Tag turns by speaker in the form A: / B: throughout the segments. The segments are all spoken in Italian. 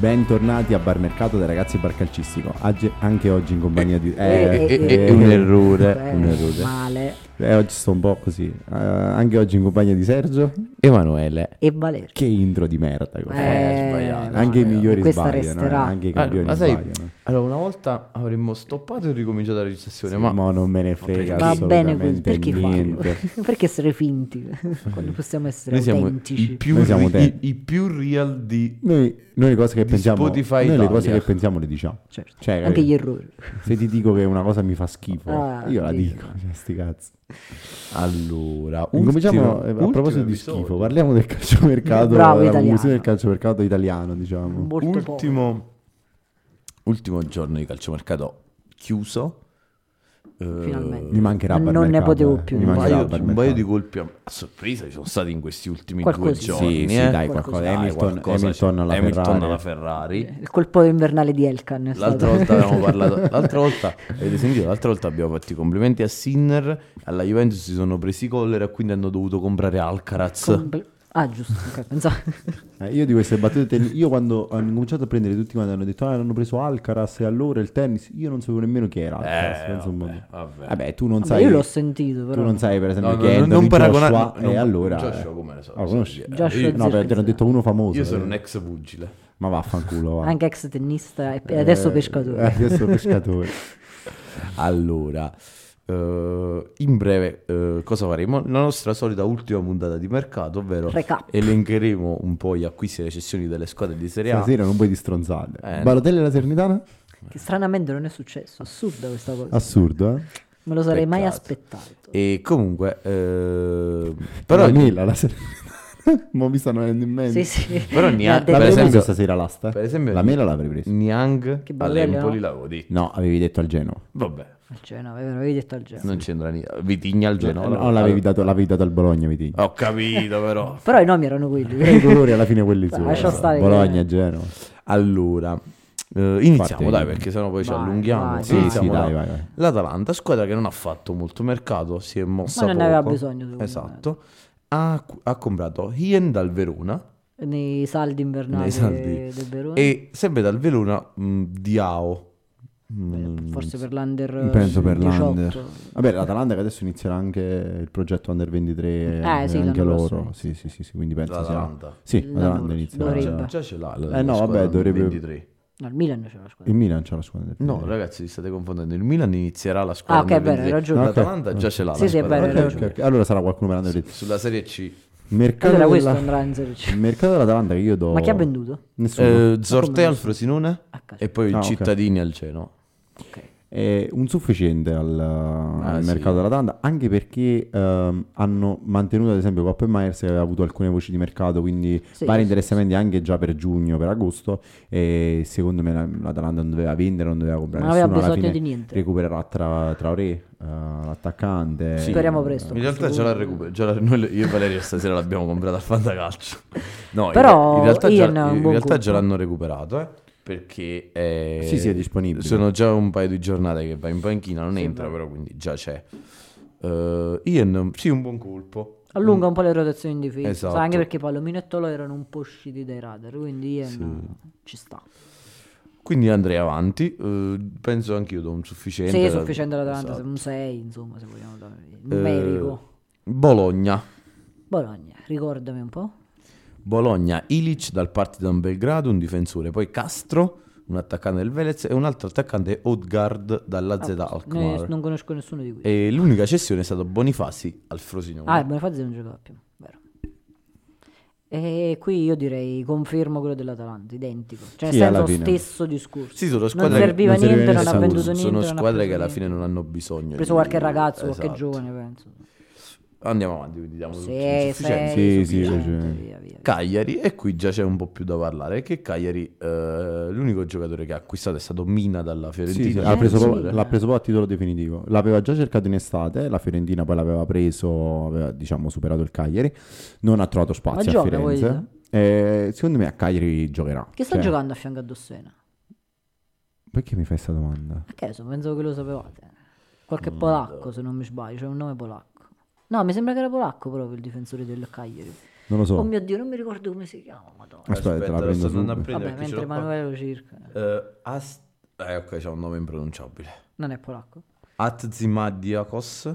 A: bentornati a Bar Mercato dei ragazzi Bar Calcistico. Agge- anche oggi in compagnia di...
B: eh, eh, eh,
A: un
B: eh,
A: errore,
B: eh,
A: un errore.
B: Male
A: Eh, oggi sto un po' così. Eh, anche oggi in compagnia di Sergio.
C: Emanuele.
B: e Valerio.
A: Che intro di merda. quella.
C: Eh, sbagliato.
B: no,
A: anche i
B: eh,
A: migliori
B: questa
A: sbagliano,
B: resterà.
A: eh, anche i
C: Ah,
A: campioni
C: ma sai,
A: sbagliano.
C: allora una volta avremmo stoppato e ricominciato la registrazione,
A: Sì,
C: ma
A: mo non me ne frega
B: Va bene così,
A: assolutamente
B: perché farlo?
A: niente.
B: perché essere finti quando possiamo essere
C: noi siamo
B: autentici?
C: i più,
A: Noi siamo
C: ri-
A: te.
C: i- i più real di...
A: Noi, noi le cose che
C: Di
A: pensiamo, noi
C: Spotify
A: le
C: Italia.
A: cose che pensiamo le diciamo.
B: Certo.
A: Cioè,
B: anche
A: capito?
B: gli errori.
A: Se ti dico che una cosa mi fa schifo,
B: Ah,
A: io la
B: Dio.
A: dico. Cioè, sti cazzi.
C: Allora,
A: Cominciamo
C: ultimo-
A: eh, a
C: ultimo
A: proposito di
C: episodio.
A: schifo, parliamo del calciomercato,
B: Bravo,
A: della
B: italiano. Boh,
A: conclusione del calciomercato italiano, diciamo.
B: Molto poco.
C: ultimo, ultimo giorno di calciomercato chiuso. Eh,
B: Finalmente.
A: Mi mancherà
B: Non
A: Bar
B: ne
A: Mercato,
B: potevo
A: eh.
B: più.
A: Mi
C: Un
A: mancherà
C: paio,
A: Bar
C: un paio
A: Mercato.
C: di colpi a, a sorpresa ci sono stati in questi ultimi
B: Qualcosina.
C: due
A: Sì,
C: giorni.
A: sì,
C: eh.
A: dai,
B: Qualcosa.
A: qualcosa.
C: Dai,
A: Hamilton,
C: qualcosa
A: Hamilton
C: c'è.
A: alla
C: Hamilton
A: Ferrari.
C: alla Ferrari.
B: Il colpo invernale di Elkan è stato.
C: L'altra volta avevamo parlato, l'altra volta, avete sentito, l'altra volta abbiamo fatto i complimenti a Sinner, alla Juventus si sono presi collera e quindi hanno dovuto comprare Alcaraz.
B: Compl- Ah, giusto, ok, pensavo-
A: Eh, io di queste battute tennis, io quando hanno cominciato a prendere tutti quando hanno detto ah hanno preso Alcaraz e allora il tennis, io non sapevo nemmeno chi era Alcaraz,
C: Eh,
A: insomma.
C: vabbè, vabbè.
A: Vabbè, tu non
B: Vabbè,
A: sai
B: io l'ho sentito,
A: Tu
B: però.
A: non sai per
C: No,
A: esempio
C: no,
A: chi è
C: non- non
A: Anthony
C: paragonare-
A: Joshua
C: non-
A: e allora
C: Joshua come lo so,
A: Ah, conosci?
C: sì.
B: Joshua
C: Io-
B: Zirkzee.
A: No, perché te ne ho detto uno famoso.
C: Io sono
A: eh.
C: un ex pugile.
A: Ma vaffanculo, va.
B: Anche ex tennista e e adesso
A: Eh,
B: pescatore.
A: eh, adesso pescatore.
C: Allora, eh, in breve, eh, cosa faremo? La nostra solita ultima puntata di mercato, ovvero
B: Recap.
C: elencheremo un po' gli acquisti e le cessioni delle squadre di Serie A.
A: Stasera non puoi distronzarle.
C: Eh,
A: Eh,
C: no.
A: Balotelli e la Sernitana?
B: Che stranamente non è successo. Assurda questa cosa.
A: Assurdo, eh?
B: Me lo sarei mai
C: Peccato.
B: aspettato.
C: E comunque, eh, però,
A: la Mila, la Sernitana. Mo mi stanno venendo in mente.
B: Sì, sì.
C: però
B: Mi ha
C: Niang,
B: detto-
C: per
A: L'avrei
C: esempio,
A: preso stasera l'asta?
C: per esempio- Mm.
A: la Mela l'avrei presa.
C: Niang
B: Che bello, eh.
C: all'Empoli
B: no?
C: l'avevo detto.
A: No, avevi detto al Genoa.
C: Vabbè,
B: Al Genova, è vero, avevi detto al Genova.
C: non c'entra niente. Vitigna al Genoa.
A: no, l'avevi, dato, l'avevi dato al Bologna, mi dici.
C: Ho capito però.
B: Però i nomi erano quelli.
A: I colori alla fine quelli
B: Dai,
A: sono.
B: lascia stare che-
A: Bologna, Genoa.
C: Allora, eh, iniziamo
A: Parte-
C: dai perché sennò poi ci
B: Vai,
C: allunghiamo.
B: vai,
A: Sì,
B: vai.
A: sì,
C: Iniziamo da-
A: dai, vai, vai.
C: L'Atalanta, squadra che non ha fatto molto mercato, si è mossa
B: Ma non ne aveva
C: poco.
B: bisogno, secondo me.
C: Esatto. Ha, ha comprato Hien dal Verona
B: Nei saldi invernali
C: nei saldi,
B: del Verona.
C: e sempre dal Verona mh, Diao.
B: Beh,
C: Mm,
B: Eh, Forse per l'under
A: Penso per
B: 18.
A: l'Under. Vabbè, l'Atalanta che adesso inizierà anche il progetto Under 23,
B: Eh,
A: eh,
B: sì,
A: anche
B: l'anno
A: loro.
B: prossimo.
A: Sì, sì, sì, sì, quindi penso sia...
C: L'Atalanta.
A: Sì,
B: L'anno
A: l'Atalanta
B: prossimo.
A: inizia.
B: Dovrebbe.
C: Già, già ce l'ha. La,
A: Eh, no,
C: la squadra
A: vabbè, dovrebbe- Eh.
C: 23.
B: No, il Milan c'è la squadra.
A: Il Milan c'ha la squadra del
C: No,
A: Premier.
C: ragazzi, vi state confondendo. Il Milan inizierà la squadra.
B: Ah, ok, è
C: del
B: vero, hai
C: 23.
B: ragione.
C: L'Atalanta già ce l'ha.
B: Sì,
C: la
B: sì, è
C: squadra
B: vero,
C: del
B: hai
A: Ok,
C: 23.
A: ok, ok. Allora sarà qualcuno per Under 23.
C: Sulla Serie C.
A: Mercato
B: Allora questo
A: della...
B: andrà in Serie C.
A: Il mercato dell'Atalanta che io do...
B: Ma chi ha venduto?
A: Nessuno.
C: Eh,
B: Ma come
C: Zortea al Frosinone
B: A caso.
C: e poi il
A: Ah, ok.
C: Cittadini al Genoa.
B: Ok.
A: È un sufficiente al,
B: Ah,
A: al
C: sì.
A: mercato della tanda, anche perché ehm, hanno mantenuto ad esempio Myers che aveva avuto alcune voci di mercato, quindi
B: Sì,
A: vari
B: sì,
A: interessamenti anche già per giugno, per agosto e secondo me la- l'Atalanta non doveva vendere, non doveva comprare
B: Ma non aveva
A: nessuno, alla
B: bisogno
A: fine
B: di niente.
A: recupererà tra, Traoré, eh, l'attaccante.
C: Sì.
B: Speriamo presto.
C: In realtà già la recupero. Già la- noi, io e Valerio stasera l'abbiamo comprata al Fantacalcio. No, in-
B: Però
C: in realtà, già,
B: Ian è un
C: in
B: buon
C: realtà già
B: colpo.
C: l'hanno recuperato. eh, perché è-
A: Sì, sì, è disponibile.
C: Sono già un paio di giornate che va in panchina, non
B: Sì,
C: entra,
B: va.
C: però quindi già c'è. Eh, Ian, sì, un buon colpo.
B: Allunga un po' le rotazioni in difesa.
C: Esatto.
B: Sai, anche perché Palomino e Tolo erano un po' usciti dai radar. Quindi Ian ci sta.
C: Mm, Quindi andrei avanti. eh, penso anch'io do un sufficiente.
B: Sì, è sufficiente l'Atalanta.
C: Esatto.
B: Un 6, insomma, se vogliamo dare.
A: Eh,
B: Numerico.
C: Eh, Bologna.
B: Bologna, ricordami un po'.
C: Bologna, Ilic dal Partizan Belgrado, un difensore, poi Castro, un attaccante del Velez e un altro attaccante Odgard dalla Z
B: Ah,
C: Alkmaar.
B: ne- non conosco nessuno di questi.
C: E l'unica cessione è stata Bonifasi al Frosinone.
B: Ah, Bonifazio non giocava più, vero. E qui io direi confermo quello dell'Atalanta, identico. Cioè,
A: Sì,
B: nel senso
A: alla fine.
B: stesso discorso.
C: sì, sono
B: non
C: squadre che-
B: serviva
A: non serviva
B: niente, non ha
A: nessuno.
B: venduto niente.
C: sono
B: non ha
C: squadre
B: preso
C: che alla
B: niente.
C: fine non hanno bisogno.
B: Ha preso
C: di-
B: qualche ragazzo, qualche
C: Esatto.
B: giovane, penso.
C: Andiamo avanti, quindi diamo tutti
B: Sì,
C: insufficienti.
A: Sì,
B: sei,
A: sì,
B: sufficiente,
A: sì.
B: via, via, via.
C: Cagliari, e qui già c'è un po' più da parlare, che Cagliari, eh, l'unico giocatore che ha acquistato è stato Mina dalla
A: Sì,
C: Fiorentina.
A: sì,
B: Fiorentina,
A: ha preso
B: Eh, sì.
A: po- l'ha preso poi a titolo definitivo. L'aveva già cercato in estate, la Fiorentina poi l'aveva preso, aveva diciamo superato il Cagliari, non ha trovato spazio a
B: gioca,
A: Firenze.
B: voi
A: Eh, secondo me a Cagliari giocherà.
B: Che sta
A: Cioè,
B: giocando a fianco a Dossena?
A: Perché mi fai questa domanda?
B: Ma che ne so, pensavo che lo sapevate. Qualche
C: Mm,
B: polacco, se non mi sbaglio, c'è un nome polacco. No, mi sembra che era polacco proprio il difensore del Cagliari.
A: Non lo so.
B: Oh mio Dio, non mi ricordo come si chiama. Madonna.
A: Aspetta, te la prendo
C: sto andando a
A: subito.
C: prendere
B: Vabbè,
C: perché ce
B: mentre
C: l'ho qua.
B: Emanuele lo circa.
C: Eh, Ast- eh, ok, c'è un nome impronunciabile.
B: Non è polacco.
C: Atzimadiakos.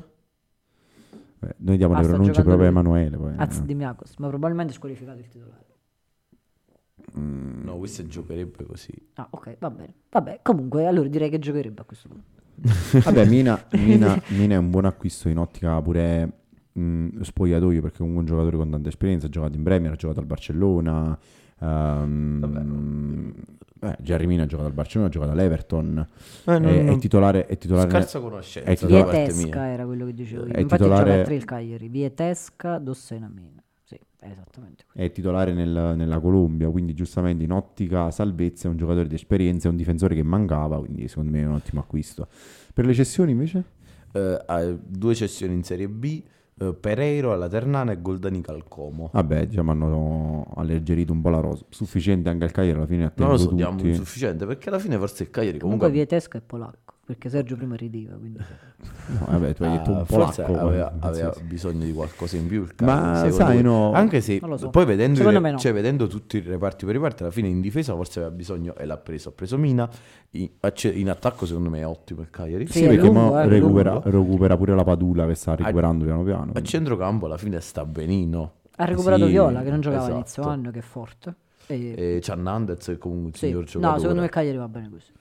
A: Eh, noi diamo
B: Ah,
A: le
B: sta
A: pronunce
B: giocando
A: proprio a
B: lui. Ah,
A: Emanuele. Poi,
B: Anzi, di Miakos, ma probabilmente è squalificato il titolare.
C: No, questo giocherebbe così.
B: Ah, ok, va bene. Vabbè, comunque, allora direi che giocherebbe a questo punto.
A: Vabbè, Mina, Mina- Mina è un buon acquisto in ottica pure mh, spogliatoio perché comunque è un giocatore con tanta esperienza. Ha giocato in Premier, ha giocato al Barcellona. ehm, eh, Jerry Mina ha giocato al Barcellona, ha giocato all'Everton.
C: Eh, non-
A: è, è
C: non-
A: titolare, è titolare
C: Scarsa conoscenza
A: è
C: da
A: titolare-
C: parte mia.
B: Vietesca era quello che dicevo io.
A: È
B: Infatti
A: titolare-
B: gioca a tre il Cagliari. Vietesca, Dossena, Mina. Sì, è esattamente così.
A: è titolare nel- nella Colombia, quindi giustamente in ottica salvezza è un giocatore di esperienza, è un difensore che mancava, quindi secondo me è un ottimo acquisto. Per le cessioni invece?
C: Eh, ha due cessioni in Serie B, eh, Pereiro alla Ternana e Goldani Calcomo.
A: Vabbè, diciamo hanno alleggerito un po' la rosa, sufficiente anche al Cagliari alla fine a
C: Non
A: tempo
C: lo so, diamo
A: tutti.
C: insufficiente perché alla fine forse il Cagliari
B: Comunque,
C: comunque...
B: Vietesca è polacco. Perché Sergio prima ridiva, quindi...
A: No, vabbè, tu hai detto un
C: Ah,
A: po'
C: forse
A: l'acqua,
C: aveva,
A: quindi,
C: aveva
A: sì, sì.
C: bisogno di qualcosa in più il
A: Ma
C: Cagliari, secondo
A: sai,
C: voi?
A: no-
C: anche se
B: Non lo so.
C: poi vedendo, i
B: Secondo
C: re-
B: me no.
C: cioè, vedendo tutti i reparti per reparti alla fine in difesa forse aveva bisogno e l'ha preso ha preso Mina in, acce- in attacco secondo me è ottimo il Cagliari
B: Sì,
A: Sì,
B: è
A: perché
B: lungo,
A: mo
B: eh, è
A: recupera,
C: lungo.
A: recupera pure la Padula che
C: Ah,
A: sta recuperando piano piano.
B: Mm.
C: a centrocampo alla fine sta benino
B: Ha recuperato
C: Sì,
B: Viola, che non giocava
C: esatto.
B: all'inizio anno, che è forte. E-
C: e c'ha Nandez che è comunque un
B: Sì.
C: signor
B: No,
C: giocatore
B: secondo me il Cagliari va bene così.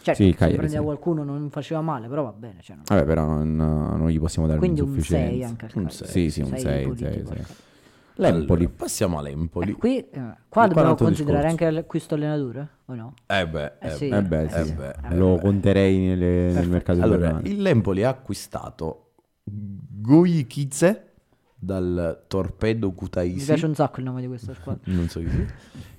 B: Cioè,
A: Sì, il
B: se
A: Cagliari,
B: prendeva
A: sì.
B: qualcuno non faceva male, però va bene. cioè, non-
A: Vabbè, però non, non gli possiamo dare
B: Quindi un 6
A: un'insufficienza.
B: anche al
C: Un
B: Cagliari.
C: sei.
A: Sì, sì, un
B: Sei
A: 6,
B: politico,
A: 6,
B: ecco.
A: L'Empoli.
C: Allora, passiamo all'Empoli
B: Eh, qui, eh, qua
A: un
B: dobbiamo
A: altro
B: considerare
A: discorso.
B: anche l'acquisto allenatore, o no?
C: eh beh,
B: Eh
C: eh
B: sì.
A: Eh beh, sì,
C: Eh
A: sì.
C: beh, eh
A: lo
C: beh.
A: conterei nelle- nel
B: Perfetto.
A: mercato
C: Allora,
A: invernale.
C: il Lempoli ha acquistato Goikize dal Torpedo
B: Mi
C: Kutaisi,
B: piace un sacco il nome di questa squadra.
C: non so chi sia,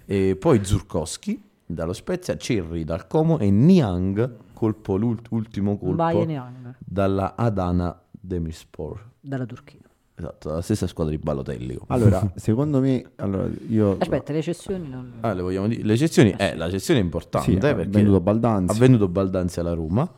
C: e poi Zurkowski dallo Spezia, Cerri dal Como e Niang, colpo l'ult- ultimo
B: Baia
C: colpo,
B: Neang,
C: dalla Adana Demirspor.
B: dalla Turchia.
C: Esatto, la stessa squadra di Balotelli. comunque.
A: Allora, secondo me, allora, io...
B: Aspetta, le cessioni non...
C: Ah, le vogliamo dire? Le cessioni, eh, la cessione è importante eh,
A: Sì, ha
C: perché
A: venduto Baldanzi.
C: ha venduto Baldanzi alla Roma,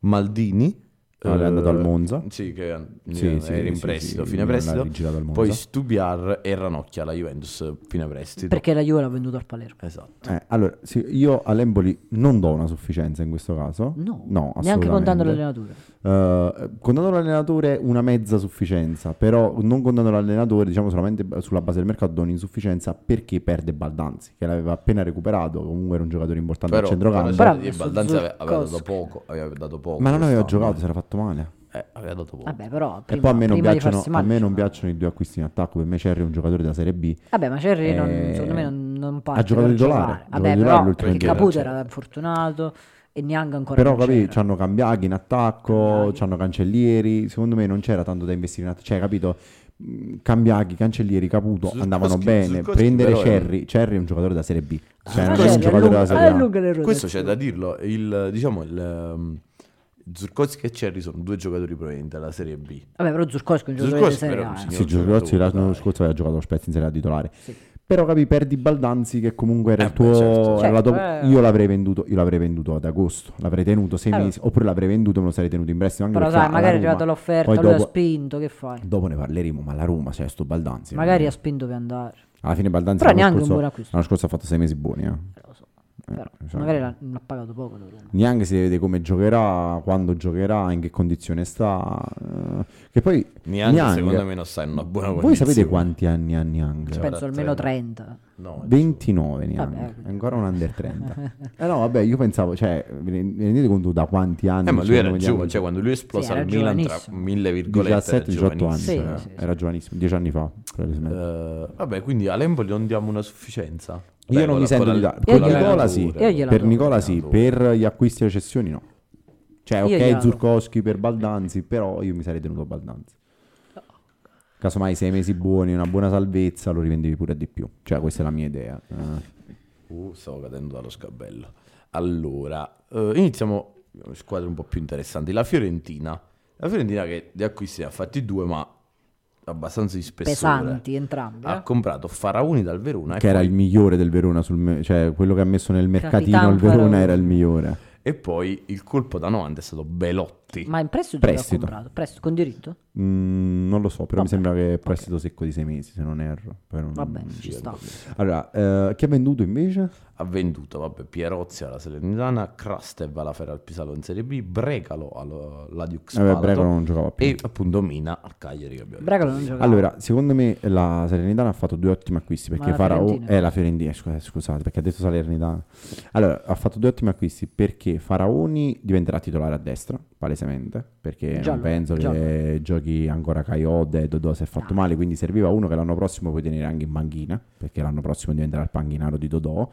C: Maldini eh,
A: Ah, è andato al Monza.
C: Sì, che an-
A: Sì,
C: eh, era
A: sì,
C: in
A: sì,
C: prestito,
A: sì,
C: fine
A: l'ha
C: prestito.
A: rigirato al Monza.
C: Poi Stubiar e Ranocchia alla Juventus, fine prestito.
B: Perché la Juve l'ha venduto al Palermo.
C: Esatto.
A: Eh, allora, sì, io all'Empoli non do una sufficienza in questo caso.
B: No, neanche
A: assolutamente.
B: contando l'allenatore.
A: Eh, contando l'allenatore una mezza sufficienza, però non contando l'allenatore, diciamo solamente b- sulla base del mercato do un'insufficienza perché perde Baldanzi, che l'aveva appena recuperato, comunque era un giocatore importante
C: Però,
A: al centrocampo.
B: però-
C: di
B: Bravo, su
C: Baldanzi aveva, aveva dato
B: Zurkowski.
C: poco, aveva dato poco.
A: ma non aveva
C: quest'anno.
A: giocato, si era fatto male.
C: Eh, aveva dato poco.
B: Vabbè, però
A: E
B: prima,
A: poi a me, non
B: prima di
A: piacciono,
B: farsi male,
A: a me non
B: diceva-
A: piacciono i due acquisti in attacco, per me Cerri è un giocatore da Serie B.
B: Vabbè, ma Cerri non,
A: Eh,
B: secondo me non, non parte
A: ha giocato
B: per
A: titolare,
B: giocare.
A: ha giocato
B: Vabbè,
A: titolare
B: però
A: l'ultimo
B: perché
C: giro.
B: Caputo era infortunato e neanche ancora
A: Però
B: non
A: capì,
B: c'era.
A: ci hanno cambiati in attacco,
B: Cambiaghi.
A: ci hanno cancellieri, secondo me non c'era tanto da investire in attacco, cioè capito? Mm, Cambiaghi, cancellieri, Caputo
C: Zurkowski-
A: andavano bene,
C: Zurkowski
A: prendere
C: però eh. è-
A: Cerri, Cerri è un giocatore da Serie B, cioè
B: Ma
A: non
B: Cerri
A: è un
B: è
A: giocatore
B: lungo-
A: della Serie
B: è
A: A.
B: lungo le
C: Questo c'è
B: rotazioni.
C: da dirlo, il, diciamo il... ehm, Zurkowski e Cerri sono due giocatori provenienti dalla Serie B.
B: Vabbè, però Zurkowski è un giocatore di
C: Zurkowski
B: Serie
C: però
B: A,
C: sì.
B: eh.
A: Sì, Giorgozzi l'anno scorso aveva giocato lo Spezia in Serie A titolare. Però capi, perdi Baldanzi che comunque era
C: Eh
A: il
C: beh,
A: tuo...
C: certo.
A: era la
B: Certo,
A: tua-
B: eh.
A: Io l'avrei venduto, io l'avrei venduto ad agosto, l'avrei tenuto sei
B: Allora.
A: mesi, oppure l'avrei venduto e me lo sarei tenuto in prestito anche
B: Però
A: perché
B: sai,
A: alla
B: magari è
A: Roma-
B: arrivata l'offerta,
A: poi
B: lui ha
A: dopo-
B: spinto, che fai?
A: Dopo ne parleremo, ma la Roma, cioè sto Baldanzi. non
B: Magari
A: è-
B: ha spinto per andare.
A: Alla fine Baldanzi
B: Però
A: l'anno
B: neanche un
A: scorso-
B: buon acquisto.
A: L'anno scorso ha fatto sei mesi buoni. Eh.
B: eh, lo so. Però
A: esatto.
B: magari l'ha, l'ha pagato poco. dovrebbe.
A: Neanche si vede come giocherà, quando giocherà, in che condizione sta. eh, Che poi
C: Neanche,
A: Niang-
C: secondo me non sta in una buona
A: Voi
C: condizione.
A: sapete quanti anni ha Niang?
C: Cioè,
B: Penso almeno 30.
C: No,
A: 29 Niang,
B: Vabbè, quindi-
A: ancora un under 30. eh no, vabbè, io pensavo, cioè, vi rendete conto da quanti anni?
C: Eh, ma lui
A: cioè,
C: era
A: noi
C: giovane,
A: diamo-
C: cioè quando lui esplose
B: Sì, era
C: al Milan tra
B: giovanissimo.
C: mille virgolette era
A: 17-18 anni,
C: giovanissimo.
A: cioè,
B: Sì, sì, sì.
A: era giovanissimo, 10 anni fa. probabilmente.
C: Eh, vabbè, quindi all'Empoli non diamo una sufficienza.
A: Io non mi sento di dare-
B: per
A: Nicola sì,
B: io gliela
A: per
B: do.
A: Nicola sì, per gli acquisti e le cessioni no. Cioè,
B: Io gliela
A: ok,
B: do.
A: Zurkowski per Baldanzi, però io mi sarei tenuto Baldanzi. Casomai sei mesi buoni, una buona salvezza, lo rivendevi pure di più. Cioè, questa è la mia idea. Eh,
C: Uh, stavo cadendo dallo scabello. Allora, eh, iniziamo con squadre un po' più interessanti. La Fiorentina. La Fiorentina che di acquisti ne ha fatti due, ma abbastanza di spessore.
B: Pesanti entrambi.
C: Ha
A: Ah,
B: eh.
C: comprato Faraoni dal Verona
A: che
C: e,
A: era
C: poi,
A: il migliore del Verona, sul me- cioè quello che ha messo nel mercatino
B: Capitan
A: il Verona
B: Faraone.
A: era il migliore.
C: e poi il colpo da 90 è stato Belotti. Totti.
B: Ma in prestito l'ha
A: Prestito.
B: comprato? Prestito, con diritto?
A: Mm, non lo so, però
B: Vabbè,
A: mi sembra che è prestito secco di sei mesi, se non erro. Poi non-
B: Va bene,
C: sì,
B: ci sta.
C: vabbè.
A: Allora, eh, chi ha venduto invece?
C: Ha venduto, vabbè, Pierozzi alla Salernitana, Krastev alla Feral Pisalo in Serie B, Bregalo alla alla Dux
A: Vabbè,
C: Palato
A: Bregalo non giocava più.
C: e appunto Mina al Cagliari che abbiamo
B: Bragalo non giocava.
A: Allora, secondo me la Salernitana ha fatto due ottimi acquisti perché
B: la
A: Farao
B: Fiorentina.
A: è la Fiorentina, eh, scusa- scusate, perché ha detto Salernitana. Allora, ha fatto due ottimi acquisti perché Faraoni diventerà titolare a destra, palesemente, perché
B: Giallo,
A: non penso che
B: giallo. Ah.
A: giochi ancora Caiode e Dodò si è fatto
B: No.
A: male, quindi serviva uno che l'anno prossimo puoi tenere anche in panchina, perché l'anno prossimo diventerà il panchinaro di Dodò.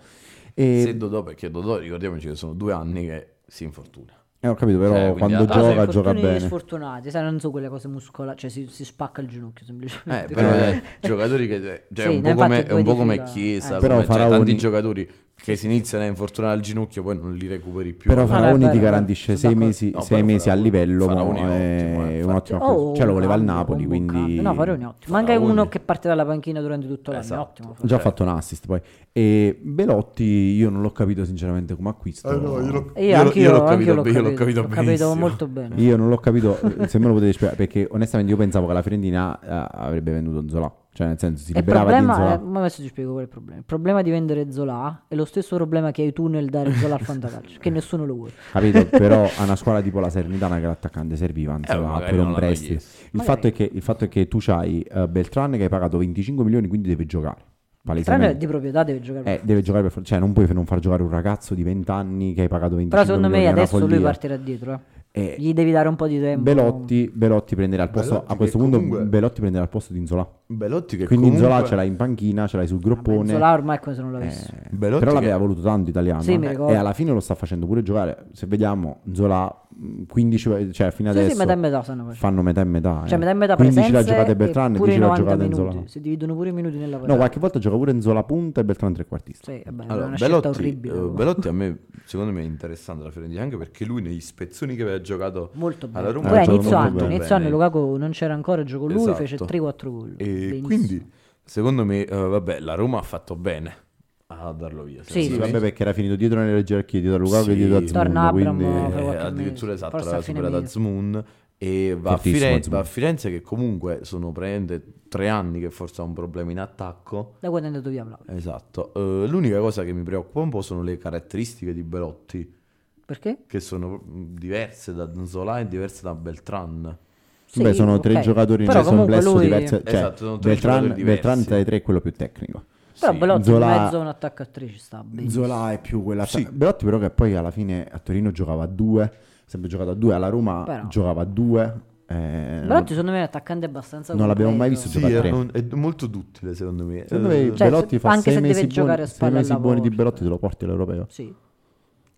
A: E
C: Se Dodò, perché Dodò ricordiamoci che sono due anni che si infortuna.
A: eh, ho capito, però
C: Cioè, quindi
A: quando
C: alla-
B: Però sono
A: gioca gioca
B: infortuni
A: bene.
B: sfortunati, sai, non so quelle cose muscolari, cioè si, si spacca il ginocchio
C: Eh,
B: semplicemente.
C: però
A: Eh.
C: eh, giocatori che cioè,
B: Sì,
C: è un
B: no,
C: po' come,
B: infatti
C: è un po' come
B: poi di fila-
C: Chiesa,
B: eh.
A: Però
C: come, cioè,
A: Faraoni-
C: tanti giocatori che si iniziano a infortunare al ginocchio poi non li recuperi più. Eh,
A: Però
C: Alla-
B: Faraoni-
A: Faraoni
B: vabbè,
A: ti
B: vabbè,
A: garantisce
C: sono
A: sei
C: d'accordo.
A: mesi,
C: No,
A: sei
C: Faraoni-
A: mesi a livello,
C: Faraoni
A: mo'
C: è
A: è
C: ottimo, eh,
A: un
C: infatti.
A: ottimo
B: Oh,
A: acquisto. Cioè lo
B: un
A: voleva il
B: cambio,
A: Napoli,
B: un buon
A: quindi...
B: cambio. No, Faraoni è ottimo. Manca
C: Faraoni.
B: uno che parte dalla panchina durante tutto l'anno,
C: Esatto.
B: è ottimo. Faraoni.
A: Già ha
C: Cioè-
A: fatto un assist poi. E Belotti io non l'ho capito sinceramente come acquisto.
B: E io,
C: Io lo-
B: anch'io,
C: io l'ho
B: anch'io
C: capito
B: l'ho
C: be- io
B: capito,
C: l'ho capito
B: l'ho capito
C: benissimo.
B: molto bene.
A: Io non l'ho capito, eh, se me lo potete spiegare, perché onestamente io pensavo che la Fiorentina eh, avrebbe venduto Zola, cioè nel senso si
B: il
A: liberava di
B: problema, eh,
A: Zola.
B: ma adesso ti spiego qual è il problema. Il problema di vendere Zola è lo stesso problema che hai tu nel dare Zola al fantacalcio, che nessuno lo vuole.
A: Capito? Però a una squadra tipo la Serenitana che l'attaccante serviva,
C: Eh,
A: insomma,
C: magari
A: per un
C: non l'hanno
A: prestito.
C: chiesto.
A: Il
B: Magari.
A: fatto, è che, il fatto è che tu c'hai eh, Beltran che hai pagato 25 milioni, quindi deve giocare.
B: Tranne
A: Palesemente.
B: di proprietà deve giocare.
A: Eh, deve giocare per forza, cioè non puoi non far giocare un ragazzo di 20 anni che hai pagato 25
B: Però secondo me
A: milioni, è una
B: adesso lui
A: follia.
B: partirà dietro. eh.
A: Eh,
B: Gli devi dare un po' di tempo.
A: Belotti, Belotti prenderà al posto
C: Belotti
A: a questo
C: che
A: punto
C: comunque-
A: Belotti prenderà al posto di Inzola.
C: Belotti che
A: Quindi
C: comunque...
A: Inzola ce l'hai in panchina, ce l'hai sul
B: Vabbè,
A: groppone.
B: Zola ormai è come se non
A: Eh,
B: l'avessi.
A: però
C: Belotti che-
A: l'aveva voluto tanto italiano
B: Sì, mi
A: eh,
B: ricordo.
A: e alla fine lo sta facendo pure giocare. Se vediamo Zola 15 cioè fino
B: Sì,
A: adesso
B: sì, metà e metà stanno facendo.
A: fanno metà e metà. eh.
B: Cioè, metà e metà
A: 15 l'ha
B: presenze
A: giocata
B: e
A: Beltran,
B: pure
A: 10 l'ha
B: 90
A: giocata
B: minuti.
A: Inzola.
B: Si dividono pure i minuti nella
A: No,
B: partita.
A: qualche volta gioca pure Inzola punta e Beltran trequartista.
B: Sì, vabbè, è
C: Allora,
B: una
C: Belotti,
B: scelta orribile.
C: eh,
B: proprio.
C: Belotti a me, secondo me, è interessante la Fiorentina anche perché lui negli spezzoni che aveva giocato
B: Molto bene.
C: alla Roma
B: Poi
A: ha
B: a
A: giocato
B: inizio
A: molto
B: anno,
A: bene.
B: inizio anno Lukaku non c'era ancora, giocò lui,
C: Esatto.
B: fece 3-4 gol.
C: E
B: Benissimo.
C: quindi, secondo me, eh, vabbè, la Roma ha fatto bene a darlo via.
B: Sì,
A: Sì,
C: secondo me.
A: vabbè, perché era finito dietro nelle gerarchie, dietro a Lukaku
C: Sì.
A: e dietro a Zmundo,
B: Torna Abram,
A: quindi...
B: fra
C: Eh,
B: qualche mese.
C: addirittura esatto,
B: Forse a
C: l'aveva
B: fine
C: superata
B: mese.
C: Zmoon e va a,
A: Fortissimo
C: Firenze,
A: Zmoun.
C: va a Firenze che comunque sono praticamente tre anni che forse ha un problema in attacco.
B: Da quando è andato via Vlahovic.
C: Esatto, Eh, l'unica cosa che mi preoccupa un po' sono le caratteristiche di Belotti
B: Perché?
C: che sono mh, diverse da Zola e diverse da Beltran.
B: Sì,
A: Beh, sono tre
B: ok.
A: giocatori in
B: Però
A: un
B: comunque
A: complesso
B: lui-
A: diverso. Cioè,
C: Esatto, sono tre
A: Beltran,
C: giocatori diversi.
A: Beltran tra i tre è quello più tecnico.
B: Però
C: Sì.
B: Belotti
A: Zola-
B: in mezzo a un attaccatrice sta bene.
A: Zola è più quella.
C: Sì.
A: Belotti, però, che poi alla fine a Torino giocava a due. Sempre giocato a due. Alla Roma
B: Però-
A: giocava a due. eh,
B: Belotti secondo me è un attaccante abbastanza
A: Non l'abbiamo mai
B: completo.
A: visto
C: Sì,
A: Gioca a
C: è,
A: tre.
C: un- è molto duttile secondo me.
A: Secondo me
C: Eh,
B: Cioè,
A: Belotti fa
B: anche
A: sei
B: se deve
A: mesi,
B: giocare
A: buoni,
B: a
A: sei
B: spalle
A: mesi
B: alla
A: buoni di
B: porta.
A: Belotti, te lo porti all'Europeo.
B: Sì.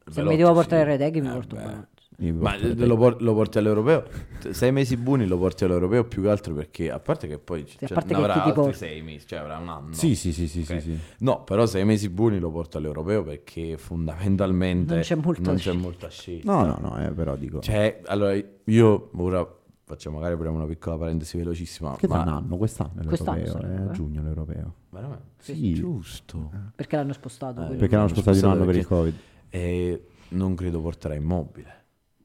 B: Se
C: Belotti,
B: mi devo portare
C: sì.
B: il Reteghi mi
C: Eh,
B: porto
C: beh.
B: Belotti.
A: Io mi
C: Ma
A: porto le
C: lo, por- lo porti all'europeo? T- Sei mesi buoni lo porti all'europeo più che altro perché, a parte che poi c-
B: Sì, a
C: cioè,
B: parte
C: ne
B: che
C: avrà
B: chi ti
C: altri
B: porta.
C: sei mesi, cioè avrà un anno.
A: tre. Sì, sì, sì, sì, sì,
C: Ok.
A: sì.
C: No, però sei mesi buoni lo porti all'europeo perché fondamentalmente
B: Non c'è molta
C: non
B: scelta.
C: molta scelta.
A: No, no, no, eh, però dico.
C: Cioè, allora io ora faccio magari pure una piccola parentesi velocissima.
A: che
C: ma
A: danno hanno quest'anno
B: Quest'anno
A: l'Europeo?
B: sarà,
A: eh, a
B: eh?
A: giugno l'Europeo.
C: veramente?
A: Sì.
C: Giusto.
B: Perché l'hanno spostato?
C: Eh,
B: quello.
A: Perché l'hanno spostato di un anno per il
C: Perché-
A: Covid.
C: E Eh, non credo porterà immobile.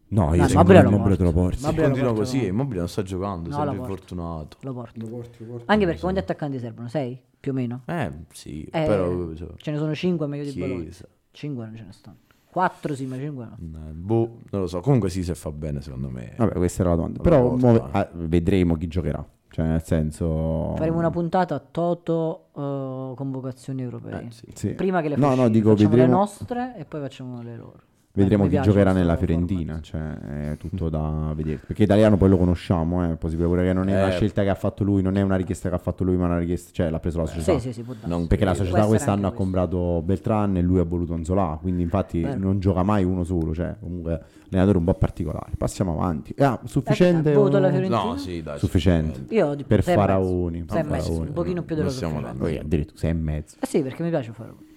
A: No,
B: io
A: io sono
B: ma secondo me Immobile lo
A: un
B: Immobile
A: te
B: te
A: lo
B: lo porti.
A: porti.
B: porti. Ma-
C: Se
B: Immobile lo
C: continua
B: porta,
C: così,
B: no.
C: Immobile non sta
B: No,
C: giocando,
B: la
C: sempre
B: porta.
C: infortunato.
B: Lo porto. Anche perché quanti attaccanti servono? 6? Più o meno?
C: Eh, sì,
B: Eh,
C: però... cioè,
B: Ce ne sono 5 meglio di Belotti.
C: Chiesa.
B: 5 non ce ne stanno. 4 sì, ma 5 no.
C: Mm, Boh, non lo so. Comunque sì, se fa bene, secondo me.
A: Vabbè, questa era la domanda.
C: Alla
A: Però
C: volta.
A: mo- ah, vedremo chi giocherà. Cioè, nel senso.
B: Faremo una puntata a Toto eh, convocazioni europee.
C: Eh, sì.
A: Sì.
B: Prima che le
A: No,
B: facciamo,
A: no, dico,
B: facciamo
A: vedremo-
B: le nostre e poi facciamo le loro. Ecco,
A: Vedremo
B: Mi
A: chi
B: piace
A: giocherà
B: questo
A: nella
B: format.
A: Fiorentina, cioè è tutto da vedere. Perché italiano poi lo conosciamo, eh, è possibile pure che non è una
C: Eh.
A: scelta che ha fatto lui, non è una richiesta che ha fatto lui, ma una richiesta, cioè l'ha preso la società.
B: Sì, sì, sì, può darsi.
C: Non
A: Perché la
C: Può
A: società
B: essere
A: quest'anno ha
B: anche questo.
A: comprato Beltran e lui ha voluto Anzola, quindi infatti
B: Vero.
A: non gioca mai uno solo, cioè comunque allenatore un po' particolare. Passiamo avanti. Ah, sufficiente
B: Eh, voto alla
A: o-
B: Fiorentina.
C: No, sì, dai.
A: Sufficiente.
C: sicuramente.
B: Io di più,
A: per
B: sei e mezzo.
A: Faraoni,
B: Sei e mezzo,
A: Faraoni.
B: un pochino più
C: Non
B: dello
C: stiamo
B: Fiorentina.
C: andando.
A: Poi addirittura sei e mezzo.
B: Eh sì, perché mi piace Faraoni.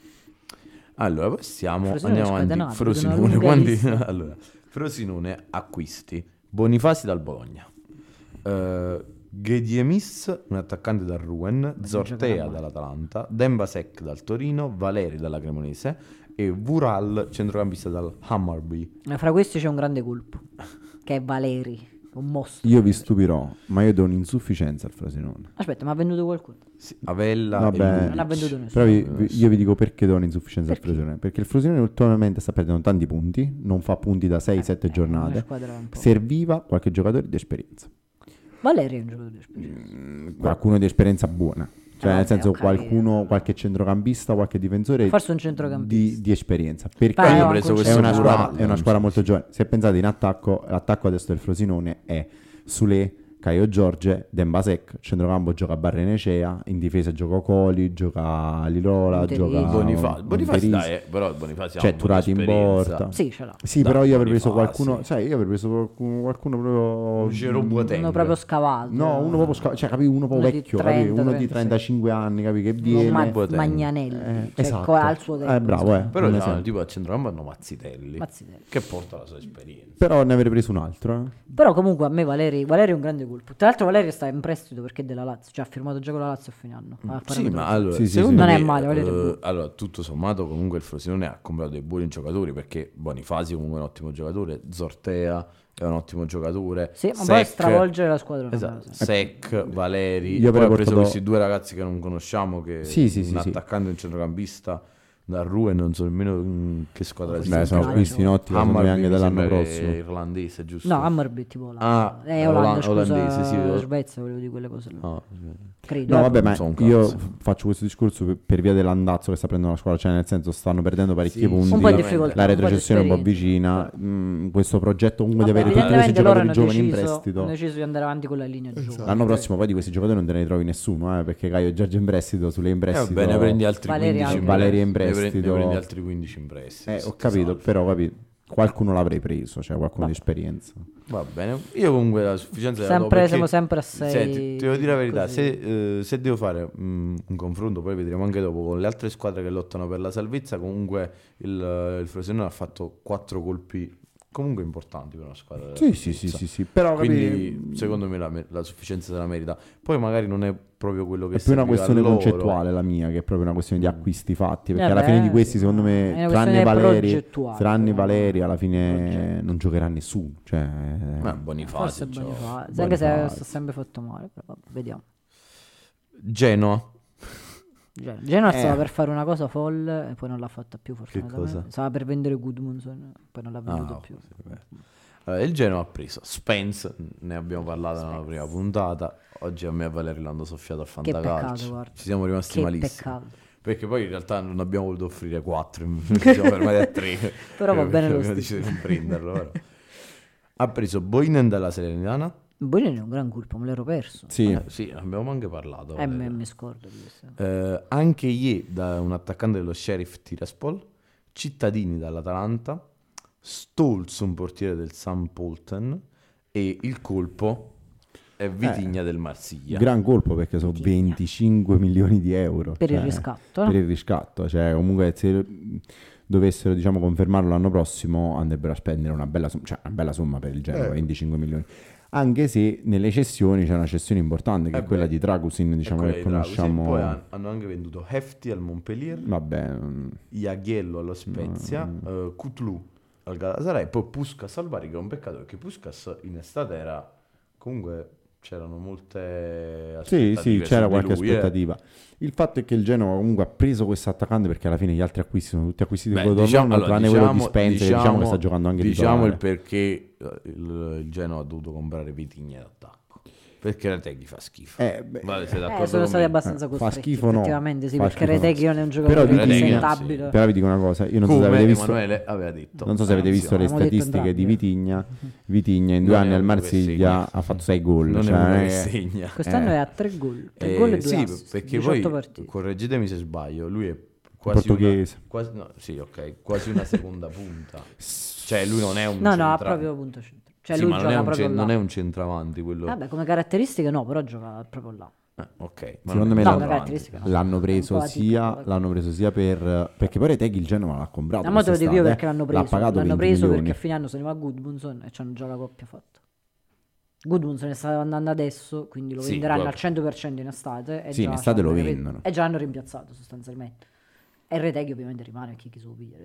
C: Allora, passiamo.
B: Frosinone
C: andiamo avanti.
B: scatenato, vedo una
C: Frosinone,
B: lunga
C: quanti-
B: lista.
C: allora, Frosinone acquisti. Bonifasi dal Bologna. Eh, Ghediemis, un attaccante dal Ruen.
B: giocava
C: Zortea
B: male.
C: dall'Atalanta. Dembasek dal Torino. Valeri dalla Cremonese. E Vural, centrocampista dal Hammarby.
B: Eh, Ma fra questi c'è un grande colpo. che è Valeri, un mostro.
A: Io vi stupirò, ma io do un'insufficienza al Frosinone.
B: Aspetta, ma ha venduto qualcuno?
C: Sì, Avella
A: Vabbè.
C: e Lulic.
B: Non ha venduto nessuno.
A: Però vi- vi- io vi dico perché do un'insufficienza
B: Perché?
A: al Frosinone. Perché il Frosinone ultimamente sta perdendo tanti punti, non fa punti da
B: Eh,
A: 6-7
B: una
A: giornate.
B: squadra un po'.
A: Serviva qualche giocatore di esperienza.
B: Valerio è un giocatore di esperienza.
A: Mm. Qualcuno di esperienza buona. Cioè,
B: Eh, vabbè,
A: nel senso,
B: ho capito.
A: qualcuno, qualche centrocampista, qualche difensore
B: Forse un
A: di,
B: centrocampista.
A: di esperienza. Perché
B: Però
C: Poi
B: Eh,
C: ho
B: ho
C: preso
B: un
A: è
C: questo
A: una,
B: Murata,
A: squadra, è una
C: non
A: squadra
C: so.
A: molto giovane. Se pensate in attacco, l'attacco adesso del Frosinone è Sule, Caio Giorge, Dembasek, centrocampo gioca Barrenecea, in difesa gioca Coli, gioca Lirola,
B: Monterisi.
A: gioca
C: Bonifacio, Bonifacio
A: Monterisi.
C: dai, eh, però Bonifacio ha
A: Cioè,
C: un po' di
A: Turati in
C: esperienza.
A: porta.
B: Sì, ce l'ha.
A: Sì,
C: Dai,
A: però io avrei
C: Bonifacio,
A: preso qualcuno,
C: sì.
A: sai, io avrei preso qualcuno, qualcuno proprio Mm,
C: Ruggero Boateng.
B: Uno Mm, proprio scavato.
A: No, uno proprio, sca- cioè, capì, uno proprio
B: Uno di
A: vecchio,
B: 30,
A: capì, uno di
B: 36.
A: 35 anni, capì, che
B: Non
A: viene.
B: ma-
C: Boateng.
B: Magnanelli.
A: Eh,
B: cioè,
A: esatto.
B: co- al suo tempo.
A: Eh, bravo, eh.
C: Però
A: un
C: no,
A: esempio.
C: tipo a centrocampo hanno Mazzitelli,
B: Mazzitelli.
C: che porta la sua esperienza.
A: Però ne avrei preso un altro, eh.
B: Però comunque a me Valeri, Valeri è un grande colpo. Tra l'altro Valeri sta in prestito perché è della Lazio, cioè ha firmato già con la Lazio a fine anno. Ah,
C: Sì, ma
B: parametro-
C: allora,
A: Mm. Sì, sì,
C: secondo
B: sì.
C: me,
B: Non è male, boh. volete
C: eh,
B: bu-
C: allora, tutto sommato comunque il Frosinone ha comprato dei buoni giocatori perché Bonifasi comunque è un ottimo giocatore, Zortea è un ottimo giocatore,
B: Sì, ma
C: Sec-
B: poi stravolgere la squadra. è una
C: Esatto,
B: cosa.
C: Sec, Valeri,
A: Ecco. Io
C: poi
A: avrei
C: ho preso
A: portato-
C: questi due ragazzi che non conosciamo, che
A: Sì, sì, sì,
C: un
A: sì.
C: attaccante e un centrocampista da Rue, non so nemmeno mm, che squadra sia.
A: Beh, sono
B: sì,
A: acquisti in ottica, secondo me,
C: Hammarby
A: anche
C: Ah, mi sembra
A: dell'anno
C: che
A: prossimo.
C: è irlandese, giusto?
B: No, Hammarby tipo Olanda.
C: Ah,
B: eh, Olanda,
C: Olan-
B: scusa,
C: olandese, sì, io-
B: Svezia, volevo dire quelle cose. là.
C: No,
B: Credo.
A: No,
B: eh.
A: vabbè,
C: non
A: ma
C: so un
A: io
C: cazzo.
A: f- faccio questo discorso per- per via dell'andazzo che sta prendendo la squadra, cioè nel senso stanno perdendo parecchi
C: Sì,
A: punti,
B: un po' di difficoltà.
A: la
B: un po' di
A: retrocessione è un po'
B: esperienza.
A: vicina, mm, questo progetto comunque
B: Vabbè,
A: di avere tutti questi
B: evidentemente
A: giocatori
B: loro hanno
A: giovani in
B: deciso-
A: prestito.
B: Hanno deciso di andare avanti con la linea
C: Esatto.
B: giovane.
A: L'anno prossimo poi di questi giocatori non te ne ritrovi nessuno, eh, perché Caio è già in prestito, sulle in
C: Eh,
A: prestito.
C: vabbè, ne prendi altri
B: Valeria
C: 15
B: anche.
A: Valeria in
C: ne prendi-
A: prestito.
C: Ne prendi altri Esatto. 15 in prestito.
A: Eh,
C: sì,
A: ho capito,
C: salve.
A: però capito, qualcuno l'avrei preso, cioè qualcuno di esperienza.
C: Va bene, io comunque la sufficienza la do
B: Sempre-
C: perché-
B: siamo sempre a sei,
C: Senti, ti devo dire la verità,
B: così.
C: se, eh, se devo fare mm, un confronto, poi vedremo anche dopo, con le altre squadre che lottano per la salvezza, comunque il, il Frosinone ha fatto quattro colpi comunque importanti per una squadra. della
A: Sì, sì, sì,
C: salvezza.
A: sì, sì, però mm,
C: Quindi
A: capito,
C: secondo me la, me- la sufficienza se la merita. Poi magari non è proprio quello che
A: è più una
C: serviva a
A: questione
C: loro. Mm.
A: concettuale la mia, che è proprio una questione di acquisti fatti, perché
B: Eh
A: alla
B: beh,
A: fine di questi, secondo
B: è
A: me,
B: una
A: tranne
B: questione
A: Valeri,
B: progettuale,
A: tranne
B: eh.
A: Valeri, alla fine
B: Progetto.
A: non giocherà nessuno, cioè eh,
C: Ma
B: Forse
C: Bonifacio. cioè.
B: Bonifazi,
A: Bonifazi.
B: anche se sto sempre fatto male, però vabbè, vediamo.
C: Genoa.
B: Gen- Genoa
A: Eh.
B: stava per fare una cosa folle e poi non l'ha fatta più, fortunatamente.
C: cosa?
B: Stava per vendere Goodmanson, poi non l'ha venduto
C: Ah,
B: più.
C: sì, beh. Allora, il Genoa ha preso Spence, ne abbiamo parlato nella prima puntata. Oggi a me e a Valerio l'hanno soffiato a
B: peccato,
C: Fantacalcio.
B: guarda.
C: Ci siamo rimasti
B: Che
C: malissimo.
B: peccato.
C: Perché poi in realtà non abbiamo voluto offrire 4, ci siamo fermati a 3.
B: Però va bene lo
C: Abbiamo deciso
B: stesso.
C: di non prenderlo. però. Ha preso Boinen dalla Serenitana.
B: Bonino è un gran colpo, me l'ero perso.
A: sì,
C: Eh, sì, abbiamo anche parlato.
B: Eh,
C: Valerio.
B: me- mi scordo di questo.
C: Eh, anche Ye da un attaccante dello Sheriff Tiraspol, Cittadini dall'Atalanta, Stolz un portiere del Sam Polten e il colpo è
A: Eh,
C: Vitigna del Marsiglia. Ecco,
A: gran colpo perché sono 25 milioni di euro
B: Per il
C: eh,
A: cioè,
B: riscatto, no?
A: Per il riscatto, cioè comunque se dovessero diciamo confermarlo l'anno prossimo andrebbero a spendere una bella somma, cioè una bella somma per il Genoa,
C: Eh.
A: 25 milioni. Anche se nelle cessioni c'è una cessione importante che
C: Eh
A: è quella
C: beh.
A: di Dragusin, diciamo
C: Ecco
A: che
C: le Draghi. Sì,
A: conosciamo.
C: Poi han- hanno anche venduto Hefti al Montpellier,
A: Vabbè, mm,
C: Iaghiello allo Spezia, eh, Kutlu al Galatasaray e poi Puskas al Bari che è un peccato perché Puskas in estate era comunque c'erano
A: sì,
C: molte aspettative
A: sì,
C: su
A: c'era
C: di
A: qualche
C: lui, eh.
A: aspettativa. Il fatto è che il Genoa comunque ha preso questo attaccante perché alla fine gli altri acquisti sono tutti acquisti di
C: Beh,
A: Codorno,
C: diciamo, allora,
A: tranne
C: diciamo-
A: quello di Spencer, diciamo, che sta giocando anche
C: Diciamo
A: titolare.
C: il perché eh, il, il Genoa ha dovuto comprare Vitigna d'attacco. Perché la Teghi fa schifo.
A: Eh, beh,
C: Vale, sei d'accordo
B: Eh, sono
C: con
B: stati
C: me?
B: abbastanza
A: Eh, fa
B: costretti.
A: schifo, no.
B: Effettivamente, sì,
A: Fa
B: perché
A: schifo, no.
B: Reteghi non è un giocatore
A: Però Vitigna-
B: presentabile.
A: Però vi dico una cosa, io non so
C: Come
A: se avete visto...
C: Emanuele aveva detto.
A: Non so se avete
C: Anzi,
A: visto le
B: abbiamo detto
A: statistiche di
B: entrambi. eh. Mm-hmm.
A: Vitigna. Vitigna in due
C: Non è
A: anni al
C: uno che segna.
A: Marsiglia ha fatto 6 gol.
C: Non
A: cioè,
C: è uno che
A: eh,
C: segna.
B: Quest'anno
A: Eh.
B: è a 3 gol. 3
C: Eh,
B: gol e 2
C: sì,
B: assist.
C: perché
B: 18
C: poi,
B: partite.
C: correggetemi se sbaglio, lui è quasi
A: Portoghese.
C: una, quasi, no, sì, ok, quasi una seconda punta. Cioè lui non è un
B: No, no, ha
C: centrale.
B: proprio punto centro. Cioè
C: Sì,
B: lui
C: ma non
B: gioca
C: è, un
B: proprio
C: cen-
B: là.
C: non è un centravanti quello.
B: Vabbè, come caratteristiche no, però gioca proprio là.
C: Eh, ok,
A: Secondo me
B: No,
C: ma non è un
A: l'hanno-
B: una
C: centravanti.
B: caratteristica no.
A: L'hanno preso,
B: Un po'
A: sia,
B: atipico.
A: l'hanno preso sia per... Perché poi Reteghi il Genova l'ha comprato.
B: Ma mo te lo dico io
A: quest'estate, eh.
B: perché l'hanno preso.
A: L'ha pagato
B: l'hanno
A: 20
B: preso
A: milioni.
B: perché a fine anno se ne va Goodmunson e c'hanno già la coppia fatta. Goodmunson sta andando adesso, quindi lo
C: Sì,
B: venderanno
C: guarda.
B: al 100% in estate. E
A: Sì, in
B: già
A: estate lo
B: c'hanno-
A: vendono.
B: E già hanno rimpiazzato sostanzialmente. E Reteghi ovviamente rimane perché chi se lo piglia.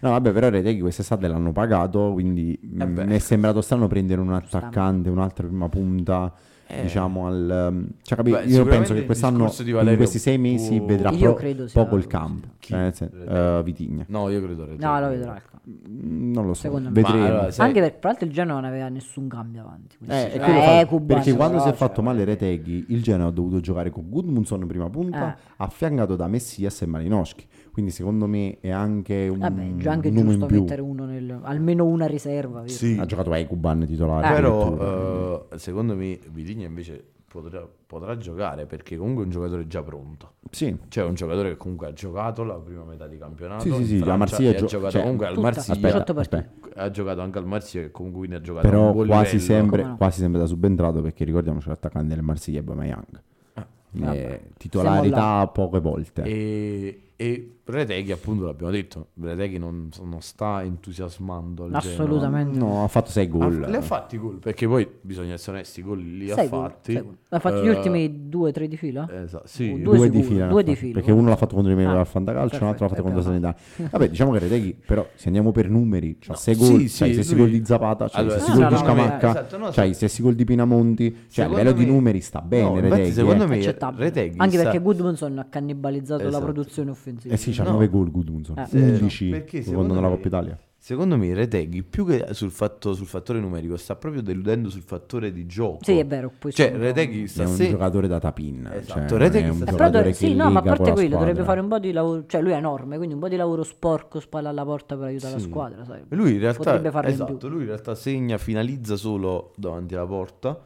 A: No, vabbè, però Reteghi quest'estate l'hanno pagato, quindi mh,
C: Eh beh.
A: mi è sembrato strano prendere un attaccante, un'altra prima punta,
B: Eh.
A: diciamo al... um, Cioè, capi-
C: Beh,
A: io penso
C: sicuramente
A: che
C: il
A: quest'anno,
C: discorso di
A: in
C: Valerio
A: questi sei mesi,
C: può-
A: vedrà
B: Io
A: pro-
B: credo sia
A: poco il
B: così.
A: campo.
C: Chi?
A: Eh, nel senso,
C: Reteghi.
A: eh, Vitigna.
C: No, io credo Reteghi.
B: no, lo vedrò. ecco.
A: Mm, Non lo so,
B: Secondo me.
A: vedremo.
C: Ma allora, sai-
B: Anche perché, tra l'altro, il Genoa non aveva nessun cambio avanti. quindi
A: Eh,
B: sì.
A: è quello
B: Eh,
A: fa-
B: Kuban,
A: perché quando si è
B: però,
A: fatto
B: cioè,
A: male Reteghi, il Genoa ha dovuto giocare con Gudmundsson in prima
B: Eh.
A: punta, affiancato da Messias e Malinowski. Quindi secondo me è anche un,
B: Vabbè, è già anche
A: nome in
B: giusto
A: più.
B: mettere uno nel, almeno una riserva. via.
C: Sì,
A: Ha giocato Ekuban titolare.
B: Eh.
A: addirittura.
C: però eh, secondo me Vitigna invece potrà, potrà giocare perché comunque è un giocatore già pronto.
A: sì.
C: Cioè è un giocatore che comunque ha giocato la prima metà di campionato.
A: Sì, sì,
C: in
A: sì, la
C: Francia,
A: Marsiglia
C: e ha
A: gio-
C: giocato
A: cioè,
C: comunque al
B: Tutta,
C: Marsiglia.
A: Aspetta,
B: 18 partite.
C: Ha giocato anche al Marsiglia che comunque quindi ha giocato a
A: Però
C: un buon
A: quasi
C: livello.
A: sempre,
B: Come no?
A: quasi sempre da subentrato perché ricordiamoci l'attaccante del Marsiglia è Aubameyang.
C: Ah,
B: vabbè.
A: Eh, titolarità poche volte.
C: E, e Reteghi appunto l'abbiamo detto, Reteghi non, non sta entusiasmando al Genoa.
B: Assolutamente.
A: No, ha fatto 6
C: Ha-
A: gol.
C: Ah, le ha fatti i gol perché poi bisogna essere onesti, i gol li ha
B: Sei gol,
C: fatti.
B: sei gol. Ha fatto gli
C: Eh,
B: ultimi due, tre di fila?
C: esatto, sì,
B: O
A: due,
B: due
A: di
B: sicuro,
A: fila, ne ha
B: due
A: fatti,
B: di fila.
A: perché uno l'ha fatto contro di me
B: Ah,
A: al Fantacalcio, l'altro l'ha fatto
B: perfetto,
A: contro Sanità. Vabbè, diciamo che Reteghi, però, se andiamo per numeri, c'ha
C: No,
A: 6
C: sì,
A: gol,
C: sì,
A: c'ha i stessi
C: lui-
A: gol di Zapata, c'ha
C: Allora,
A: i stessi
B: sì,
A: gol di
B: no, no, no,
A: Scamacca,
C: esatto, no,
A: c'ha
C: se-
A: i stessi gol di Pinamonti, cioè a
C: Secondo
A: livello di
C: me-
A: numeri sta bene
C: No, infatti,
A: Reteghi.
C: secondo
A: eh.
C: me
B: Accettabile.
C: Reteghi
B: Anche
C: sta-
B: perché Goodmanson ha cannibalizzato la
C: Esatto.
B: produzione offensiva.
A: Eh sì, c'ha
C: No. Ah,
A: 9 gol Gudmundsson,
B: Eh, sì,
A: 11
C: perché secondo
A: secondo la
C: me-
A: Coppa Italia.
C: Secondo me Reteghi più che sul, fatto- sul fattore numerico sta proprio deludendo sul fattore di gioco.
B: Sì, è vero, poi
C: Cioè
B: sono-
C: Reteghi
A: È
C: sta
A: un
C: se-
A: giocatore da tapin.
C: Esatto,
A: Cioè, non
C: Reteghi
A: è un
C: sta-
B: Eh,
C: Però
A: giocatore
B: dovre-
A: che
B: sì, no, ma a
A: liga con
B: parte
A: la
B: quello, dovrebbe
A: squadra.
B: fare un po' di lavoro, cioè lui è enorme, quindi un po' di lavoro sporco, spalla alla porta per aiutare la squadra, sai.
C: Lui in realtà,
B: Potrebbe farlo in
C: esatto,
B: più.
C: lui in realtà segna, finalizza solo davanti alla porta,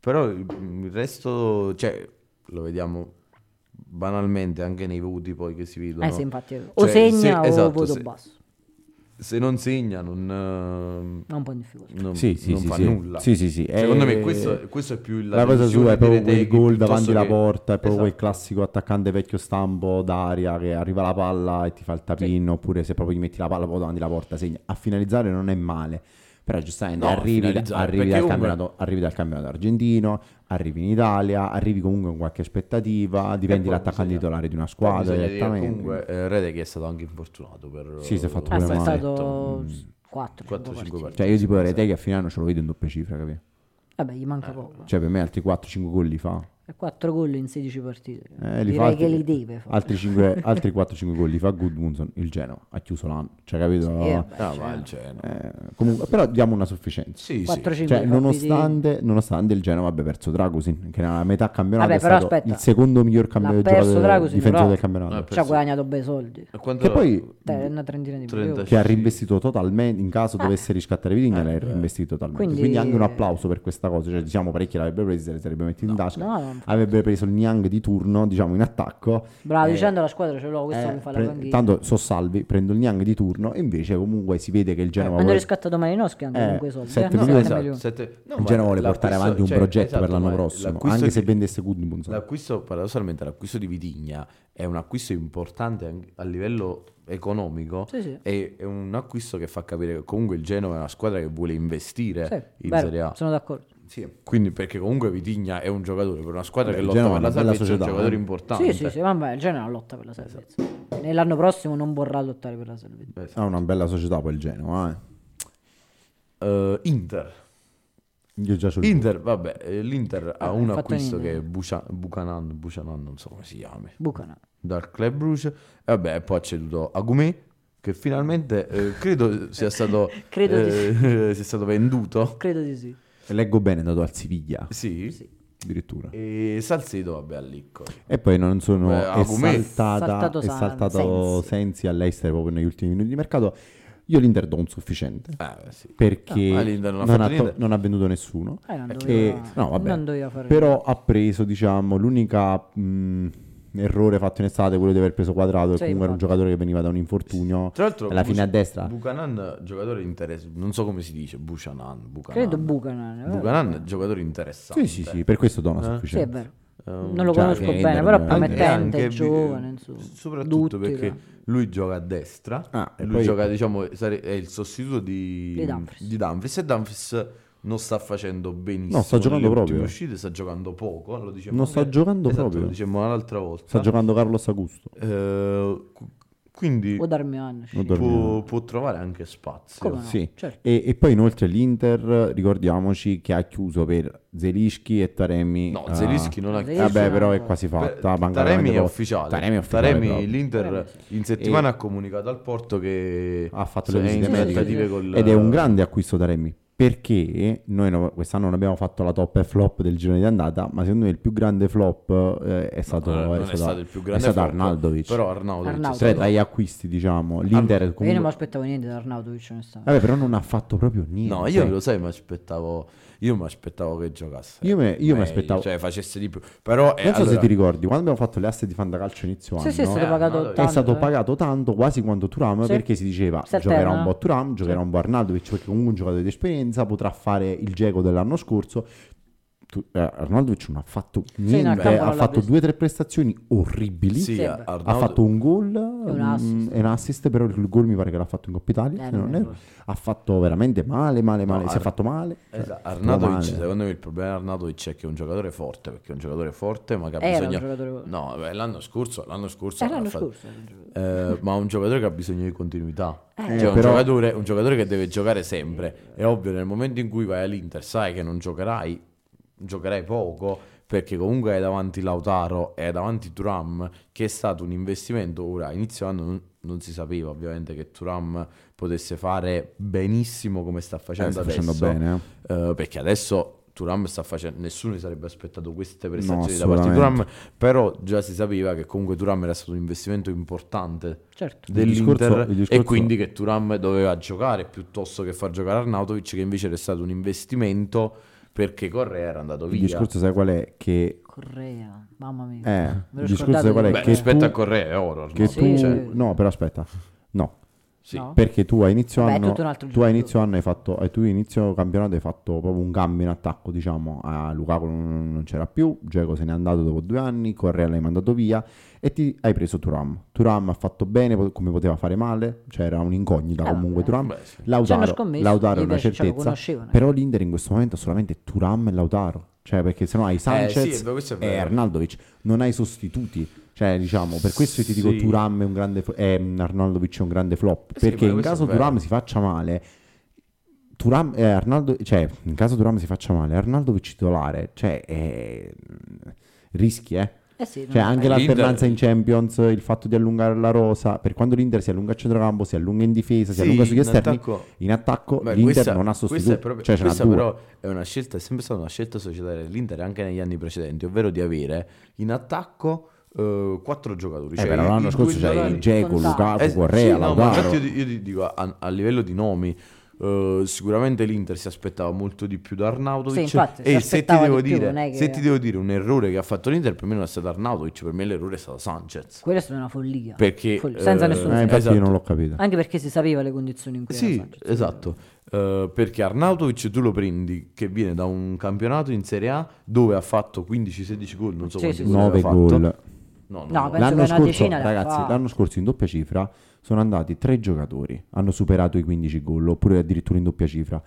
C: però il, il resto, cioè, lo vediamo banalmente anche nei voti poi che si vedono.
B: Eh sì, infatti, o
C: Cioè,
B: segna
C: se- esatto,
B: o voto
C: se-
B: basso,
C: Se non segna non,
B: è un po' in difficoltà.
C: eh, non-
A: Sì, sì,
C: non
A: sì,
C: fa
A: sì.
C: nulla.
A: Sì, sì, sì.
C: Secondo
A: Eh,
C: me questo, questo è più la,
A: La cosa
C: delusione
A: sua è
C: di
A: proprio quel
C: Reteghi
A: gol
C: piuttosto
A: davanti alla
C: che-
A: porta, è proprio quel
C: Esatto.
A: classico attaccante vecchio stampo d'aria che arriva la palla e ti fa il tapin, oppure se proprio gli metti la palla poi davanti alla porta segna. A finalizzare non è male, però giustamente
C: No,
A: arrivi, da-
C: finalizzare,
A: arrivi
C: perché
A: dal
C: comunque-
A: campionato, arrivi dal campionato argentino, arrivi in Italia, arrivi comunque con qualche aspettativa, diventi
C: Eh, poi
A: l'attaccante
C: bisogna-
A: titolare di una squadra
C: Guarda,
A: direttamente.
C: comunque eh, Reteghi è stato anche infortunato per... eh,
A: Sì, si è fatto
B: Ah,
A: pure
B: è
A: male.
B: stato 4,
C: 4-5 mm, partite.
A: Cioè io tipo
C: Esatto.
A: Reteghi a fine anno ce lo vedo in doppia cifra, capito?
B: Vabbè, gli
C: Eh.
B: manca poco.
A: Cioè per me altri 4-5 gol li fa.
B: 4 gol in 16 partite.
A: Eh, li fa
B: Direi
A: altri-
B: che li deve fare. Eh,
A: Altri, cinque- altri 4-5 gol li fa Goodmunson, il Genoa ha chiuso l'anno, cioè capito?
B: Eh, vabbè,
C: Ah,
B: cioè,
C: ma il Genoa.
A: Eh, comunque, però diamo una sufficienza.
C: Sì, sì.
B: 4-5
A: Cioè,
B: partite.
A: nonostante, nonostante il Genoa abbia perso Dragusin, che nella metà campionato
B: Vabbè,
A: è
B: però
A: stato
B: aspetta.
A: il secondo miglior campione
B: L'ha perso
A: giocatore-
B: Dragusin,
A: difensore
B: però- Eh,
A: del campionato,
C: Eh,
B: ci ha guadagnato bei soldi.
C: E quanto
A: che poi
B: Te- Una trentina di
C: 30.
B: milioni.
A: che ha reinvestito totalmente in caso dovesse riscattare Vitigna l'ha reinvestito totalmente quindi...
B: Eh. Quindi-
A: anche un applauso per questa cosa cioè diciamo parecchi l'avrebbe preso se li sarebbe messo in tasca
B: No, no.
A: avrebbe preso il Niang di turno diciamo in attacco
B: Bravo,
A: Eh,
B: dicendo la squadra ce l'ho, questo
A: Eh,
B: mi fa
A: pre-
B: la panchina.
A: tanto so salvi, prendo il Niang di turno e invece comunque si vede che il Genoa
B: Hanno
A: vuole,
B: riscattato Malinowski anche
A: Eh,
B: con quei soldi.
A: sette
B: eh? No,
A: milioni.
B: sette
A: Esatto,
B: milioni.
C: Sette- no,
A: il
C: ma
A: Genoa vuole
C: l'acquisto-
A: portare avanti un
C: cioè,
A: progetto
C: esatto,
A: per l'anno
C: ma
A: prossimo,
C: l'acquisto
A: anche
C: di-
A: se vendesse Goodmunson.
C: L'acquisto, paradossalmente, l'acquisto di Vitigna è un acquisto importante anche a livello economico.
B: Sì, sì.
C: E è un acquisto che fa capire che comunque il Genoa è una squadra che vuole
A: eh,
C: investire
B: Sì,
C: in
B: vero,
C: Serie A.
B: Sono d'accordo.
C: Sì. Quindi, perché comunque Vitigna è un giocatore per una squadra
A: Beh,
C: che
A: il
C: lotta
A: Genoa
C: per
A: è
C: la
A: una bella
C: salvezza, è un
A: società,
C: giocatore
A: eh.
B: Sì,
C: importante.
B: sì, sì, vabbè, il Genoa lotta per la
A: Esatto.
B: salvezza. Nell'anno prossimo non vorrà lottare per la salvezza.
C: Esatto.
A: Ha Ah, una bella società poi il Genoa, eh.
C: Eh, Inter.
A: Io già sul
C: Inter, vabbè, eh, l'Inter ha
B: Eh,
C: un
B: fatto
C: acquisto
B: niente.
C: che è Bucia- Buchanan, Buchanan, non so come si chiama.
B: Bucana.
C: dal Club Bruges e vabbè poi ha ceduto Agumé che finalmente eh, credo sia stato
B: Credo di
C: eh, sia stato venduto
B: Credo di sì. Eh,
A: leggo bene, è andato al Siviglia,
C: sì,
A: addirittura.
C: e Salcedo vabbè all'Icco
A: E poi non sono
C: Eh. Beh,
A: è
C: Agumè.
A: saltata,
B: Saltato
A: è
B: San-
A: saltato
B: Sensi.
A: Sensi all'estero proprio negli ultimi minuti di mercato. Io l'Inter do un sufficiente
C: eh, sì.
A: perché
C: Ah, ma l'Inter non ha
A: non,
C: fatto
A: ha to-
C: niente.
A: non ha venduto nessuno.
B: Eh, non
A: Perché-
B: doveva,
A: no, vabbè.
B: non doveva fare
A: Però ha preso, diciamo, l'unica mh, errore fatto in estate, quello di aver preso quadrato, che
B: Sì,
A: comunque era un
B: infatti.
A: giocatore che veniva da un infortunio.
C: tra l'altro
A: alla fine a destra.
C: Buchanan giocatore interessante non so come si dice Buchanan Buchanan
B: Credo Bucana.
C: Buchanan giocatore interessante
A: Sì, sì, sì, per questo do
C: Eh?
A: una
B: Sì, è
A: sufficienza.
B: vero.
C: Ehm,
B: Non lo
A: cioè,
B: conosco
A: che
B: bene,
A: Inter-
B: però è
A: Inter-
C: E
B: promettente,
C: anche- eh,
B: giovane, insomma.
C: soprattutto
B: Duttile.
C: perché lui gioca a destra
A: Ah, e
C: lui
A: poi-
C: gioca diciamo sare- è il sostituto di,
B: Di Dumfries.
C: di Dumfries, e Dumfries non sta facendo benissimo.
A: No, sta giocando
C: nelle ultime
A: proprio.
C: Uscite, sta giocando poco. eh, Lo dicevamo
A: Non sta
C: anche-
A: giocando
C: esatto,
A: proprio.
C: Lo dicevamo l'altra volta.
A: Sta giocando Carlos Augusto.
C: Eh, cu- quindi
B: O Darmian. sì.
A: O Darmian.
C: può, può trovare anche spazio.
B: Come no?
A: Sì.
B: Certo.
A: E, e poi inoltre l'Inter, ricordiamoci che ha chiuso per Zelischi e Taremi.
C: No,
A: eh,
C: Zelischi non ha
B: Vabbè,
C: chiuso.
A: Vabbè, però è quasi
C: Per-
A: fatta. manca
C: Taremi
A: veramente
C: è
A: poco.
C: ufficiale.
A: Taremi è ufficiale.
C: Taremi,
A: proprio.
C: l'Inter
B: Taremi,
C: in settimana ha comunicato al Porto che
A: Ha fatto
C: è
A: le visite
C: in
B: mediche.
C: trattative col-
A: Ed è un grande acquisto Taremi perché noi no- quest'anno non abbiamo fatto la top e flop del girone di andata, ma secondo me il più grande flop eh, è
C: No,
A: stato,
C: non
A: è
C: è
A: stato-
C: stato il più grande
A: è stato
C: flop,
A: Arnaldovic.
C: Però Arnautovic è
B: Arnautovic.
A: Cioè,
C: stato-
B: Tre,
A: dagli acquisti, diciamo, l'Inter
B: Io
A: comunque-
B: non mi aspettavo niente da Arnautovic, onestamente.
A: Vabbè, però non ha fatto proprio niente.
C: No, io lo sai, mi aspettavo io mi aspettavo che giocasse.
A: Io me- io mi
C: meglio,
A: aspettavo-
C: cioè facesse di più. Però eh,
A: Non so se
C: allora,
A: ti ricordi, quando abbiamo fatto le aste di Fantacalcio inizio
B: Sì, sì, è
A: anno,
B: stato
C: Eh,
B: pagato
C: Arnautovic.
A: è
B: tanto,
A: stato
B: eh.
A: pagato tanto, quasi quanto Turam,
B: Sì.
A: perché si diceva
B: Si
A: giocherà
B: alterna.
A: un po' Turam, giocherà un po' Arnaldovic, perché comunque è un giocatore di esperienza, potrà fare il geco dell'anno scorso. Tu- eh, Arnaldovic non ha fatto
B: no, il
A: niente, eh,
B: campo non
A: ha
B: l'ha
A: fatto
B: preso.
A: due o tre prestazioni orribili.
C: sì,
B: Sì,
C: Arnautovic-
A: Ha fatto un gol
B: un
A: mm,
B: assist.
A: e un assist, però il gol mi pare che l'ha fatto in Coppa Italia.
B: Eh,
A: se
B: non
A: non
B: è
A: erro. ha fatto veramente male, male, male.
C: No,
A: si è
C: Ar-
A: fatto male.
C: Esatto,
A: Cioè,
C: Arnautovic,
A: male.
C: secondo me il problema di Arnautovic è che è un giocatore forte, perché è un giocatore forte, ma che ha
B: Era un
C: bisogno
B: giocatore-
C: No, beh, l'anno scorso, l'anno scorso
B: Eh,
C: l'ha
B: l'anno
C: fatto-
B: scorso.
C: Eh, ma un giocatore che ha bisogno di continuità.
B: Eh.
C: Cioè, un,
A: Però-
C: giocatore, un giocatore che deve giocare sempre. È ovvio, nel momento in cui vai all'Inter, sai che non giocherai, giocherai poco, perché comunque hai davanti Lautaro e hai davanti Turam, che è stato un investimento. Ora, a inizio anno non, non si sapeva ovviamente che Turam potesse fare benissimo come sta
A: Eh,
C: facendo
A: sta
C: adesso.
A: facendo bene. eh.
C: Eh, perché adesso Turam sta facendo, nessuno si sarebbe aspettato queste
A: No,
C: prestazioni da parte di Turam,
A: assolutamente.
C: però già si sapeva che comunque Turam era stato un investimento importante
A: Eh.
B: Certo.
C: dell'Inter
A: discorso- il discorso-
C: e quindi che Turam doveva giocare piuttosto che far giocare Arnautovic che invece era stato un investimento perché Correa era andato
A: Il
C: via.
A: discorso, sai qual è? Che
B: Correa, mamma mia.
A: Eh,
B: Me l'ho
A: il discorso
B: scordato
A: qual è?
B: di
C: Beh,
A: che
C: rispetto
A: tu-
C: a Correa è oro
A: che
B: Sì,
A: tu
C: Arnautovic, cioè,
B: sì.
A: no però aspetta no
C: sì.
B: No?
A: perché tu a inizio
B: Beh, è
A: anno
B: tutto un altro
A: tu a
B: giocatore.
A: inizio anno hai fatto eh, tu inizio campionato hai fatto proprio un cambio in attacco diciamo a Lukaku non, non c'era più Dzeko se n'è andato dopo due anni Correa l'hai mandato via e ti hai preso Turam Turam ha fatto bene po- come poteva fare male cioè era un'incognita
B: Eh,
A: comunque
B: vabbè.
A: Turam
C: Beh, sì.
B: Ci hanno
A: Lautaro
B: scommesso.
A: Lautaro è
B: gli
A: una
B: piace, cioè, lo
A: certezza
B: conoscevano.
A: però l'Inter in questo momento ha solamente Turam e Lautaro cioè perché sennò hai Sanchez
C: Eh, sì, beh, questo è
A: e
C: vero.
A: Cioè, Arnaldovic non hai sostituti cioè diciamo per questo io ti dico
C: Sì.
A: Turam è un grande fl- ehm, Arnaldovic è un grande flop
C: Sì,
A: perché
C: ma
A: in
C: questo è
A: caso
C: vero.
A: Turam si faccia male Turam eh, Arnaldo cioè in caso Turam si faccia male Arnaldovic titolare cioè eh, rischi eh
B: Eh sì, non
A: cioè
B: lo
A: anche
B: sai.
C: la-
A: l'alternanza in Champions, il fatto di allungare la rosa, per quando l'Inter si allunga a centrocampo, si allunga in difesa, si
C: Sì,
A: allunga sugli
C: in
A: esterni,
C: attacco-
A: in attacco
C: Beh,
A: l'Inter
C: questa-
A: non ha
C: questa è
A: sostituto,
C: proprio-
A: cioè ce n'ha
C: questa
A: due.
C: però è una scelta, è sempre stata una scelta societaria dell'Inter anche negli anni precedenti, ovvero di avere in attacco eh, quattro giocatori.
A: Eh,
C: cioè,
A: però
C: i-
A: l'anno
C: i
A: scorso
C: due
A: c'hai
C: titolari-
A: Dzeko,
B: Contà.
A: Lukaku,
C: Eh,
A: Correa,
C: sì, no, ma
A: Lautaro.
C: infatti io, ti- io ti dico a, a livello di nomi. eh, sicuramente l'Inter si aspettava molto di più da Arnautovic
B: Sì, infatti, si
C: e se ti
B: aspettava
C: devo
B: di più,
C: dire
B: non è che-
C: se ti devo dire un errore che ha fatto l'Inter per me non è stato Arnautovic per me l'errore è stato Sanchez
B: Quella è stata una follia.
C: perché
B: Follia. Senza
C: eh,
B: nessun
A: Eh, infatti
B: senso.
C: esatto.
A: io non l'ho capito.
B: Anche perché si sapeva le condizioni in cui era
C: Sì,
B: Sanchez.
C: esatto. Eh, perché Arnautovic tu lo prendi che viene da un campionato in Serie A dove ha fatto 15-16 gol, non so
B: Sì,
C: quanti
B: sì, sì.
C: gol aveva
A: 9
C: fatto.
A: gol.
C: No, no,
B: No, penso
C: no.
B: che
A: L'anno
B: una
A: scorso,
B: decina la
A: ragazzi,
B: fa.
A: l'anno scorso in doppia cifra sono andati tre giocatori, hanno superato i 15 gol, oppure addirittura in doppia cifra.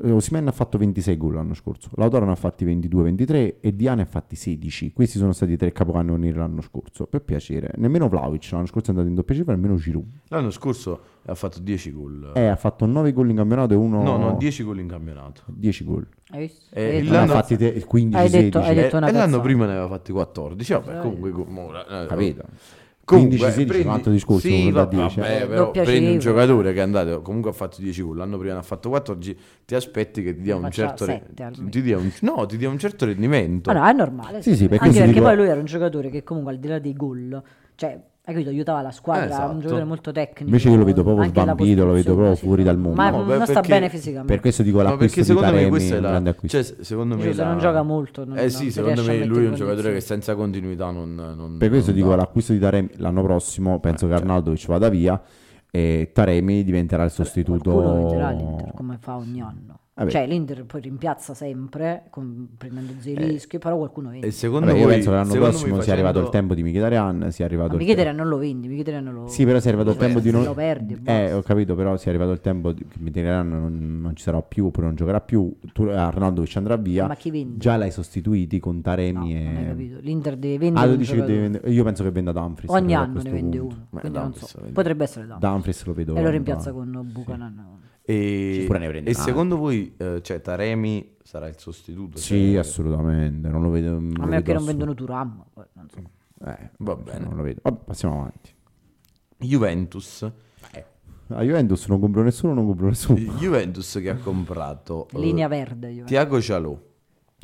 A: Eh, Osimhen ha fatto 26 gol l'anno scorso, Lautaro ne ha fatti 22-23 e Diane ne ha fatti 16. Questi sono stati i tre capocannonieri l'anno scorso, per piacere. Nemmeno Vlaovic l'anno scorso è andato in doppia cifra, nemmeno Giroud.
C: L'anno scorso ha fatto 10 gol.
A: Eh, ha fatto 9 gol in campionato e uno...
C: no, no, 10 gol in campionato.
A: 10 gol.
B: Hai visto?
C: Eh,
B: Hai detto
C: il
A: Ne ha
C: l'anno- Eh,
A: fatti te- 15-16.
B: Hai detto- hai
C: E,
B: detto-
C: e
B: una
C: l'anno
B: cazzata.
C: prima ne aveva fatti 14. Vabbè,
B: Eh.
C: comunque, com- ora, eh,
A: Capito.
C: Comunque,
A: 15-16,
C: prendi-
A: un altro discorso,
C: Sì,
A: quello da
C: vabbè,
A: 10, eh.
C: vabbè, però
B: Doppia
C: prendi un
B: cifra.
C: giocatore che è andato, comunque ha fatto 10 gol, l'anno prima ne ha fatto 14, ti aspetti che ti dia un
B: Faccia
C: certo re-
B: sette almeno.
C: ti dia un- no, ti dia un certo rendimento.
B: Ma no, è normale.
A: Sì, sì, perché
B: Anche
A: si
B: perché
A: dico-
B: poi lui era un giocatore che comunque al di là dei gol, cioè, hai capito, aiutava la squadra,
C: Eh, esatto.
B: un giocatore molto tecnico.
A: Invece io lo vedo proprio
B: anche la
A: svampito, lo vedo proprio
B: costruzione, sì.
A: fuori dal mondo.
B: Ma
C: No,
B: non
C: beh,
B: sta
C: perché-
B: bene
A: Per
B: fisicamente.
A: questo dico
C: Ma
A: l'acquisto
C: perché
A: di
C: secondo me
A: Taremi
C: questa
A: è
C: è
A: un
C: la...
A: grande acquisto.
C: Cioè, se- secondo me
B: Cioè, se
C: la-
B: non gioca molto, non-
C: eh
B: non
C: sì,
B: si
C: secondo
B: riesce a
C: me
B: mettere
C: lui è
B: in
C: un giocatore che
B: condizioni.
C: senza continuità non... non-
B: Mm,
A: Per questo
C: non
A: dico
C: dà.
A: l'acquisto di Taremi l'anno
B: Eh,
A: prossimo penso che
B: certo.
A: Arnaldovic vada via e Taremi diventerà il sostituto.
B: Qualcuno venderà l'Inter come fa ogni anno.
A: Vabbè.
B: Cioè l'Inter poi rimpiazza sempre, con- prendendosi i
C: Eh,
B: rischi, però qualcuno vince.
C: E secondo
A: Vabbè,
C: voi,
A: io penso che l'anno
C: secondo
A: prossimo
C: voi
A: sia arrivato il
C: facendo-
A: tempo di Mkhitaryan, sia arrivato
B: Ma
A: il
B: Mkhitaryan non lo vendi, Mkhitaryan non lo...
A: cioè. Sì, però si è arrivato il
B: lo
A: tempo di
B: perdi,
A: non...
B: Lo perdi, e
A: Eh,
B: basta.
A: ho capito, però si è arrivato il tempo di- che Mkhitaryan non, non ci sarà più, oppure non giocherà più, tu, Arnaldovic andrà via,
B: Ma chi vende?
A: già l'hai sostituiti con
B: No,
A: Taremi
B: non hai
A: e...
B: capito. L'Inter deve vendere
A: Ah, tu
B: un
A: dici che devi
B: giocatore.
A: vendere... Io penso che venda Dumfries.
B: Ogni
A: però a
B: anno ne
A: questo
B: vende
A: punto.
B: uno,
C: Ma
B: quindi non
C: Dumfries
B: so.
C: lo vende.
B: Potrebbe essere Dumfries.
A: Dumfries lo vedo.
B: E lo
A: no.
B: rimpiazza con Buchanan.
C: E,
A: Oppure ne prende
C: e
A: un altro.
C: secondo voi, eh, cioè, Taremi sarà il sostituto?
A: Sì,
C: Cioè,
A: assolutamente, non lo vedo... non lo
B: A
A: vedo
B: meno che non
A: assolut-
B: vendono Turam, poi non so.
A: Eh,
C: Va bene.
A: Non lo vedo. Vabbè, passiamo avanti.
C: Juventus,
A: A Juventus non compro nessuno, non compro nessuno.
C: Juventus che ha comprato eh,
B: Linea verde, io.
C: Thiago Cialò.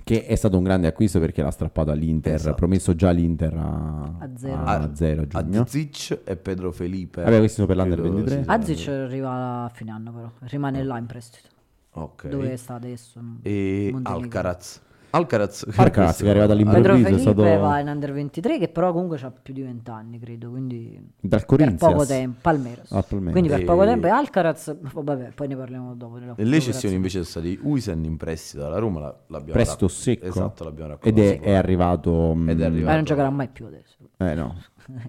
A: Che è stato un grande acquisto perché l'ha strappato all'Inter.
C: Esatto.
A: Promesso già l'Inter a,
B: A zero.
A: a, a zero a giugno.
C: a Zic e Pedro Felipe.
A: Vabbè, questi sono per l'Under
C: Credo
A: 23.
C: si
B: Azzi
C: chiamano.
B: arriva a fine anno però, rimane
A: Eh.
B: là in prestito.
C: Ok.
B: Dove sta adesso?
C: E
B: Montenegro.
C: Alcaraz. Alcaraz,
A: Alcaraz che è arrivato all'improvviso.
B: Pedro
A: Improvviso è
B: Felipe
A: stato-
B: va in Under 23 che però comunque ha più di 20 anni credo, quindi
A: Dal
B: per
A: Corinthians.
B: poco tempo, Palmeiras.
A: Ah, Palmeiras.
B: Quindi per poco
C: E-
B: tempo e Alcaraz, oh, vabbè, poi ne parliamo dopo. della-
C: E le
B: dell'operazione.
C: cessioni invece sono state di Uisen in prestito alla Roma, la- l'abbiamo
A: Presto
C: rac-
A: secco.
C: Esatto, l'abbiamo
A: Ed
C: raccontato.
A: è, è arrivato. mm,
C: Ed è
B: Ma
C: arrivato.
B: non giocherà mai più adesso.
A: Eh, no.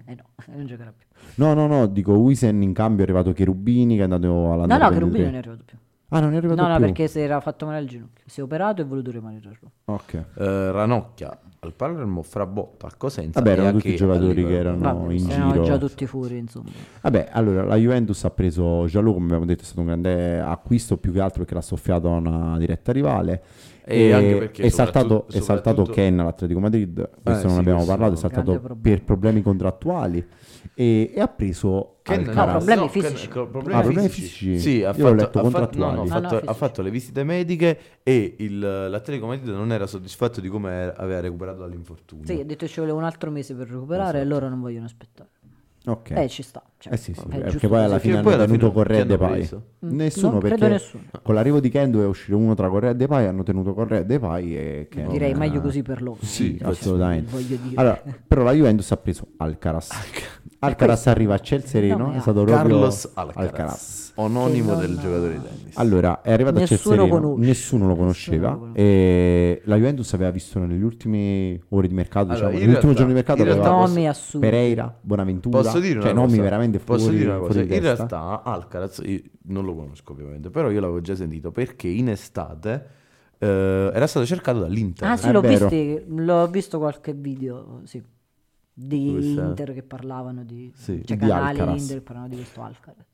B: eh no, non giocherà più.
A: no, no, no. Dico Wisen in cambio è arrivato Cherubini che è andato alla
B: No, no, che Rubino non è arrivato più.
A: Ah, non è arrivato
B: No, no,
A: più.
B: perché si era fatto male al ginocchio. Si è operato e è voluto rimanere a Roma.
A: Ok.
C: Eh, Ranocchia al Palermo, Frabotta al Cosenza.
A: Vabbè, erano
C: e
A: tutti
C: anche
A: i giocatori
C: a
A: che
C: Liverpool. Ah,
A: erano
B: Vabbè,
A: in
B: erano
A: giro.
B: già tutti fuori, insomma.
A: Vabbè, allora la Juventus ha preso Giallo, come abbiamo detto, è stato un grande acquisto più che altro perché l'ha soffiato a una diretta rivale.
C: E anche perché
A: è saltato,
C: soprattutto-
A: è saltato
C: soprattutto-
A: Ken all'Atletico Madrid, questo
C: Eh,
A: non
C: sì,
A: abbiamo
C: questo
A: parlato, è
C: è un
A: saltato
B: grande problema.
A: per problemi contrattuali e, e ha preso
C: Ken-
A: Alcaraz.
B: No, problemi
C: Ken-
B: fisici.
C: co-
A: Ah, problemi fisici.
C: Sì,
A: Io
C: ha
A: ho
C: fatto,
A: letto
C: ha fatto-
A: contrattuali.
C: no, no, ha
B: No,
C: fatto-
B: no,
C: ha
B: fisici.
C: fatto le visite mediche e il, l'Atletico Madrid non era soddisfatto di come era- aveva recuperato dall'infortunio.
B: Sì, ha detto ci vuole un altro mese per
C: Esatto.
B: recuperare e loro non vogliono aspettare.
A: Ok.
B: Eh, ci sta. Cioè,
A: Eh sì, sì,
B: è
A: eh, perché
B: giusto
A: poi
B: così.
A: alla
C: Sì,
A: fine
C: e
A: hanno
C: poi alla
A: tenuto
C: fine
A: Correa e
C: chi hanno
A: Depay.
C: preso?
B: Mm,
A: Nessuno
B: non
A: perché
B: credo nessuno.
A: con l'arrivo di Kendo è uscito uno tra Correa e Depay, hanno tenuto Correa e Depay e Ken-
B: Direi meglio così per loro.
A: Sì,
B: Cioè,
A: assolutamente.
B: Voglio dire.
A: Allora, però la Juventus ha preso Alcaraz. Alcaraz arriva a Ciel Sereno,
B: Nome
A: è stato proprio
C: Carlos Alcaraz,
A: Alcaraz.
C: ononimo
B: Che non-
C: del giocatore di tennis.
A: Allora, è arrivato a Ciel
B: Nessuno
A: Sereno,
B: conosce.
A: nessuno lo
B: Nessuno
A: conosceva
B: lo conosce.
A: e la Juventus aveva visto nelle ultime ore di mercato,
C: Allora,
A: diciamo,
C: in
A: nell'ultimo
C: realtà-
A: giorno di mercato
C: in realtà
A: aveva
C: posso-
B: Nomi assurdi.
A: Pereira, Bonaventura,
C: Posso dire una
A: cioè nomi
C: cosa?
A: veramente fuori,
C: Posso dire una cosa?
A: fuori di
C: In
A: testa.
C: realtà Alcaraz, io non lo conosco ovviamente, però io l'avevo già sentito perché in estate eh, era stato cercato dall'Inter.
B: Ah sì,
A: È
B: l'ho,
A: vero.
B: visti- l'ho visto qualche video, sì,
C: Dove
B: di
C: sta?
B: Inter che parlavano di...
C: Sì,
B: cioè,
A: di
B: canali
A: Alcaraz.
B: Inter che parlavano di questo Alcaraz.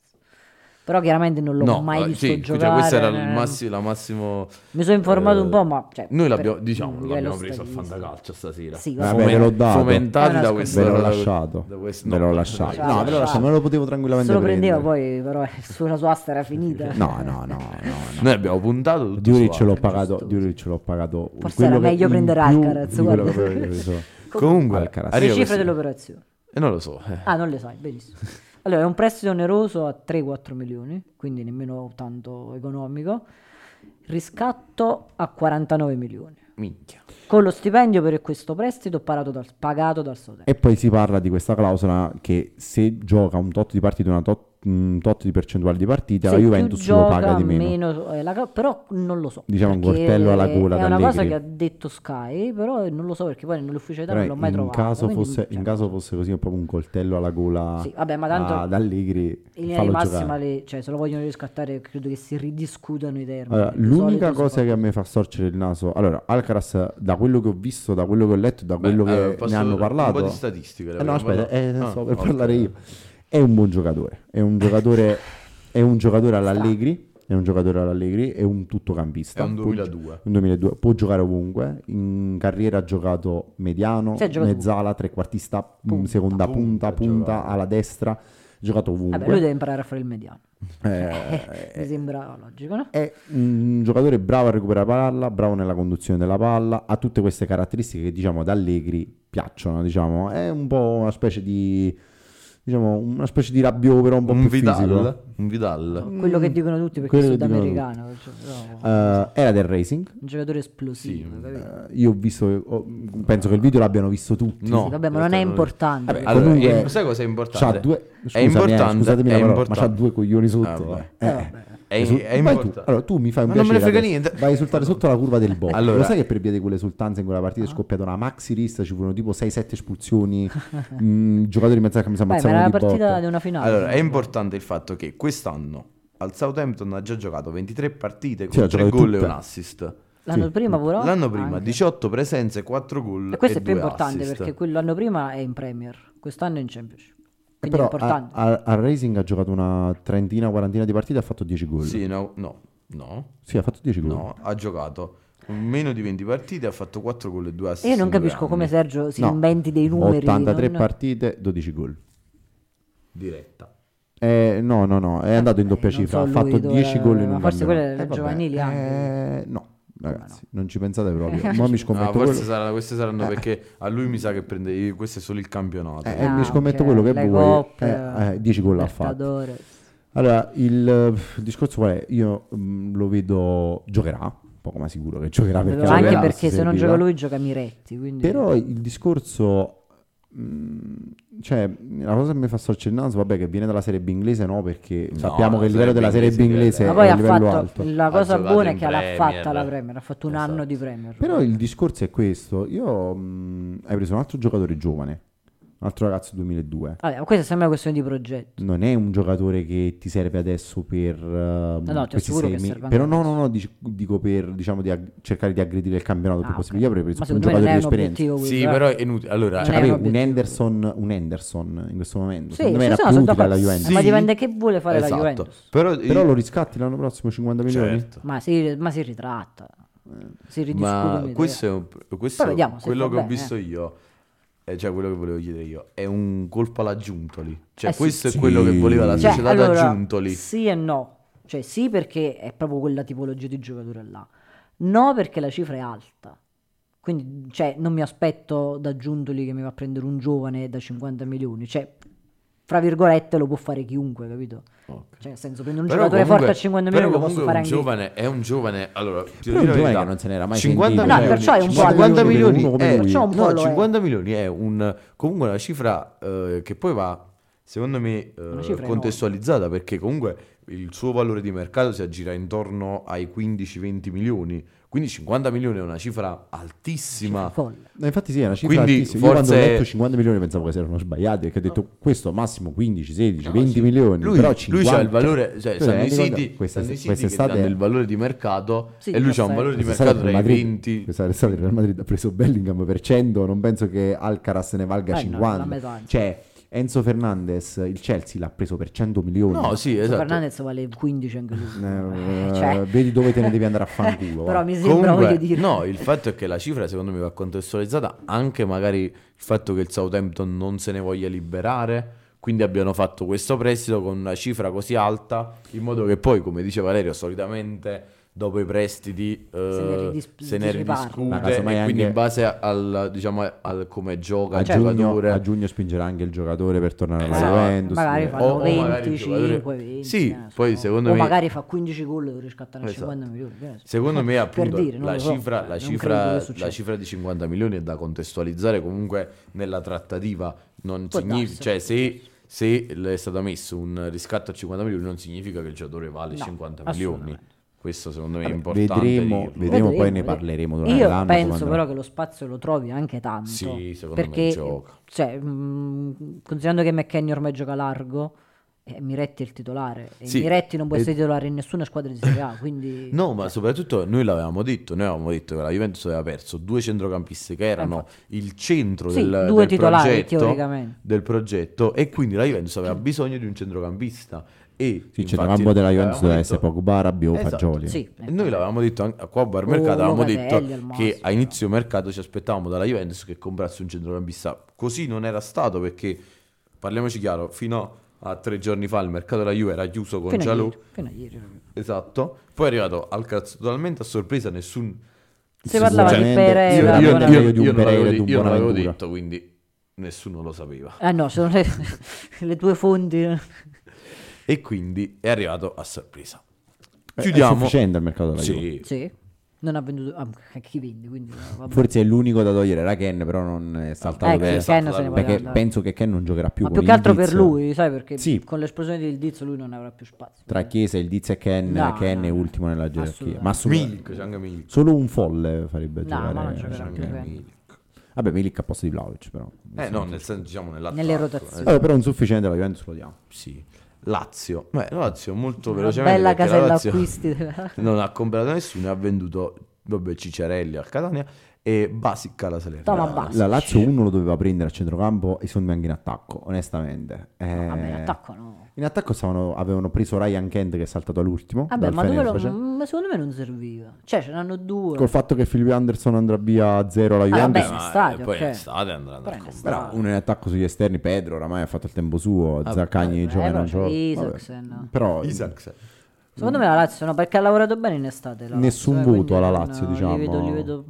B: Però chiaramente non l'ho
C: No,
B: mai
C: eh,
B: visto
C: sì,
B: giocare.
C: cioè, questa era il
B: eh,
C: massi- la massimo...
B: Mi sono informato
C: eh,
B: un po', ma... Cioè,
C: Noi
B: per-
C: l'abbiamo, diciamo,
B: livello
C: l'abbiamo preso al
B: statistico.
C: fantacalcio stasera.
B: Sì,
A: Vabbè,
B: vabbè.
A: ve l'ho dato.
C: Fomentati
B: Eh,
C: da
B: no,
C: questo...
A: Ve l'ho
C: da-
A: lasciato.
C: da questo-
A: Ve
C: no.
A: l'ho lasciato.
B: Cioè,
A: No, ve l'ho
B: lasciato.
A: lasciato, me lo potevo
B: Se
A: tranquillamente
B: lo prendeva
A: prendere.
B: poi, però eh, sulla sua asta era finita.
A: No, no, no, no.
C: Noi abbiamo puntato tutto
A: Diuric
C: su
A: l'ho
C: Alcaraz.
A: pagato, Diuric l'ho pagato
B: Forse
A: quello
B: era
A: che-
B: meglio
A: in
B: prendere
A: più
B: Alcaraz,
A: di quello
B: guarda.
A: che avevo preso.
C: Comunque,
A: Alcaraz.
B: Le
C: arriva
B: cifre
C: questo-
B: dell'operazione.
C: eh, non lo so. eh.
B: Ah, non le sai, benissimo. Allora, è un prestito oneroso a 3-4 milioni, quindi nemmeno tanto economico. Riscatto a 49 milioni.
C: Minchia.
B: Con lo stipendio per questo prestito pagato dal, pagato dal Southampton.
A: E poi si parla di questa clausola che se gioca un tot di partite, una tot, un tot di percentuale di partite,
B: Se
A: la
B: più
A: Juventus lo
B: gioca,
A: paga di meno.
B: meno, eh, la ca- però non lo so.
A: Diciamo un
B: perché
A: coltello alla gola
B: È una
A: d'Allegri.
B: cosa che ha detto Sky, però non lo so perché poi nell'ufficialità
A: Però
B: non l'ho mai
A: in
B: trovato.
A: caso,
B: quindi,
A: fosse,
B: cioè,
A: in caso fosse così, è proprio un coltello alla gola
B: Sì, vabbè, ma tanto-
A: ad Allegri.
B: in linea di
A: fallo
B: massima,
A: giocare.
B: le- cioè, se lo vogliono riscattare, credo che si ridiscutano i termini.
A: Allora,
B: Di solito
A: l'unica
B: si
A: cosa
B: fa-
A: che a me fa storcere il naso, allora Alcaraz, da quello che ho visto, da quello che ho letto, da
C: Beh,
A: quello
C: allora,
A: che
C: posso
A: ne hanno
C: dare
A: parlato,
C: Un po' di statistiche.
A: Eh no,
C: abbiamo
A: aspetta, eh,
C: parlato?
A: sto
C: Ah,
A: per
C: ok.
A: parlare io. È un buon giocatore, è un giocatore, è un giocatore all'Allegri, è un giocatore all'Allegri, è un
C: È
A: tuttocampista.
C: un
A: Può-
C: 2002.
A: un 2002, può giocare ovunque, in carriera ha giocato mediano,
B: Sì, ha giocato
A: mezzala, trequartista, mh,
B: Punta.
A: seconda
C: Punta,
A: punta,
C: ha
A: punta,
C: giocato.
A: alla destra, ha giocato
B: Vabbè, lui
A: ovunque.
B: deve imparare a fare il mediano.
A: Eh,
B: Mi sembra logico, no?
A: è un giocatore bravo a recuperare palla, bravo nella conduzione della palla, ha tutte queste caratteristiche che diciamo ad Allegri piacciono, diciamo, è un po' una specie di diciamo una specie di rabbio però un po'
C: Un
A: più fisico.
C: Vidal. Un Vidal.
B: Quello che
A: Mm,
B: dicono tutti perché è
A: quello che dicono
B: sudamericano. cioè,
A: Eh,
B: no,
A: era del Racing.
B: un giocatore esplosivo.
C: sì,
B: capito?
A: Eh, io ho visto ho- penso che il video l'abbiano visto tutti.
C: No.
B: Sì, vabbè, ma non è importante.
A: Vabbè,
B: perché-
C: Allora,
A: Comunque-
C: eh, sai cosa è
A: C'ha
C: importante?
A: due
C: è importante,
A: scusatemi la
C: è
A: parola,
C: importante.
A: ma c'ha due coglioni sotto.
C: Ah, beh.
A: eh.
B: Eh, vabbè.
C: È,
A: Esu-
C: è
A: vai
C: importante.
A: tu. Allora, tu mi fai un
C: Ma non
A: piacere
C: me ne frega
A: adesso.
C: niente.
A: Vai a esultare sotto la curva del botto.
C: Allora-
A: Lo sai che per via di quelle esultanze in quella partita è
B: Ah.
A: scoppiata una maxi rissa, ci furono tipo 6-7 espulsioni, mh, giocatori in mezzo alla camisa
B: Beh, ma era
A: ammazzavano
B: la
A: di Eh, botto.
B: partita di una finale.
C: Allora, è importante il fatto che quest'anno al Southampton ha già giocato 23 partite
A: Sì, ha
C: con 3
A: giocato
C: gol e
A: tutte.
C: un assist.
B: L'anno
A: sì. diciamo,
B: prima però?
C: L'anno prima
B: anche.
C: 18 presenze, 4 gol
B: E
C: e,
B: questo è più
C: 2
B: importante
C: assist.
B: perché quello l'anno prima è in Premier, quest'anno è in Championship. Quindi
A: Però ah,
B: è
A: a,
B: importante.
A: a- al Racing ha giocato una trentina, quarantina di partite e ha fatto 10 gol.
C: Sì, no, no, no,
A: Sì, ha fatto 10 gol.
C: no, ha giocato meno di 20 partite, ha fatto 4 gol e 2 assist.
B: e io non
C: in due
B: capisco come
C: anni.
B: Sergio si
A: No.
B: inventi dei numeri.
A: 83
B: non-
A: partite, 12 gol.
C: diretta.
A: Eh, no, no, no, è andato in doppia
B: Eh, non
A: cifra,
B: so
A: ha
B: lui
A: fatto
B: dove-
A: 10 gol in
B: ma
A: un
B: forse
A: anno. Eh,
B: quelle
A: vabbè,
B: giovanili anche.
A: eh, no, ragazzi, non ci pensate proprio. Mo mi scommetto
C: Ah,
A: quello.
C: forse sarà- queste saranno perché a lui mi sa che prende. Questo è solo il campionato.
A: Eh,
B: Ah,
A: mi scommetto
B: ok,
A: quello che
B: le
A: vuoi.
B: coppe,
A: Eh, eh, 10 gol ha fatto.
B: Libertadores.
A: Allora, il, eh, il discorso qual è? Io mm, lo vedo giocherà, poco ma sicuro che giocherà perché
B: Anche
A: giocherà,
B: perché
A: si
B: se non
A: serviva.
B: gioca lui gioca Miretti. Quindi... cioè,
A: Però il discorso mm, cioè, la cosa che mi fa storcere il naso, vabbè, che viene dalla Serie B inglese, no, perché
C: No,
A: sappiamo che il livello della
C: la
A: Serie
C: Serie
A: B
C: B
A: inglese è
C: inglese è-
B: ma
A: un
B: poi ha
A: cioè, livello alto.
B: fatto la cosa
C: giocato
B: buona è
C: in
B: che l'ha
C: Premier. Esatto.
B: fatta la Premier, ha fatto un anno di Premier.
A: Però il discorso è questo, io mm, hai preso un altro giocatore giovane, un altro ragazzo 2002.
B: Vabbè, ma questa è sempre una questione di progetto.
A: non è un giocatore che ti serve adesso per ehm,
B: No, no, ti
A: questi
B: assicuro
A: sei
B: che
A: mesi.
B: serve
A: però
B: ancora
A: no no no dic- dico per diciamo di ag- cercare di aggredire il campionato
B: Ah,
A: per
B: ok.
A: possibilità avrei preso
B: Ma
A: un
B: secondo me non
A: giocatore
B: è
A: di
B: un
A: esperienza
B: obiettivo
C: Sì,
B: questo, eh.
C: però è inutile. Allora,
B: Non
A: cioè,
B: è un
A: capito? un
B: obiettivo.
A: Henderson un Henderson in questo momento
B: Sì,
A: secondo me
B: sì,
A: era
B: sì, no,
A: più
B: sono
A: utile alla
B: d'accordo.
A: Juventus
B: Eh, Ma
C: Sì.
B: dipende che vuole fare
C: esatto.
B: la Juventus.
C: Però,
A: però lo riscatti l'anno prossimo 50 milioni
C: Certo.
B: Ma si, ma si ritratta. Si ridiscute.
C: Ma
B: l'idea.
C: questo è, un- questo
B: Poi vediamo se
C: quello
B: fa
C: che ho
B: bene,
C: visto io, eh, cioè quello che volevo chiedere io, è un colpo alla Giuntoli. Cioè
B: Eh sì.
C: questo
A: Sì.
C: è quello che voleva la
A: Cioè,
C: società da Giuntoli.
B: Sì e no. Cioè sì perché è proprio quella tipologia di giocatore là. No perché la cifra è alta. Quindi cioè, non mi aspetto da Giuntoli che mi va a prendere un giovane da 50 milioni. Cioè, fra virgolette, lo può fare chiunque, capito?
C: Ok.
B: Cioè, nel senso, prendere un
C: Però
B: giocatore
C: comunque-
B: forte a 50
C: però
B: milioni lo posso
C: comunque
B: fare
C: è un
B: anche
C: giovane, è un giovane, allora, ti
A: Però è un
C: dico la
A: giovane
C: verità,
A: che non se n'era mai
C: 50
A: sentito. cioè,
C: milioni,
B: No, perciò è un po'
C: 50
B: alla
A: Juve,
C: milioni,
A: uno
C: è-
A: come lui.
B: Perciò un po'
C: no,
B: lo è.
C: 50 milioni è un comunque una cifra eh, che poi va secondo me eh,
B: Una cifra
C: contestualizzata perché comunque il suo valore di mercato si aggira intorno ai 15-20 milioni, quindi 50 milioni è una cifra altissima.
B: Folle.
A: No, Eh, infatti sì è una cifra
C: Quindi
A: altissima io quando ho
C: forse-
A: letto 50 milioni pensavo che si erano sbagliati perché ho detto questo massimo 15 16
C: No,
A: 20
C: sì.
A: milioni
C: Lui,
A: però
C: lui
A: 50
C: c'ha il valore, cioè,
A: Tu ti
C: stanno i
A: rendi conto?
C: siti,
A: Questa-
C: stanno i siti
A: quest'estate
C: che danno il valore di mercato
B: Sì,
C: e lui c'ha
B: perfetto.
C: un valore di
A: Quest'estate
C: mercato tra i
A: il Real Madrid-
C: 20
A: Quest'estate il Real Madrid ha preso Bellingham per 100, non penso che Alcaraz se ne valga
B: Eh, no, la
A: 50.
B: metà, anzi.
A: cioè, Enzo Fernandez, il Chelsea l'ha preso per 100 milioni.
C: No, sì,
B: Enzo
C: esatto.
B: Fernandez vale 15 anche lui.
A: Eh,
B: Eh, cioè.
A: Vedi dove te ne devi andare a fanculo.
B: Però
A: va.
B: mi sembra, voglio
C: Comunque,
B: dire.
C: no, il fatto è che la cifra secondo me va contestualizzata anche magari il fatto che il Southampton non se ne voglia liberare, quindi abbiano fatto questo prestito con una cifra così alta, in modo che poi, come dice Valerio, solitamente dopo i prestiti eh,
B: Se ne ridis-
C: se ne
B: si riparla.
A: Ma
C: ridiscute
A: casomai
C: e quindi
A: anche- certo,
C: in base al, diciamo, al come gioca
A: A,
C: il
A: giugno,
C: giocatore.
A: a giugno spingerà anche il giocatore per tornare alla
C: Esatto.
A: Juventus.
B: magari
A: eh.
B: fanno
C: O- o magari il
B: 25,
C: giocatore-
B: 20,
C: Sì,
B: eh, non so.
C: poi secondo
B: o
C: me-
B: magari fa 15 gol e deve riscattare
C: Esatto.
B: 50 milioni. che ne so.
C: Secondo me,
B: Per
C: appunto,
B: dire, non
C: la,
B: lo so,
C: cifra,
B: eh,
C: la
B: non
C: cifra-
B: credo che
C: la
B: succeda.
C: cifra di 50 milioni è da contestualizzare comunque nella trattativa. Non
B: Può darsi,
C: significa, cioè,
B: può
C: se, se le è stato messo un riscatto a 50 milioni, non significa che il giocatore vale
B: No,
C: 50 milioni.
B: assolutamente.
C: Questo, secondo me, è
A: Vabbè,
C: importante.
A: vedremo-
C: dirlo.
A: vedremo. poi ne parleremo durante
B: Io
A: l'anno,
B: penso
A: comandante.
B: però che lo spazio lo trovi anche tanto.
C: Sì, secondo me
B: perché,
C: gioca.
B: cioè, mh, considerando che McKenny ormai gioca largo, eh, Miretti è il titolare. E
C: Sì,
B: Miretti non può
C: e-
B: essere titolare in nessuna squadra di Serie A. Quindi,
C: No, ma soprattutto noi l'avevamo detto, noi avevamo detto che la Juventus aveva perso due centrocampisti che erano il centro
B: Sì,
C: del,
B: due
C: del
B: titolari,
C: progetto,
B: teoricamente.
C: del progetto e quindi la Juventus aveva bisogno di un centrocampista. E
A: Sì, il
C: infatti
A: centrocampo della Juventus deve
C: avevamo
A: essere
C: detto-
A: Pogba, Rabiot,
C: Esatto.
A: Fagioli.
B: Sì, ecco.
C: E Noi l'avevamo detto anche qua a Bar
B: Eh, Oh,
C: Mercato, avevamo
B: Locatelli
C: detto
B: al massimo,
C: che a
B: no.
C: inizio mercato ci aspettavamo dalla Juventus che comprasse un centrocampista. Così non era stato perché, parliamoci chiaro, fino a tre giorni fa il mercato della Juve era chiuso con
B: fino a
C: Giallo.
B: ieri, fino a ieri.
C: Esatto. Poi è arrivato Alcaraz totalmente a sorpresa, nessun...
B: Se parlava di
A: Sicuramente-
B: Perez,
A: io-
B: era
A: io-
B: buona-
A: io- di un
C: non l'avevo
A: Pereira,
C: di-
A: di un
C: io non l'avevo
A: Bonaventura.
C: detto, quindi nessuno lo sapeva.
B: Ah no, sono le, le tue fonti.
C: E quindi è arrivato a sorpresa.
A: Eh, È
C: Chiudiamo.
A: Eh, sufficiente al mercato della Juve.
C: Sì.
B: Sì. non ha venduto ah, chi vende quindi vabbè.
A: Forse è l'unico da togliere, era Ken, però non è saltato
B: Eh,
A: per-
B: sì,
C: esatto,
B: Ken se ne
C: dai,
B: può
A: Perché
B: andare.
A: penso che Ken non giocherà più
B: ma
A: con
B: più che altro
A: il
B: per
A: Diz.
B: lui sai perché
A: Sì.
B: con l'esplosione del dizzo lui non avrà più spazio
A: Tra Chiesa, il Diz e Ken,
B: No,
A: Ken
B: no,
A: è
B: no.
A: ultimo nella gerarchia.
B: Assolutamente.
A: Ma assolutamente.
C: Milik, c'è anche Milik.
A: Solo un folle farebbe
B: No,
A: giocare.
B: ma non
C: C'è
B: giocherà
A: Ken.
B: più
C: anche
B: Ken.
C: Milik.
A: Vabbè, Milik a posto di Vlaovic, però.
C: Eh no, nel senso diciamo nell'attacco.
B: Nelle rotazioni.
A: Eh, però è insufficiente, la Juventus lo diamo.
C: Sì. Lazio. Beh, Lazio molto
B: una
C: velocemente.
B: bella
C: perché la
B: casella
C: Lazio
B: acquisti della-
C: Non ha comprato nessuno, ha venduto vabbè, Cicerelli al Catania e Basic alla Salerno.
B: Toma Basic.
A: La Lazio 1 lo doveva prendere a centrocampo e secondo me anche in attacco, onestamente. Eh,
B: vabbè l'attacco no
A: In attacco stavano- avevano preso Ryan Kent che è saltato all'ultimo.
B: vabbè
A: dal
B: ma, dove lo-
A: Fenerbahce.
B: ma secondo me non serviva cioè ce n'hanno due
A: Col fatto che Philip Anderson andrà via a zero alla
B: Ah, vabbè, cioè,
A: Juventus.
B: in
C: ma, eh,
B: estate,
C: poi
B: ok.
C: in estate andranno
B: Però
C: a
B: in
C: comprare.
B: estate.
A: Però uno in attacco sugli esterni, Pedro oramai ha fatto il tempo suo, Zaccagni
B: vabbè,
A: gioca e
B: però
A: non
B: c'è
A: gioca.
B: Isaacsen.
A: Vabbè. Però
C: Ah, Isaac.
B: secondo me la Lazio no perché ha lavorato bene in estate la Lazio,
A: Nessun
B: eh,
A: voto
B: quindi
A: alla
B: non-
A: Lazio,
B: li
A: diciamo.
B: vedo, li vedo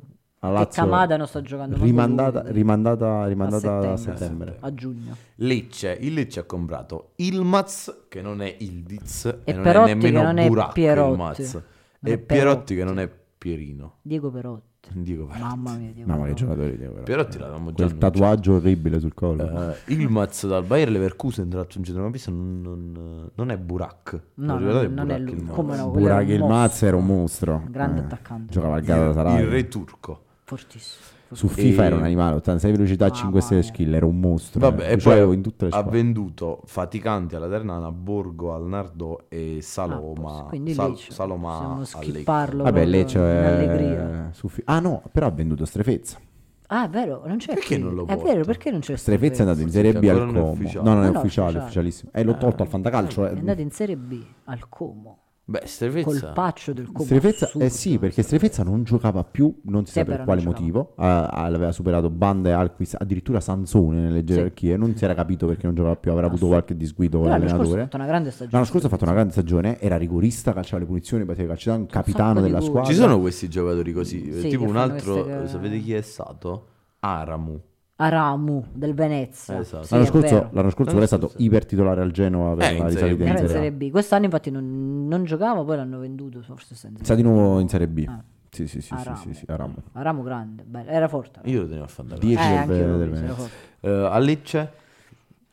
A: la
B: che
A: Lazio
B: Kamada non sta giocando manco
A: rimandata,
B: lui.
A: rimandata, rimandata a
B: settembre.
A: settembre.
B: a giugno
C: Lecce, il Lecce ha comprato Ilmaz che non è Ildiz e, non
B: Perotti,
C: è
B: che
C: nemmeno
B: non è
C: Burak
B: Pierotti.
C: Ilmaz
B: Non
C: e
B: è
C: Pierotti
B: Perotti.
C: che non è Pierino.
B: Diego Perotti
C: Dico Perotti.
B: mamma mia Diego
A: No, ma che
B: Perotti.
A: giocatore di però.
C: Pierotti l'avevamo già
A: Quel
C: annunciato.
A: tatuaggio orribile sul collo.
C: Eh, Ilmaz dal Bayer Leverkusen tra l'altro un centrocampista non, non- non è Burak.
B: No,
C: Lo ricordate
B: non- non è
C: Burak
B: lui.
C: Yılmaz?
B: Come no, quello era
A: Burak
B: un
A: il
B: mostro.
A: Mazza era un mostro. Eh.
B: Un grande attaccante.
A: Giocava al
C: il,
A: Galatasaray.
C: il re turco.
B: fortissimo
A: Su FIFA
C: E-
A: era un animale, 86 velocità,
B: Mamma
A: 5 6
B: mia.
A: skill, era un mostro.
C: Vabbè,
A: eh.
C: e
A: Lo avevo
C: poi
A: in tutte le
C: ha
A: squadre.
C: venduto faticanti alla Ternana, Borgo al Nardò e
B: Ah,
C: Saloma.
B: quindi
C: Sal-
B: Lecce.
C: Saloma
B: possiamo
C: a
B: skipparlo
A: Vabbè,
B: proprio
A: lei c'è
B: in allegria
A: su Fi- Ah no, però ha venduto Strefezza.
B: ah è vero non c'è
C: Perché
B: qui.
C: non lo
B: è
C: porta?
B: vero perché non c'è
A: Strefezza è andato in Serie B
C: Ancora
A: al
C: non è
A: Como.
C: ufficiale.
A: No, non è
B: Ah, no,
A: ufficiale, è
B: ufficiale.
A: ufficialissimo. Eh, l'ho tolto al fantacalcio.
B: è andato in Serie B al Como
C: Beh, Strefezza.
B: col paccio del Como
A: Strefezza,
B: assurdo.
A: eh sì, perché Strefezza non giocava più, non si
B: Sì,
A: sa
B: è
A: per
B: vero,
A: quale
B: non giocava.
A: motivo. Ah, ah, l'aveva superato Banda e Alquist, addirittura Sansone nelle gerarchie. Non si era capito perché non giocava più, avrà avuto qualche disguido con
B: Ah, Però l'anno scorso ha
A: l'allenatore.
B: fatto una grande stagione
A: L'anno scorso ha fatto una grande stagione, era rigorista, calciava le punizioni, batteva i calciatani, capitano
B: sacco di
A: della
B: gol.
A: squadra.
C: Ci sono questi giocatori così,
B: Sì,
C: tipo
B: che
C: un
B: fanno
C: altro,
B: queste che-
C: sapete chi è stato? Aramu.
B: Aramu del Venezia
C: Esatto.
B: Sì,
A: L'anno
B: è
A: scorso,
B: vero.
A: l'anno scorso
C: L'anno
A: però è stato
C: scorso.
A: ipertitolare al Genoa per
C: Eh, in
A: la
C: Serie
A: risalita
C: B.
A: in
B: era in
A: Serie A.
B: Serie B quest'anno infatti non, non giocava poi l'hanno venduto forse sta in Serie
A: Sta di nuovo in Serie B.
B: Ah.
A: Sì, sì, sì,
B: A
A: sì,
B: Ramo.
A: sì, sì, a Ramo.
B: B. Aramu grande bello, era forte
C: Io lo tenevo a fare Eh,
A: 10
B: eh, anche
A: del, del
B: io, sì, era
A: Venezia.
B: forte.
C: a Lecce,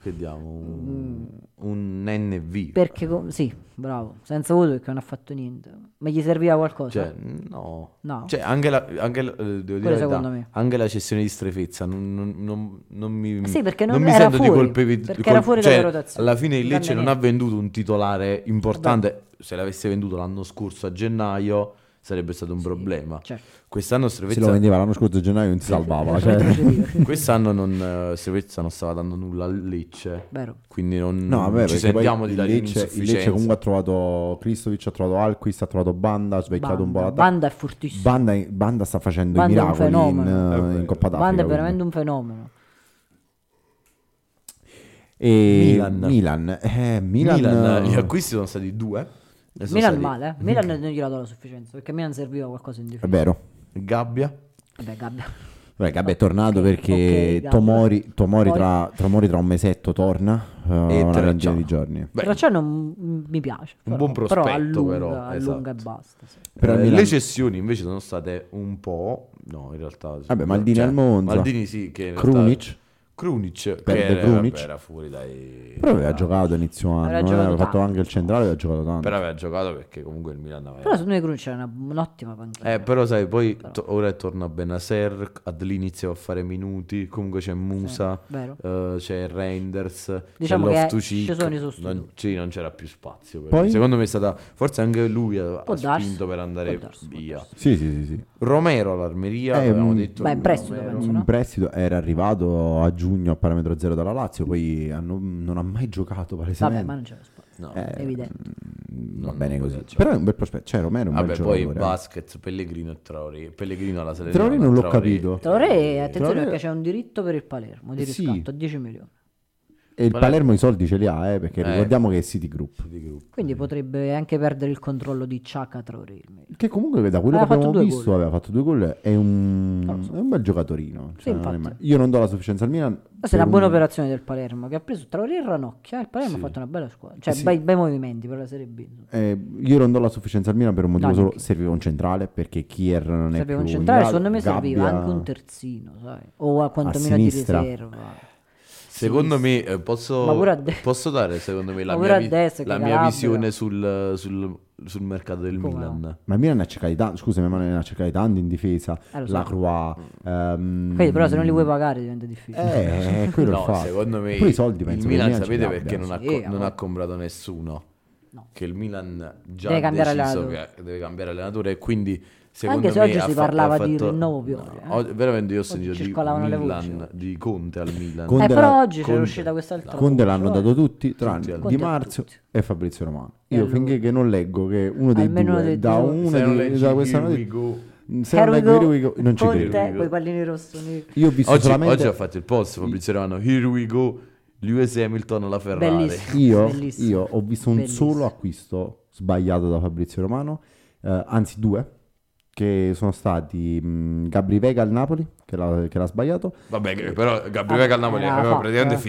C: che diamo? Un,
B: Mm.
C: un NV.
B: Perché com- sì, bravo, senza voto perché non ha fatto niente. Ma gli serviva qualcosa?
C: Cioè, no.
B: Ah. No.
C: Cioè, anche la, anche la- eh, devo dire la verità,
B: secondo me.
C: anche la cessione di strefezza non, non- non- non mi,
B: Ah, sì, perché
C: non
B: non
C: mi
B: era
C: sento di
B: fuori,
C: colpevi-
B: perché era fuori
C: cioè,
B: dalle rotazioni.
C: Alla fine il
B: Grande Esatto.
C: Lecce non ha
B: Neri.
C: venduto un titolare importante. Se l'avesse venduto l'anno scorso a gennaio sarebbe stato un problema.
B: certo.
C: Quest'anno
A: Se lo
C: Strefezza
A: vendeva l'anno scorso a gennaio non si
B: Eh,
A: salvava. cioè.
C: Quest'anno non, eh, Servezza non stava dando nulla al Lecce,
B: Vero.
C: quindi non
A: No, vabbè,
C: ci
A: perché poi
C: sentiamo di
A: il
C: dare
A: Lecce, il
C: l'insufficienza.
A: Lecce comunque ha trovato Kristovic, ha trovato Alquist, ha trovato Banda, ha svecchiato
B: Banda.
A: un po' l'attacco.
B: Banda è fortissimo.
A: Banda, Banda sta facendo
B: Banda è
A: i
B: un
A: miracoli
B: fenomeno.
A: in,
C: vero.
A: in Coppa d'Africa.
B: Banda è
A: quindi.
B: veramente un fenomeno.
A: E
C: Milan.
A: Milan. Milan, eh, Milan,
C: Milan, gli acquisti sono stati due. e sono
B: Milan
C: stati
B: male, eh. Milan non gli ha dato la sufficienza perché a Milan serviva qualcosa in
A: è
B: difesa.
A: vero.
C: Gabbia.
B: Vabbè, gabbia.
A: Vabbè, Gabbe è tornato perché
B: ok, Gabbe.
A: Tomori, Tomori
B: Poi-
A: tra, Tomori tra un mesetto torna eh, una ventina
C: Terracciano.
A: di giorni.
C: Beh,
B: Tracciano non mi piace. però-
C: buon prospetto,
B: però allunga,
C: però,
B: allunga
C: esatto.
B: e basta. sì.
A: Però
C: eh,
A: il Milan-
C: le cessioni invece sono state un po'. No, in realtà. cioè,
A: Vabbè, Maldini al Monza.
C: Maldini sì, che in realtà-
A: Krunic.
C: Krunic,
A: Perde
C: che era,
A: Krunic.
C: vabbè, era fuori dai.
A: Però aveva giocato inizio anno, eh,
B: giocato
A: aveva fatto
B: tanto.
A: anche il centrale, aveva giocato tanto.
C: Però aveva giocato perché comunque il Milan aveva.
B: Però secondo me Cruz c'era una- un'ottima panchina.
C: Eh, però sai, poi to- ora torna Benaser, Adli inizia a fare minuti, comunque c'è Musa,
B: vero.
C: eh, c'è Reinders,
B: Diciamo che
C: c'è Loftus-Cheek.
B: ci sono i sostituti.
C: Non, sì, non c'era più spazio. per
A: Poi?
C: lui. Secondo me è stata, forse anche lui ha,
B: Può
C: ha
B: darsi,
C: spinto per andare
B: può darsi, può
C: via.
B: darsi.
A: Sì, sì, sì, sì.
C: Romero all'Armeria,
A: Eh,
C: avevamo
A: mm,
C: detto... eh,
B: Beh, in prestito,
C: Romero.
B: penso,
A: Un
B: no?
A: prestito era arrivato a giugno a parametro zero dalla Lazio, poi hanno- non ha mai giocato
B: Vabbè,
A: palesemente.
B: ma non c'era spazio.
C: No.
A: Eh,
B: Evidente.
A: mm, Va
C: Non-
A: bene
C: non
A: così.
C: poteva
A: Però è un bel prospetto, cioè Romero è un
C: Vabbè,
A: bel
C: poi
A: giocatore.
C: basket, Pellegrino e Traoré. Pellegrino alla Salernitana.
A: Traoré non l'ho capito.
B: Traoré, attenzione
A: Traoré-
C: Eh
B: perché c'è un diritto per il Palermo di
A: Sì.
B: riscatto a 10 milioni.
A: e il
C: Palermo-
A: Palermo i soldi ce li ha, eh, perché
C: Eh.
A: ricordiamo che è City Group.
C: Di gruppo.
B: Quindi potrebbe anche perdere il controllo di Ciaca Traoré. il Milan.
A: Che comunque da quello
B: Aveva
A: che
B: fatto
A: abbiamo
B: due
A: visto
B: gol.
A: aveva fatto due gol, è un,
B: Non lo so.
A: è un bel giocatorino.
B: Sì,
A: cioè, non è
B: infatti.
A: male. Io non do la sufficienza al Milan.
B: Questa è
A: per
B: una buona
A: un-
B: operazione del Palermo che ha preso Traoré e Ranocchia. Il Palermo
C: Sì.
B: ha fatto una bella squadra, cioè
A: Eh Sì.
B: bei, bei movimenti per la Serie B.
A: Eh, io non do la sufficienza al Milan per un motivo
B: No,
A: solo,
B: neanche.
A: serviva un centrale perché Kier non è più
B: Sapeva
A: in
B: concentrare,
A: grado,
B: secondo me serviva
A: Gabbia-
B: anche un terzino, sai? o a quantomeno
A: A
B: di
A: sinistra.
B: riserva. Eh,
C: Secondo
B: Sì,
C: me, eh, posso,
B: Ma pure a de-
C: posso dare secondo me la
B: Ma pure
C: mia,
B: a
C: vi-
B: destra, che
C: la mia
B: Calabria.
C: visione sul, sul- sul mercato del
B: Come no?
C: Milan.
A: Ma il Milan ne ha cercati tanti, scusami, ma ne ha cercati tanti in difesa,
B: Eh, lo so.
A: la Croix. ehm,
B: Quindi, però, se non li vuoi pagare diventa difficile.
A: Eh, è quello
C: no,
A: il fatto.
C: secondo me
A: Poi i soldi
C: il
A: penso che
C: Milan
A: il Milan ce li
C: sapete
A: abbia.
C: perché non, ha,
B: Sì,
C: co-
B: eh,
C: non
B: ma-
C: ha comprato nessuno.
B: No.
C: Che il Milan già
B: Deve
C: deve
B: cambiare
C: cambiare deciso
B: allenatore.
C: che deve cambiare allenatore e quindi secondo
B: Anche se
C: me
B: oggi
C: ha
B: si
C: fa- ha
B: parlava di
C: fatto-
B: rinnovo Pioli, eh.
C: oggi- veramente io ho
B: Oggi
C: sentito di
B: circolavano le voci,
C: Milan,
B: oggi.
C: di Conte al Milan.
A: Conte
B: Eh, però
A: la-
B: oggi c'è
C: Conte-
B: uscita quest'altra.
A: Conte
B: voce,
A: l'hanno
B: eh.
A: dato tutti, tranne
C: Tutti al-
A: Di
B: Conte a
A: Marzio
B: tutti.
A: e Fabrizio Romano.
B: E
A: Io
B: allora?
A: finché che non leggo che uno dei
B: Almeno
A: due,
B: dei
A: da
B: due.
A: una
C: Se non
A: di-
C: leggi
A: da
C: Here
A: questa
C: We Go.
A: se non
B: Here
A: leggo
B: we go,
A: Here We Go, non ci
B: Conte,
A: credo.
C: Here we go.
B: coi pallini rosso neri.
A: Io ho visto
C: Oggi,
A: solamente
C: oggi ha fatto il post Fabrizio Romano, here we go, Lewis Hamilton alla Ferrari.
B: Bellissimo.
A: Io,
B: Bellissimo.
A: io ho visto un
B: Bellissimo.
A: solo acquisto sbagliato da Fabrizio Romano, eh, anzi due, che sono stati mh, Gabri Vega al Napoli, che l'ha, che l'ha sbagliato,
C: Vabbè, che- però Gabriele
B: Ah,
C: Calnapoli
B: era
C: aveva
B: fatta.
C: praticamente
B: Sì.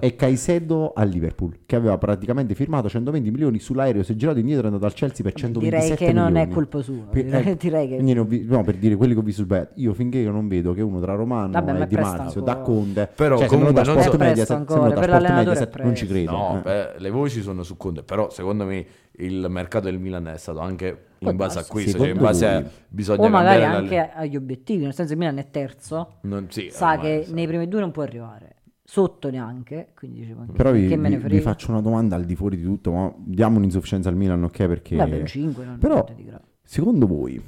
A: e Caicedo al Liverpool, che aveva praticamente firmato 120 milioni sull'aereo, si è girato indietro e è andato al Chelsea per 127
B: Direi che non
A: milioni.
B: è colpa sua.
A: Pe-
B: Direi,
A: eh,
B: direi che
A: Quindi ne ho vi- no, per dire quelli che ho visto sbagliati, io finché io non vedo che uno tra Romano
B: Vabbè, ma
A: e
B: è
A: Di
B: presto
A: Marzio,
B: ancora.
A: da Conte,
C: Però
A: cioè, se
C: comunque
A: da
C: non so-
A: Sport
C: È
A: Mediaset-
B: presto
A: se non da
B: ancora, per
A: Sport
B: l'allenatore è
A: Mediaset non ci
B: presto.
A: credo.
C: No,
A: eh.
C: beh, le voci sono su Conte, però secondo me il mercato del Milan è stato anche
B: Può
C: in base a
B: darsi.
C: questo, cioè
A: Secondo
C: in base a
A: lui.
C: bisogna
B: o magari
C: cambiare la-
B: anche agli obiettivi, nel senso il Milan è terzo,
C: Non- sì,
B: sa
C: ormai,
B: che
C: sì.
B: nei primi due non può arrivare, sotto neanche, quindi dice, ma che-
A: Però vi,
B: che me ne
A: vi- vi
B: frega.
A: faccio una domanda al di fuori di tutto, ma diamo un'insufficienza al Milan, ok? Perché
B: Vabbè, un 5 non
A: Però-
B: niente di grave.
A: secondo voi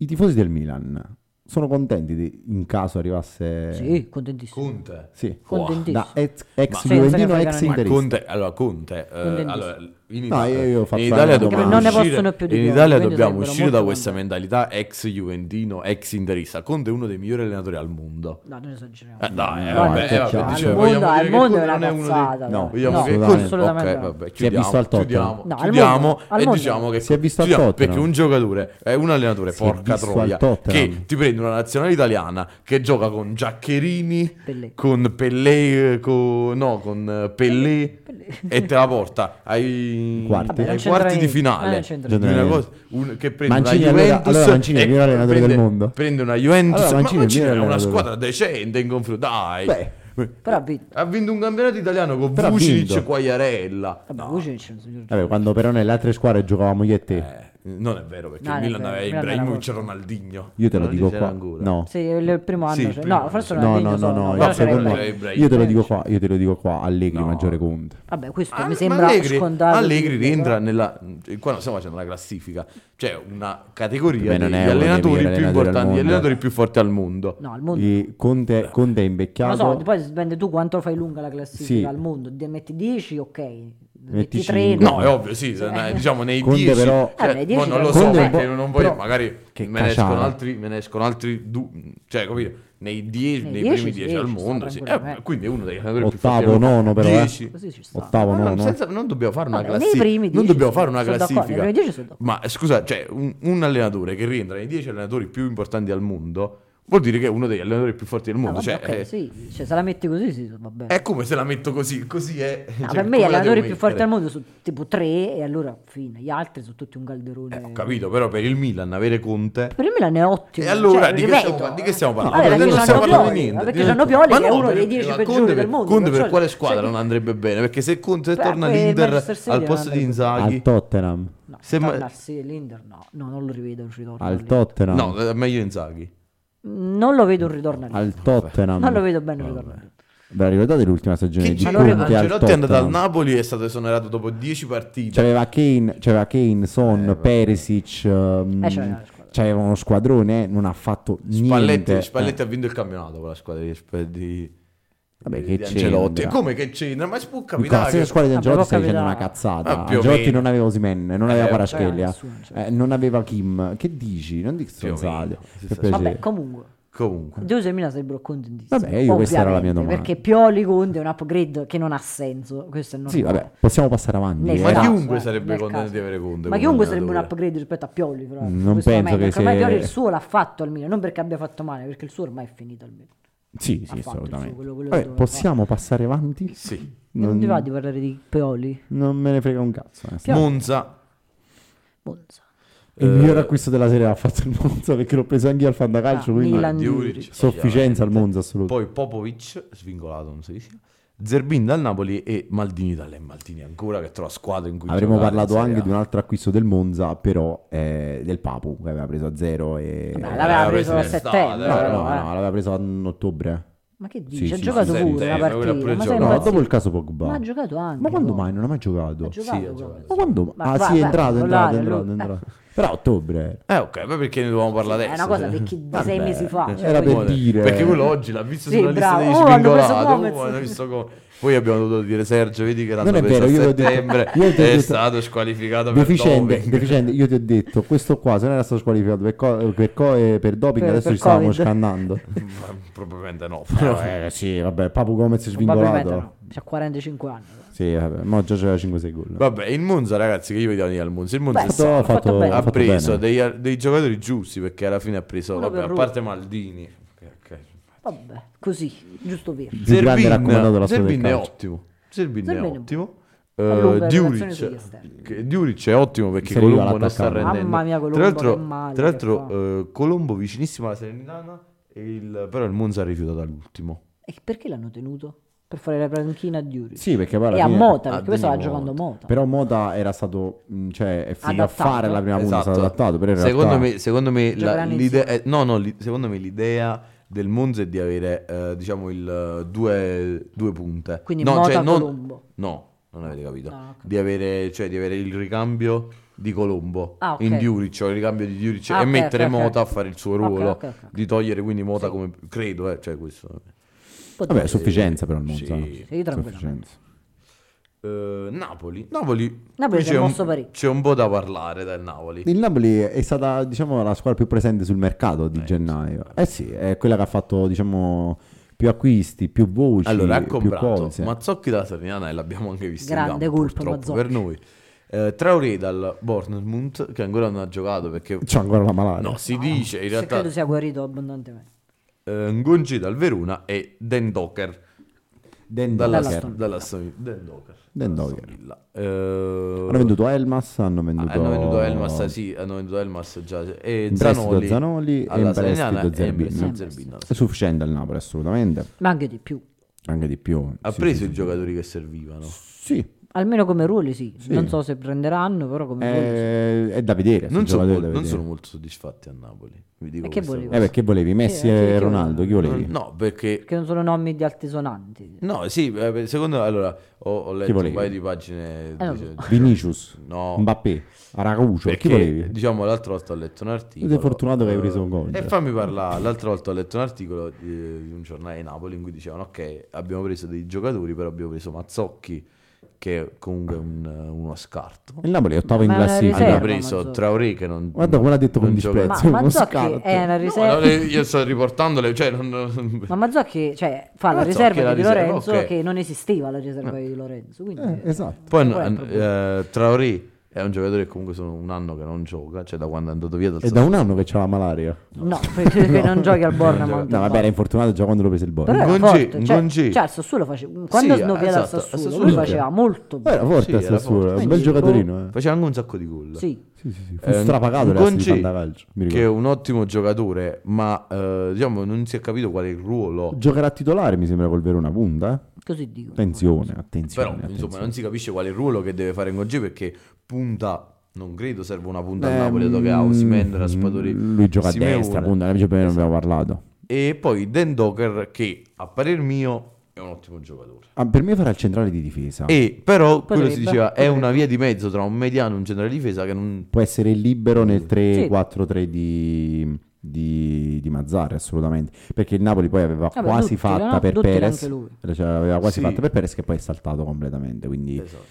A: i tifosi del Milan sono contenti di- in caso
C: eh,
A: arrivasse...
B: Sì, contentissimo.
C: Conte.
A: Sì.
B: Contentissimo.
C: eh.
A: Da ex, ex
B: Ma-
A: Juventino,
B: Senza che
A: ex
B: frega
C: Ma
A: Interista.
C: Conte, allora Conte, eh,
B: Contentissimo.
C: allora, in
A: No,
C: Italia,
A: io- io faccio
C: in
A: la
C: Italia
A: domanda.
C: dobbiamo
A: Non ne
C: uscire,
B: possono più di
C: in
B: più,
C: Italia
B: quindi
C: dobbiamo
B: sarebbero
C: uscire da
B: molto
C: questa
B: contenti.
C: mentalità ex Juventino, ex interista. Conte è uno dei migliori allenatori al mondo.
B: No, non esageriamo.
C: Eh, dai, eh,
A: No,
C: vabbè,
A: cioè,
C: eh, vabbè,
A: cioè,
B: al
A: dicevo,
B: mondo,
C: diciamo, vogliamo
B: al
C: dire che
B: mondo
C: Conte
B: è una
C: non è uno dei-
B: cazzata.
A: No,
B: dai.
C: Vogliamo
B: No,
C: che
A: assolutamente.
B: assolutamente
C: Ok,
B: no.
C: vabbè,
A: Si è
C: chiudiamo,
A: visto al Tottenham.
C: chiudiamo,
B: No, al
C: chiudiamo
B: mondo, al
C: e
B: mondo.
C: diciamo che
A: Si è visto al
C: chiudiamo,
A: Tottenham.
C: perché un giocatore è un allenatore
A: Si è
C: porca
A: visto
C: troia
A: al Tottenham.
C: che ti prende una nazionale italiana che gioca con Giaccherini,
B: Pellè.
C: con Pellè, eh, con no, con eh, Pellè
B: Pellè.
C: e te la porta ai
A: Quarti.
C: ai
A: Vabbè,
B: non c'entra
C: quarti di
B: niente. Eh,
C: finale.
B: non c'entra
C: Di una
A: niente.
C: cosa- un- che prende
A: Mancini,
C: una
A: allora-
C: Juventus
A: allora Mancini è il
C: e
A: miglior allenatore
C: prende-
A: del mondo.
C: Prende una Juventus,
A: Allora
C: ma
A: Mancini è il
C: Mancini
A: miglior
C: è una
A: allenatore.
C: squadra decente in confronto, dai.
A: Beh,
B: Però ha vinto.
C: Ha vinto un campionato italiano con
A: Però ha
C: Vucinic
A: vinto.
C: e Quagliarella.
B: Vabbè,
C: No,
B: Vucinic è un signor
A: Vabbè, quando però nelle altre squadre giocavamo io e te,
C: eh, non è vero perché
B: No,
C: il
B: non è
C: Milan
B: vero,
C: aveva
B: il Milan era
C: Ibrahimovic e
B: molto-
C: Ronaldinho.
A: io te lo
C: Non
A: dico
C: c'era
A: qua.
C: ancora.
A: No.
B: Sì, il primo anno.
C: Sì, il
B: c'è-
C: primo
B: no,
C: anno,
B: forse
C: sì.
B: non
A: No, no, no, no,
C: no,
A: io,
C: c'era
A: secondo-
C: Ibrahimovic.
A: io te lo dico qua, io te lo dico qua, Allegri
C: No.
A: maggiore Conte.
B: Valle- Vabbè, questo
C: Ah,
B: Cioè, mi
C: ma
B: sembra
C: Allegri,
B: scontato.
C: Allegri rientra nella qua non stiamo facendo la classifica c'è una categoria
A: Beh,
C: degli
A: non è uno dei
C: allenatori
A: migliori
C: più
A: allenatori al
C: importanti gli
A: mondo.
C: allenatori più forti al mondo
B: No, al mondo.
A: E Conte, Conte è
B: Non
A: invecchiato.
B: lo so, poi dipende tu quanto fai lunga la classifica
A: Sì.
B: al mondo. De- metti 10, ok. Metti
A: Metti
B: 3,
A: cinque.
C: No, è ovvio, sì, se ne- diciamo nei
A: Conte
C: 10,
A: però-
C: cioè,
B: Eh, nei 10
C: mo non lo
A: Conte
C: so,
A: è un
C: perché
A: po'-
C: non voglio,
A: però-
C: magari
A: che
C: me ne, escono
A: cacciara.
C: altri, me ne escono altri due, cioè, capito, nei,
B: Nei
C: die- nei
B: 10,
C: primi 10 al
B: 10,
C: mondo, sì.
B: tranquillamente.
C: Eh, quindi è uno dei allenatori più
A: Ottavo,
C: forti. al mondo.
A: nono però, eh.
C: 10.
B: Così ci sta.
A: Ottavo,
C: Ma no,
A: nono.
C: senza- non dobbiamo fare una
B: Vabbè, nei
C: classifica.
B: primi
C: non
B: 10
C: dobbiamo fare una
B: sono d'accordo,
C: classifica.
B: nei primi 10 sono d'accordo.
C: Ma scusa, cioè, un, un allenatore che rientra nei 10 allenatori più importanti al mondo vuol dire che è uno degli allenatori più forti del
B: Ah,
C: mondo.
B: vabbè,
C: cioè,
B: ok,
C: è,
B: sì. Cioè, se la metti così, sì, va bene.
C: è come se la metto così, così è.
B: No,
C: cioè,
B: per me
C: come
B: gli
C: la
B: allenatori
C: devo
B: più forti
C: mettere?
B: al mondo sono tipo 3 e allora fine. Gli altri sono tutti un calderone.
C: Eh, ho capito, però per il Milan avere Conte
B: Per il Milan è ottimo.
C: E allora
B: cioè,
C: di, che
B: ripeto,
C: stiamo, par- di che stiamo
B: eh.
C: parlando?
B: Vabbè,
C: Perché
B: perché
C: non stiamo
B: c'hanno
C: parlando di
B: Pioli,
C: niente.
B: Perché c'hanno Pioli
C: Ma
B: che è
C: no,
B: uno
C: per-
B: dei 10
C: ma
B: peggiori
C: Conte
B: del
C: per-
B: mondo.
C: Conte per
B: cioè,
C: quale squadra
B: cioè,
C: non andrebbe bene? Perché se Conte
B: Beh,
C: torna
B: per il Manchester
C: all'Inter
B: City
C: al
B: non
C: posto di
B: andrebbe.
A: Al
C: Inzaghi,
A: Tottenham,
B: No,
C: Se ma-
B: tornarsi l'Inter no. No, non lo rivedo un ritorno.
A: al
B: all'Inter.
A: Tottenham,
C: no, è meglio Inzaghi.
B: Non lo vedo un ritorno. all'Inter.
A: al Tottenham.
B: Non lo vedo bene un ritorno. all'Inter.
A: Ve la ricordate l'ultima stagione Cioè,
C: Che
A: di
C: gi-
B: allora-
A: Conte al
C: Ancelotti è andato al
A: Tottenham?
C: Napoli e è stato esonerato dopo 10 partite.
A: C'aveva Kane, c'aveva Kane,
C: Eh,
A: Son, Perisic, ehm,
B: Eh, c'aveva la squadra.
A: c'aveva uno squadrone, eh, non ha fatto
C: Spalletti,
A: niente. Eh.
C: Spalletti ha vinto il campionato con la squadra di, di,
A: Vabbè,
C: di-
A: che
C: di Ancelotti. E
A: c'entra?
C: come che c'entra? Ma può
A: Eh, Con la
C: capitare
A: stessa
C: che...
A: squadra di
B: Vabbè,
A: Ancelotti
B: può
A: stai dicendo una
B: capitare.
A: cazzata.
C: Ah, più o
A: Ancelotti
C: meno.
A: non aveva Osimen, non aveva
C: Eh,
A: Parascheglia,
B: cioè, nessuno, cioè.
A: eh, non aveva Eh, Kim. Che dici? Non dici
C: Più o
A: stronzate.
C: meno,
A: Per
C: sì, sì.
A: piacere.
B: Vabbè, comunque.
C: Comunque.
B: Giuse e Milan sarebbero contentissimi.
A: Vabbè, io questa era la mia
B: ovviamente,
A: domanda.
B: Perché Pioli Conte è un upgrade che non ha senso. Questo è normale.
A: Sì, vabbè, possiamo passare avanti.
B: Nel
A: eh.
C: Ma
B: caso,
C: chiunque
B: eh,
C: sarebbe
B: nel
C: contento
B: caso.
C: di avere Conte.
B: Ma
C: come
B: chiunque sarebbe un
C: allenatore.
B: upgrade rispetto a Pioli, però.
A: Non
B: questo
A: penso
B: ormai,
A: che
B: perché ormai
A: se-
B: Pioli il suo l'ha fatto al Milan, non perché abbia fatto male, perché il suo ormai è finito al Milan.
A: Sì,
B: fatto
A: sì,
B: il suo,
A: assolutamente.
B: quello- quello
A: Vabbè,
B: dove-
A: possiamo passare avanti?
C: Sì.
B: Non,
A: Non,
B: ti va di parlare di Pioli?
A: non me ne frega un cazzo. onestamente.
C: Monza.
B: Monza.
A: Il
C: Eh,
A: miglior acquisto della serie ha fatto il Monza perché l'ho preso anch'io al Fantacalcio,
B: Ah,
A: quindi
B: Milan.
C: Diuric.
A: sufficienza al Monza assolutamente.
C: Poi Popovic, svingolato, non so chi sia. Zerbin dal Napoli e Maldini dalle Maldini ancora che trova squadra in cui
A: Avremmo
C: giocare in
A: parlato
C: Serie A.
A: anche di un altro acquisto del Monza, però eh, del Papu, che aveva preso a zero e...
B: Vabbè,
C: l'aveva
B: l'aveva preso
C: preso
B: a
C: in estate,
B: settembre.
A: No,
C: eh,
A: no,
B: però, eh.
A: no, l'aveva preso in ottobre.
B: Ma che dici?
A: Sì,
B: ha
A: sì,
B: giocato
A: sì,
B: pure una
C: sì, sì, quello
B: partita.
C: pure
B: Eh, Ma
C: il
A: No,
B: sei
C: gioco. Pazzi.
B: impazzito?
A: dopo il caso Pogba.
B: Ma ha giocato anche.
A: Ma quando
B: poi.
A: mai? Non ha mai giocato.
B: Ha
C: Sì,
B: giocato.
C: ha
B: poi.
A: Ma quando?
B: Ma
A: ah,
B: va-
A: sì, è
B: va-
A: entrato, è entrato,
B: volare,
A: è entrato,
B: lui-
A: è entrato. Però a ottobre.
C: Eh ok, ma perché ne dovevamo parlare
B: Sì,
C: adesso? eh,
B: È una cosa
C: Se-
B: vecchi- di sei
A: Vabbè,
B: mesi fa. cioè,
A: era
B: poi-
A: per dire.
C: Perché quello oggi l'ha visto
B: Sì,
C: sulla lista
B: bravo.
C: dei
B: Oh, hanno preso
C: spingolati.
B: Gomez.
C: Oh, hanno visto Gomez. Poi abbiamo dovuto dire Sergio, vedi che l'hanno
A: Non è
C: preso
A: vero,
C: a
A: io l'ho detto-
C: settembre
A: io ti ho
C: è
A: detto-
C: stato squalificato per
A: Deficiente,
C: doping.
A: deficiente, io ti ho detto, questo qua se non era stato squalificato per, co- per, co- eh, per doping,
B: Per-
A: adesso
B: per
A: ci stavamo
B: Covid.
A: scannando.
C: Ma Probabilmente no.
A: No, eh, sì, vabbè, Papu Gomez
B: Probabilmente
A: svingolato.
B: no. C'ha 45 anni.
A: Sì, vabbè, ma già c'era 5-6 gol.
C: Vabbè, il Monza, ragazzi, che io vediamo dire al Monza. Il Monza
A: Ha
B: Beh,
C: è
A: fatto, ha
B: ha fatto
A: fatto-
B: bene.
A: ha
C: ha
A: fatto
C: preso
A: bene.
C: dei, dei giocatori giusti perché alla fine ha preso
B: Uno
C: vabbè,
B: per
C: a
B: Ru-
C: parte Maldini ok, ok.
B: Vabbè, così, giusto per.
A: Zidane
C: Zerbin-
A: ha raccomandato la squadra del
C: Zerbin è
A: calcio.
C: ottimo Zerbin è
B: Zerbin-
C: ottimo
B: Allunga
C: Eh,
B: le relazioni sugli
C: Diuric
B: esterni.
C: che- Diuric è ottimo perché
A: Serviva
C: Colombo non sta
A: l'attaccante.
C: rendendo
B: Mamma mia, Colombo,
C: tra l'altro,
B: che male
C: tra l'altro,
B: che
C: eh, Colombo vicinissimo alla Serenitana e il- però il Monza ha rifiutato all'ultimo
B: E perché l'hanno tenuto? Per fare la panchina a Diuric.
A: Sì, perché poi alla
B: e a
A: fine-
B: Mota,
C: Ah,
B: perché questo stava
C: Dini Mota.
B: giocando Mota.
A: Però Mota era stato, mh, cioè, è finito a
B: Adattato.
A: fare la prima punta, è stato adattato, però in
C: Esatto. secondo,
A: realtà-
C: me, secondo me la-
B: Giocheranno
C: l'idea, eh, no, no, li- secondo me l'idea del Monza è di avere eh, diciamo il eh, due, due punte.
B: Quindi
C: no,
B: Mota
C: cioè, non-
B: Colombo.
C: No, non avete capito.
B: No, ho capito.
C: di, avere, cioè, di avere il ricambio di Colombo
B: Ah, ok.
C: in Diuric, cioè il ricambio di Diuric
B: Ah,
C: e
B: ok,
C: mettere
B: ok, ok.
C: Mota a fare il suo
B: Ok,
C: ruolo,
B: ok, ok, ok.
C: di togliere quindi Mota come credo, eh, cioè questo.
A: Vabbè, sufficienza però il
C: Sì.
A: Monza.
B: Sì, tranquillo.
A: Sufficienza.
C: Eh, Napoli, Napoli,
B: Napoli
C: qui
B: si è
C: c'è,
B: mosso
C: un,
B: parecchio.
C: c'è un po' da parlare del Napoli.
A: Il Napoli è stata diciamo, la squadra più presente sul mercato di gennaio. Eh sì, è quella che ha fatto diciamo, più acquisti, più voci,
C: Allora, ha
A: più
C: comprato
A: cose.
C: Mazzocchi dalla Serenana e l'abbiamo anche visto in
B: Grande
C: campo,
B: colpo,
C: purtroppo
B: Mazzocchi.
C: per noi. Eh, Traoré dal Bournemouth che ancora non ha giocato perché
A: C'è ancora la malata.
C: no, si dice in
B: Se
C: realtà
B: credo sia guarito abbondantemente.
C: eh, Ngongi dal Verona e Den Docker
A: Den
C: dalla
A: Docker.
B: Aston Villa.
C: dall'Aston- Den Docker.
A: Den
C: dall'Aston
A: Docker.
C: Villa. Eh,
A: Hanno venduto Elmas, hanno
C: ah,
A: venduto...
C: hanno venduto Elmas, sì, hanno venduto Elmas già e
A: in prestito
C: Zanoli,
A: Zanoli e
C: alla
A: in
C: Serenana
A: prestito
C: e in prestito
A: Zerbino.
C: Zerbino.
A: È sufficiente al Napoli assolutamente,
B: Ma anche di più.
A: anche di più.
C: Ha
A: Sì, sì,
C: preso i giocatori che servivano.
A: Sì,
B: Almeno come ruoli sì.
A: Sì. Eh.
B: Non so se prenderanno, però come ruoli sì.
A: è, è da vedere.
C: Non
A: sono
C: sono,
A: giocatori
C: mol-
A: da
C: non
A: vedere.
C: sono molto soddisfatti a Napoli. Vi dico
B: E che
C: questa
B: volevi?
A: Eh,
C: cosa.
A: perché volevi Messi
B: Sì, anche
A: e
B: io-
A: Ronaldo, chi volevi?
C: No, perché
B: Perché non sono nomi di altisonanti.
C: No, sì, eh, secondo allora ho, ho letto
A: volevi?
C: un paio di pagine
B: Eh,
C: dice-
A: Vinicius,
C: No.
A: Mbappé, Aracuccio, Cioè, chi
C: perché,
A: volevi?
C: Diciamo l'altra volta ho letto un articolo.
A: Ed è fortunato che hai
C: eh,
A: preso un gol.
C: E fammi parlare, l'altra volta ho letto un articolo di, di un giornale di Napoli in cui dicevano "Ok, abbiamo preso dei giocatori, però abbiamo preso Mazzocchi che è comunque un, uno scarto.
A: Il Napoli è ottavo in
B: Ma è una
A: classifica.
B: riserva.
C: Hanno
B: Fermo,
C: preso
B: Mazzocchi.
C: Traoré che non
A: Guarda come l'ha detto con
C: non gioca-
A: disprezzo.
B: Ma
A: Uno
B: Mazzocchi
A: scarto.
B: è una
C: No,
B: riserva.
C: no, io sto riportandole, cioè non- non-
B: Ma Mazzocchi cioè, fa la
C: Mazzocchi è
B: riserva
C: la
B: di
C: riserva,
B: Lorenzo
C: ok.
B: che non esisteva la riserva di Lorenzo. Quindi
A: Eh, esatto.
C: Poi
B: Qual è il
C: eh,
B: problema?
C: eh, Traoré è un giocatore che comunque sono un anno che non gioca, cioè da quando è andato via dal
A: È da un anno che c'ha la malaria.
B: No, perché non giochi al
C: Eh,
B: Bournemouth.
A: No, vabbè, era infortunato già quando l'ho preso il Bologna.
B: Però era
C: Ngongi-
B: forte, cioè,
C: Ngongi.
B: cioè, al Sassuolo faceva quando
C: Sì,
B: snobbia dal
C: esatto, al
B: Sassuolo,
C: Sassuolo
B: lui
A: sì.
B: faceva molto
A: Era
B: bene.
A: forte
C: Sì,
A: a
C: era
A: Sassuolo,
C: forte. boh,
A: un bel
B: Quindi,
A: giocatorino. Eh.
C: Faceva anche un sacco di gol.
B: Sì.
A: Sì, sì, sì. Fu
C: Eh,
A: strapagato da
C: Ngongi-
A: calcio. Mi
C: Che è
A: ricordo.
C: un ottimo giocatore, ma eh, diciamo non si è capito qual è il ruolo.
A: Giocherà titolare, mi sembra, col Verona punta. eh.
B: Così dico.
A: Attenzione,
C: Però
A: attenzione.
C: insomma
A: attenzione.
C: non si capisce qual è il ruolo che deve fare Ngoji perché punta non credo serva una punta a
A: Ehm,
C: Napoli dato che ha Osimhen, Raspadori
A: Mm, Lui gioca a
C: Simeone. Esatto.
A: destra, punta. Non abbiamo abbiamo parlato.
C: e poi Den Docker che a parer mio è un ottimo giocatore
A: Ah, per me farà il centrale di difesa.
C: e però quello si
B: Potrebbe,
C: diceva è
B: potrebbe.
C: una via di mezzo tra un mediano e un centrale di difesa che non
A: Può essere libero nel 3-4-3
B: 3-4-3
A: di, di, di Mazzarri, assolutamente. Perché il Napoli poi aveva
B: Vabbè,
A: quasi
B: Dutti,
A: fatta
B: no?
A: per
B: Dutti era
A: Perez.
B: anche lui.
A: Cioè, aveva quasi
C: Sì. Eh.
A: fatta per Perez che poi è saltato completamente. Quindi
C: Esatto.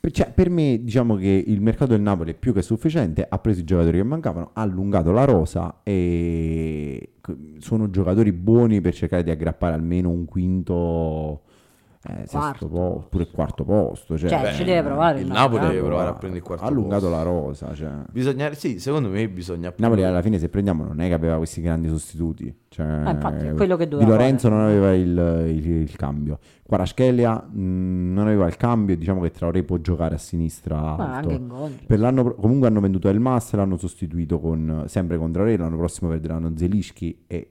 A: Per, cioè, per me, diciamo che il mercato del Napoli è più che sufficiente. Ha preso i giocatori che mancavano, ha allungato la rosa e sono giocatori buoni per cercare di aggrappare almeno un quinto. Eh,
B: Quarto.
A: sesto posto, oppure quarto posto. Cioè,
B: Cioè, ci deve provare
C: il
B: no?
C: Napoli
B: Eh,
C: deve provare a prendere il quarto
A: Ha allungato
C: posto.
A: la rosa. Cioè.
C: Bisogna, sì, secondo me bisogna...
A: Il Napoli alla fine se prendiamo non è che aveva questi grandi sostituti. Cioè,
B: Ah, infatti, è quello che
A: Di
B: doveva
A: Lorenzo
B: fare.
A: non aveva il, il- il cambio. Quaraschelia mh, non aveva il cambio. Diciamo che Traoré può giocare a sinistra.
B: Ma
A: alto.
B: anche in gol.
A: Per l'anno pro- comunque hanno venduto El Mas, l'hanno sostituito con sempre con Traoré, l'anno prossimo perderanno Zelischi e eh,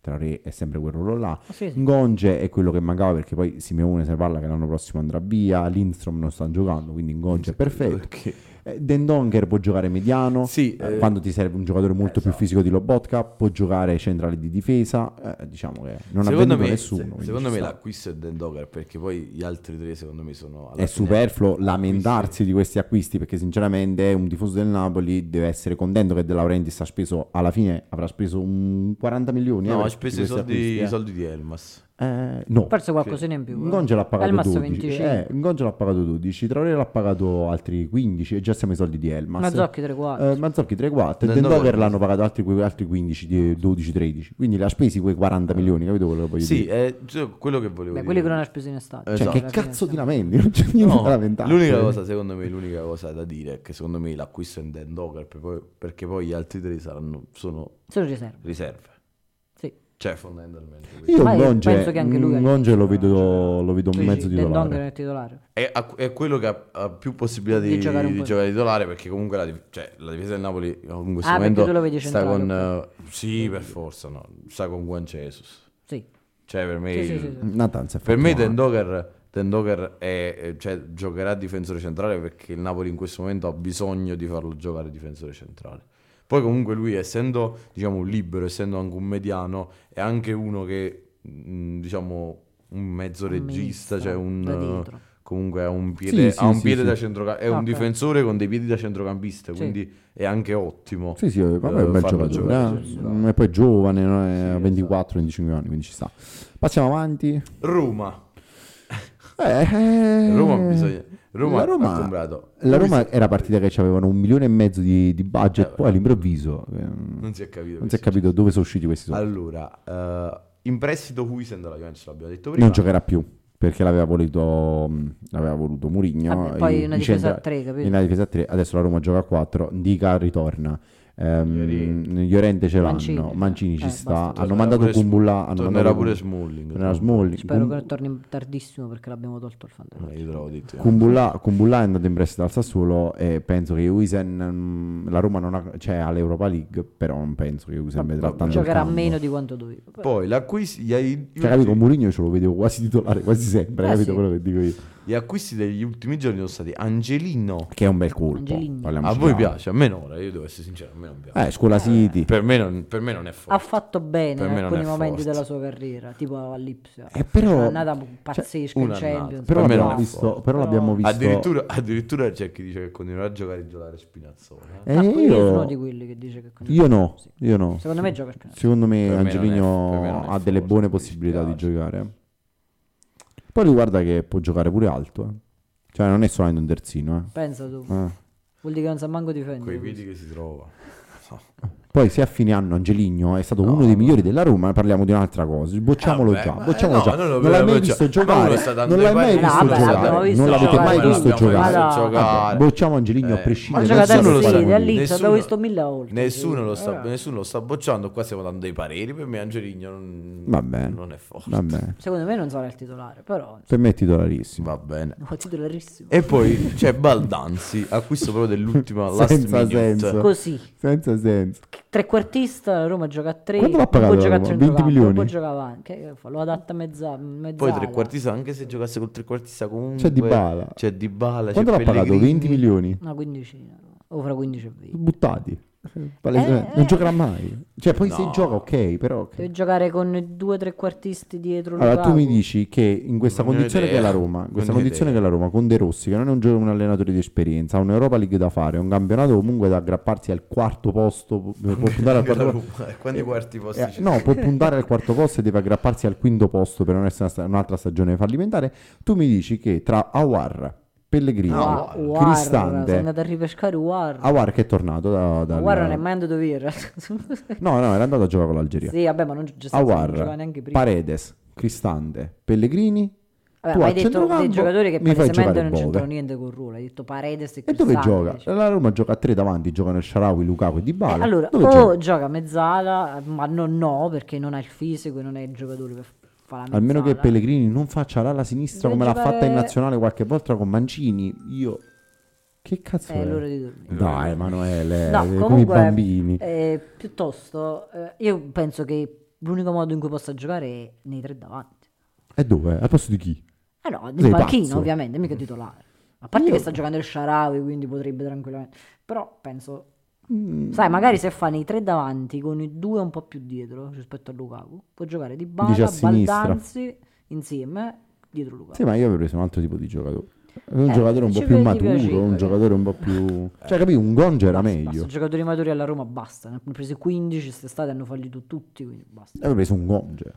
A: Traoré è sempre quel ruolo là.
B: Sì, sì.
A: Ngonge è quello che mancava perché poi Simeone se ne parla che l'anno prossimo andrà via, Lindstrom non sta giocando, quindi Ngonge è perfetto.
C: Perché-
A: Eh, Den Donker può giocare mediano,
C: Sì,
A: eh,
C: eh, esatto.
A: quando ti serve un giocatore molto più fisico di Lobotka, può giocare centrale di difesa, eh, diciamo che non ha
C: secondo
A: venduto
C: me,
A: nessuno.
C: se-
A: quindi
C: secondo
A: ci
C: me
A: sta.
C: l'acquisto è Den Docker perché poi gli altri tre secondo me sono... alla
A: è
C: fine-
A: superfluo
C: acquisti.
A: lamentarsi di questi acquisti perché sinceramente un tifoso del Napoli deve essere contento che De Laurentiis ha speso alla fine avrà speso un 40 milioni eh,
C: No,
A: per
C: ha
A: tutti
C: speso i
A: questi eh.
C: soldi, i
A: acquisti,
C: soldi di Elmas.
A: eh. Eh, no
B: Forse qualcosina in più. eh.
A: Ngonge l'ha pagato
B: Elmas
A: 12 eh,
B: 25.
A: Ngonge l'ha pagato 12 Traoré l'ha pagato altri 15 e già siamo i soldi di Elmas
B: Mazzocchi 3-4.
A: eh, Mazzocchi 3-4
C: Del
A: e Dendover
C: Dover.
A: l'hanno pagato altri, que- altri 15 di- 12-13 quindi le ha spesi quei 40 milioni capito quello che voglio
C: Sì,
A: dire
C: è cioè, quello che volevo
B: Beh,
C: dire.
B: quelli che non ha speso in estate.
A: cioè,
C: esatto.
A: che
B: Alla fine
A: cazzo ti
B: siamo-
A: lamenti non c'è niente
C: No,
A: da lamentare
C: l'unica cosa, secondo me, l'unica cosa da dire è che secondo me l'acquisto è in Dan Docker per poi- perché poi gli altri tre saranno, sono
B: Sono riserve.
C: riserve.
B: Sì.
C: Cioè, fondamentalmente. questo.
A: Io
B: Ma io
A: Ngonge,
B: penso che anche lui-
A: Ngonge lo vedo, lo vedo un
B: Sì,
A: mezzo
B: sì, Den
A: titolare.
B: Donker è titolare.
C: È, a- è quello che ha, ha più possibilità di,
B: Di giocare un
C: di
B: po'.
C: giocare titolare perché comunque la, dif- cioè, la difesa del Napoli in questo
B: Ah, perché
C: momento
B: tu lo vedi
C: sta
B: centrale,
C: con... eh, sì, per forza, no. Sta con Juan Jesus.
B: Sì.
C: Cioè, per me...
B: Sì, sì,
C: il-
B: sì, sì.
A: Nathan si è
C: Per
A: fatto
C: me
A: male.
C: Tendoker Tendoker è, eh, cioè, giocherà a difensore centrale perché il Napoli in questo momento ha bisogno di farlo giocare difensore centrale. Poi comunque lui essendo diciamo un libero, essendo anche un mediano, è anche uno che mh, diciamo un mezzo regista,
B: Amministra
C: cioè
B: da
C: un
B: dietro.
C: comunque ha un piede,
A: Sì,
C: ha
A: sì,
C: un
A: sì,
C: piede
A: sì.
C: da centrocampista, è
B: Ah,
C: un
B: ok.
C: difensore con dei piedi da centrocampista,
B: Sì.
C: quindi è anche ottimo.
A: Sì, sì, ma poi è un
C: eh,
A: bel
C: farlo
A: giocatore.
C: giocare,
A: eh.
C: sì,
A: Mm, E poi è giovane, no? È
C: Sì,
A: a 24-25 anni, quindi ci sta. Passiamo avanti.
C: Roma.
A: Eh,
C: Roma, bisogna... Roma,
A: la Roma-
C: ha comprato.
A: La Roma era partita che avevano un milione e mezzo di, di budget,
C: Eh,
A: poi all'improvviso ehm,
C: non si è capito.
A: non si è
C: questo.
A: capito dove sono usciti questi soldi.
C: Allora, eh, in prestito Huisen dalla Juventus, l'abbiamo detto prima.
A: Non giocherà più perché l'aveva voluto, mh, l'aveva voluto Murigno.
B: Vabbè, poi
A: i-
B: una
A: i
B: difesa a
A: centra-
B: 3, capito?
A: in una difesa a 3 adesso la Roma gioca a 4 Dica ritorna ehm,
C: Ieri-
A: Llorente ce l'hanno Mancini,
B: Mancini.
A: ci
B: Eh,
A: sta
B: basta.
A: hanno
C: Tornerà
A: mandato
C: pure Sm-
A: Kumbulla hanno
C: Tornerà
A: mandato
C: pure
A: Kum-
C: Smalling.
A: tornerà Smalling
B: Spero
A: Kum-
B: che torni tardissimo perché l'abbiamo tolto il fantasma.
C: Eh, Io te l'avevo detto.
A: Kumbulla, Kumbulla è andato in prestito al Sassuolo e penso che Uisen la Roma non ha, cioè, ha l'Europa League però non penso che Uisen vedrà tanto il
B: Giocherà
A: campo.
B: meno di quanto doveva. Poi-
C: Poi l'acquis- gli, ai-
A: cioè, capito, con Mourinho ce lo vedevo quasi titolare quasi sempre
B: Eh,
A: capito
B: sì.
A: quello che dico io
C: gli acquisti degli ultimi giorni sono stati Angelino.
A: che è un bel colpo
B: Angelini.
A: parliamoci
C: A voi
A: chiaro.
C: piace, a me no, ora, io devo essere sincero, a me non piace.
A: eh scuola City
C: Per, me non, per me non è
B: Ha
C: forte.
B: fatto bene
C: Per me non
B: in alcuni
C: è
B: momenti
C: forte.
B: della sua carriera, tipo all'Ipsia.
A: Eh, però-
B: un'annata pazzesca in
C: un'annata.
B: Champions.
A: però
C: Per me non
A: l'abbiamo
C: è
A: visto,
C: forte.
A: però l'abbiamo visto
C: Addirittura, addirittura c'è chi dice che continuerà a giocare e giocare Spinazzola.
A: Eh,
B: Ah, poi io...
A: io-
B: sono di quelli che dice che
A: Io no,
B: Sì.
A: io no.
B: Secondo me gioca Spinazzola.
A: Secondo me
C: Per me non è- per me non
A: Angelino
C: è
A: ha delle
C: forte,
A: buone
C: mi
A: possibilità di
C: dispiace.
A: giocare. Poi riguarda che può giocare pure alto. eh. Cioè non è solamente un terzino.
B: Pensa tu.
A: eh. Eh.
B: Vuol dire che non sa manco difendere.
C: Quei piedi che si trova.
A: Poi se a fine anno Angeligno è stato uno dei migliori della Roma, eh, parliamo di un'altra cosa. Bocciamolo
C: Vabbè,
A: già,
C: ma-
A: bocciamolo
C: eh, no,
A: già.
C: non lo
A: Non,
C: vedo
A: l'hai mai
C: bocciare.
A: visto
C: Ma uno sta
A: giocare.
C: dando
A: Non l'hai
C: i
A: mai
C: pari-
A: visto
B: No, vabbè, l'abbiamo
A: giocare.
B: visto
A: Non l'avete
B: giocare,
A: mai
B: l'abbiamo
A: visto
B: visto
A: giocare. Vabbè, Boh,
C: giocare.
A: Bocciamo Angeligno a
C: Eh,
B: Ma
A: prescindere.
B: il
A: non
B: giocatore
A: so
C: nessuno
A: se
C: lo
B: sì,
A: sarà
C: sa-
A: così.
B: dall'Inter
C: Nessuno-
B: l'ho visto mille volte.
C: Nessuno lo, sta,
B: Eh.
C: nessuno lo sta bocciando, qua stiamo dando dei pareri. Per me Angelino non,
A: Va bene.
C: non è forte.
A: Vabbè,
B: Secondo me non sarà il titolare, però...
A: per me è titolarissimo.
C: Va bene.
B: No, titolarissimo.
C: E poi c'è Baldanzi, acquisto proprio dell'ultima last
A: Senza
C: minute.
A: senso.
B: Così.
A: Senza senso.
B: Trequartista, la Roma gioca a 3.
A: Quanto l'ha pagato la
B: Poi gioca a
A: Roma?
B: 20
A: 20
B: milioni. Poi
A: milioni?
B: giocava anche. che fa? Lo adatta a mezza, mezzala.
C: Poi trequartista, anche se giocasse col trequartista comunque
A: C'è Dybala.
C: C'è Dybala,
A: Quanto
C: c'è
A: l'ha pagato?
C: Pellegrini.
A: 20 milioni?
B: Una quindicina. O fra 15 e 20.
A: buttati. Palesemente.
B: Eh,
A: non
B: eh.
A: giocherà mai. Cioè, poi se
C: No.
A: gioca, ok, però.
B: Deve giocare con due trequartisti dietro
A: Allora, tu
B: Lukaku.
A: mi dici che in questa
C: Non ne ho
A: condizione che
C: idea.
A: è la Roma, in questa
C: Non ne ho
A: condizione che
C: idea.
A: è la Roma, con De Rossi, che non è un, gio- un allenatore di esperienza, ha un'Europa League da fare, un campionato comunque da aggrapparsi al quarto posto, pu- può puntare al
C: Anche
A: quarto
C: la
A: posto.
C: Roma, eh, Quanti quarti posti
A: Eh,
C: c'è?
A: no, può puntare al quarto posto e deve aggrapparsi al quinto posto per non essere una sta- un'altra stagione fallimentare. Tu mi dici che tra Awar, Pellegrini,
C: No,
B: Wa- War, sono
A: Cristante,
B: andato a ripescare War.
A: Awar che è tornato da, dal-
B: War non è mai andato via. in realtà.
A: No, no, era andato a giocare con l'Algeria.
B: sì, vabbè, ma non gi- giustamente non giocava
A: Awar,
B: neanche prima.
A: Paredes, Cristante, Pellegrini.
B: Vabbè,
A: tu
B: ma
A: a
B: hai detto dei
A: centrocampo
B: giocatori che
A: mi fai
B: palesemente
A: giocare
B: non
A: Bove.
B: c'entrano niente col ruolo. Hai detto Paredes e
A: E dove
B: Cristante,
A: gioca?
B: dici.
A: La Roma gioca a tre davanti, giocano Sharawi, Lukaku e Dybala.
B: Eh, allora,
A: dove
B: o
A: gioca?
B: gioca? mezzala, ma no, no, perché non ha il fisico e non è il giocatore per fare la mezzala.
A: Almeno che Pellegrini non faccia l'ala sinistra
B: Deve
A: come l'ha
B: giocare-
A: fatta in nazionale qualche volta con Mancini, io che cazzo
B: È
A: è?
B: l'ora Eh, di dormire.
A: eh. Dai, Emanuele,
B: No,
A: come
B: comunque,
A: i bambini.
B: eh, piuttosto, eh, io penso che l'unico modo in cui possa giocare è nei tre davanti.
A: E dove? Al posto di chi?
B: Eh no, nel
A: Sei
B: panchino
A: pazzo?
B: ovviamente, mica titolare. A parte
A: Mm. Io-
B: che sta giocando il Sharawi, quindi potrebbe tranquillamente. Però penso,
A: Mm,
B: sai, magari se fa nei tre davanti con i due un po' più dietro rispetto a Lukaku, può giocare di
A: Dici a
B: Bala,
A: sinistra.
B: Baldanzi insieme dietro Lukaku.
A: Sì, ma io avrei preso un altro tipo di giocatore. Un
B: Eh,
A: giocatore un po'
B: ci
A: più
B: vedi
A: maturo,
B: piacere.
A: un giocatore un po' più... Cioè, capito? Un Gonge era
B: Basta,
A: meglio.
B: basta, giocatori maturi alla Roma basta, ne hanno presi 15 quest'estate, hanno fallito tutti, quindi basta.
A: Avrei preso un Gonge.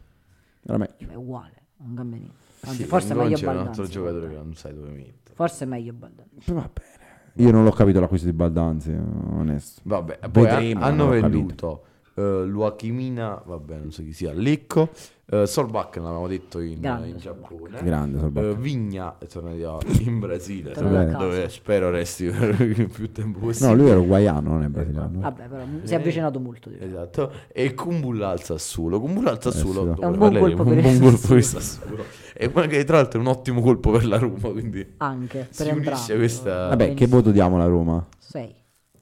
A: Era meglio.
B: È uguale, non cambia niente. Anzi,
C: Sì,
B: forse è
C: non
B: meglio
C: c'è un altro
B: Baldanzi.
C: giocatore che non sai dove mettere.
B: Forse è meglio Baldanzi.
A: Va bene. Io non l'ho capito l'acquisto di Baldanzi, onesto.
C: Vabbè, poi
A: Vedremo,
C: ha- hanno
A: non ho capito.
C: venduto eh, Luachimina, vabbè, non so chi sia, Lecco, eh, Solbak, l'avevamo detto in,
B: Grande
C: in
B: Solbakken.
C: Giappone.
A: Grande, Solbakken.
C: Eh, Vigna è tornato in Brasile,
B: Tornato a
C: dove-
B: casa.
C: dove spero resti per il più tempo
A: No,
C: possibile.
A: lui era uguaiano, non è brasiliano.
C: Ah,
B: Vabbè, però m- si è avvicinato molto. direi.
C: Eh. Esatto, e Kumbulla al Sassuolo. Kumbulla al Sassuolo
A: sì.
C: dove
B: È un buon
C: Valerio-
B: colpo
C: Eh, un
B: per il
C: buon colpo per il
B: Sassuolo.
C: Sassuolo. E magari tra l'altro è un ottimo colpo per la Roma, quindi
B: Anche per
C: si unisce
B: entrambi.
C: questa...
A: Vabbè, che voto diamo alla Roma?
B: 6.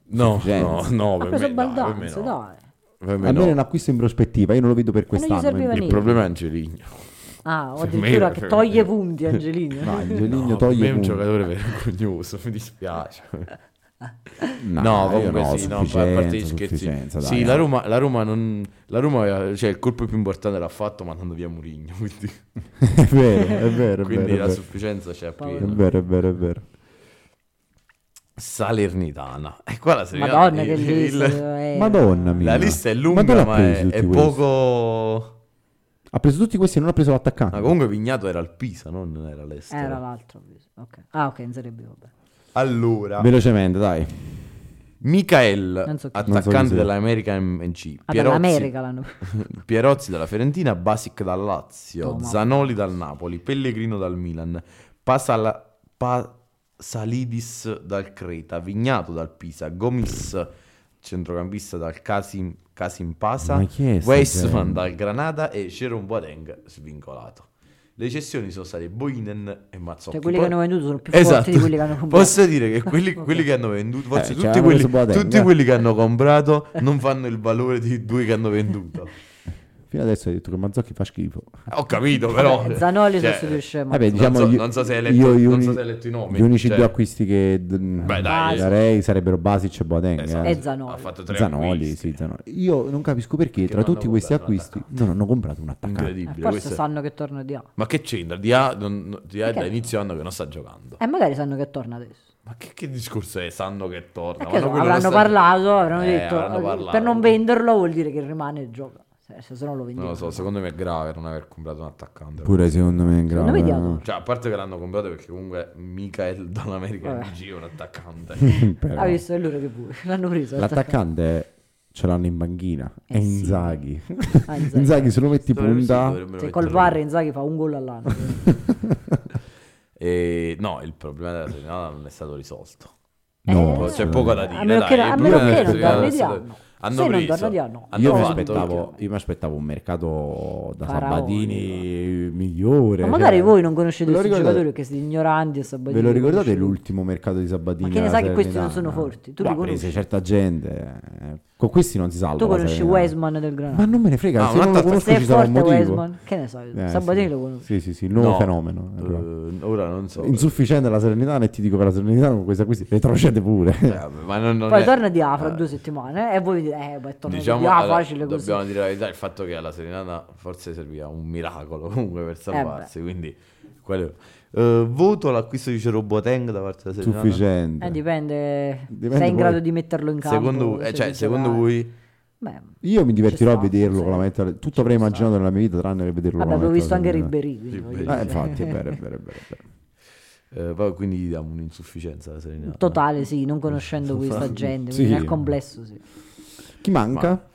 C: No, no,
A: sufficienza.
C: no, eh,
B: Ha
C: per
B: preso
C: me, no, per me
B: Baldanzi,
C: no.
B: dai.
C: Per me
A: Almeno è
C: no.
A: un acquisto in prospettiva, io non lo vedo per
B: non gli
A: quest'anno.
B: serviva
A: quindi-
C: Il problema è Angeligno.
B: Ah, o
C: Per me
B: addirittura
C: era-
B: che toglie punti Angelino.
A: No, Angeligno
C: No, per me
A: toglie
C: è un
A: punti.
C: giocatore vergognoso, mi dispiace.
A: No,
C: No,
A: Eh, io
C: comunque
A: no,
C: sì, no, a parte gli
A: sufficienza,
C: scherzi.
A: sufficienza, dai, eh.
C: sì, la
A: no.
C: Roma, la Roma non la Roma aveva- cioè il colpo più importante l'ha fatto mandando via Mourinho, quindi,
A: è vero, è vero, è
C: quindi
A: vero,
C: la
A: è vero.
C: sufficienza c'è
A: È
C: appena.
A: vero, è vero, è vero.
C: Salernitana. E qua la Salernitana-
B: Madonna, che
C: il-
B: lista.
C: il-
B: eh.
A: Madonna mia.
C: La lista è lunga,
A: dove
C: ma,
A: l'ha presi
C: è,
A: tutti
C: è
A: questi?
C: poco
A: Ha preso tutti questi e non ha preso l'attaccante.
C: Ma comunque Vignato era al Pisa, non era all'estero.
B: Era l'altro. ok. Ah, ok, in Serie B, vabbè.
C: Allora,
A: Velocemente, dai.
C: Michael,
B: Non so chi-
A: Non so chi
C: attaccante
A: sia.
C: dell'America MC,
B: Ah,
C: Pierozzi,
B: dall'America l'hanno
C: Pierozzi dalla Fiorentina, Basic dal Lazio,
B: Toma.
C: Zanoli dal Napoli, Pellegrino dal Milan, Pasala- Pasalidis dal Creta, Vignato dal Pisa, Gomis centrocampista dal Casim, Casim Pasa,
A: Ma chi è sta
C: Weissman
A: gente?
C: dal Granada e Jerome Boateng svincolato. Le cessioni sono state Boinen e Mazzotti.
B: Cioè, quelli
C: Poi-
B: che hanno venduto sono più forti
C: Esatto.
B: di quelli che hanno comprato. cioè,
C: Posso dire che quelli,
B: Ok.
C: quelli che hanno venduto, forse
A: Eh,
C: tutti,
A: c'erano
C: quelli,
A: su Boateng,
C: tutti
A: eh.
C: quelli che hanno comprato non fanno il valore dei due che hanno venduto.
A: Fino adesso hai detto che Mazzocchi fa schifo.
C: Ho capito, però.
B: Vabbè, Zanoli
C: cioè,
B: sostituisce Mazzotti.
A: Vabbè, diciamo
C: so-
A: gli-
C: non so se hai letto-
A: io gli
C: non
A: uni-
C: so se hai letto i nomi,
A: Gli unici
C: cioè-
A: due acquisti che d-
C: Beh, dai,
A: darei sarebbero Basic e Boateng.
C: esatto,
A: eh.
B: E Zanoli.
C: Ha fatto tre
A: Zanoli,
C: acquisti.
A: sì, Zanoli. Io non capisco perché,
C: Perché
A: tra
C: non hanno
A: tutti questi
C: comprato un
A: acquisti non hanno comprato un attaccante.
B: Eh,
C: Incredibile.
B: forse
C: questo è-
B: sanno che torna di A.
C: Ma che c'entra? Di A, non- non- di A è
B: Perché?
C: da inizio anno che non sta giocando.
B: E Eh, magari sanno che torna adesso.
C: Ma che, che discorso è? Sanno che torna.
B: Perché
C: ma
B: so,
C: no, quello non
B: avranno
C: sta-
B: parlato, avranno
C: Eh,
B: detto
C: avranno
B: "Ah,
C: parlato.
B: per non venderlo vuol dire che rimane e gioca. Se, se no lo
C: Non
B: vendiamo.
C: lo so, secondo me è grave non aver comprato un attaccante.
A: Pure secondo me è eh. in grado.
B: Secondo me diavolo.
C: Cioè, a parte che l'hanno comprato perché comunque Michael dall'America
B: Vabbè.
C: MG è un attaccante.
A: Però
B: Ah, visto, è loro che pure. L'hanno preso.
A: L'attaccante ce l'hanno in banchina.
B: Eh
A: è
B: sì. Eh,
A: Inzaghi.
B: Ah, Inzaghi.
A: Inzaghi se lo metti
C: Dovrebbero- sì,
A: punta.
C: dovrebbero
B: Se
C: metterlo.
B: col VAR Inzaghi fa un gol all'anno.
C: E no, il problema della Serenata non è stato risolto.
A: No,
B: Eh,
C: C'è poco da dire.
B: a meno
C: dai,
B: che, a
C: il
B: meno
C: problema
B: che non
C: della
A: Sì,
B: torna
C: Serenata non è
B: di
C: stato-
B: anno.
C: Hanno
B: Se non
C: preso.
B: torna di anno.
C: Hanno
A: Io mi,
C: fatto-
A: aspettavo, io mi aspettavo un mercato da
B: Faraonico.
A: Sabatini migliore.
B: Ma magari
A: cioè.
B: voi non conoscete
A: Ve lo
B: questi
A: ricordate-
B: giocatori che siete ignoranti e
A: Ve
B: sabatini.
A: lo ricordate
B: conosciuti?
A: l'ultimo mercato di Sabatini?
B: Ma che ne
A: alla
B: sa che questi
A: Salernitana?
B: non sono forti? Tu
A: Boh,
B: li
A: prese
B: conosci?
A: certa gente. eh. Con questi non si salva.
B: Tu
A: la
B: conosci
A: Salernitana.
B: Westman del Granada.
A: Ma non me ne frega,
C: Ah,
A: se
C: un
A: non lo
C: attacco-
A: conosco
B: Se è
A: ci sarà un
B: forte
A: motivo.
B: Westman, che ne so,
A: Eh,
B: Sabatini
A: sì.
B: lo conosco.
A: Sì, sì, sì, il nuovo
C: No,
A: fenomeno. Allora.
C: eh, ora non so.
A: Insufficiente la Salernitana e ti dico che la Salernitana con questa qui retrocede pure.
C: Eh, vabbè, ma non, non
B: Poi
C: è-
B: torna di A fra
C: eh,
B: due settimane eh, e voi dite, eh, ma è tornato
C: Diciamo,
B: di A,
C: allora,
B: facile così.
C: dobbiamo dire la verità, il fatto che alla Serenata forse serviva un miracolo comunque
B: Eh,
C: per salvarsi, quindi quello- Eh, voto all'acquisto di Ciro Boateng da parte della Serenata.
A: Sufficiente.
B: Eh, dipende,
A: Dipende
B: sei in
A: poi-
B: grado di metterlo in campo.
C: Secondo, voi- eh,
B: se
C: cioè,
B: vuoi
C: secondo
B: giocare.
C: voi
B: Beh,
A: Io mi divertirò
B: Eh,
A: a
B: Ci sta,
A: vederlo
B: sì.
A: con la metà. Tutto
B: Ci
A: avrei
B: sta.
A: immaginato nella mia vita tranne che vederlo
B: vabbè,
A: con Eh, la
B: avevo
A: metà.
B: visto anche
A: Salernitana.
B: Ribéry, quindi voglio
C: Ribéry.
B: dire.
A: Eh, infatti, è vero, è vero, è vero. È vero.
C: Eh, poi quindi gli diamo un'insufficienza alla Serie A.
B: Totale, sì, non conoscendo questa gente,
A: Sì.
B: quindi nel complesso sì.
A: Chi manca?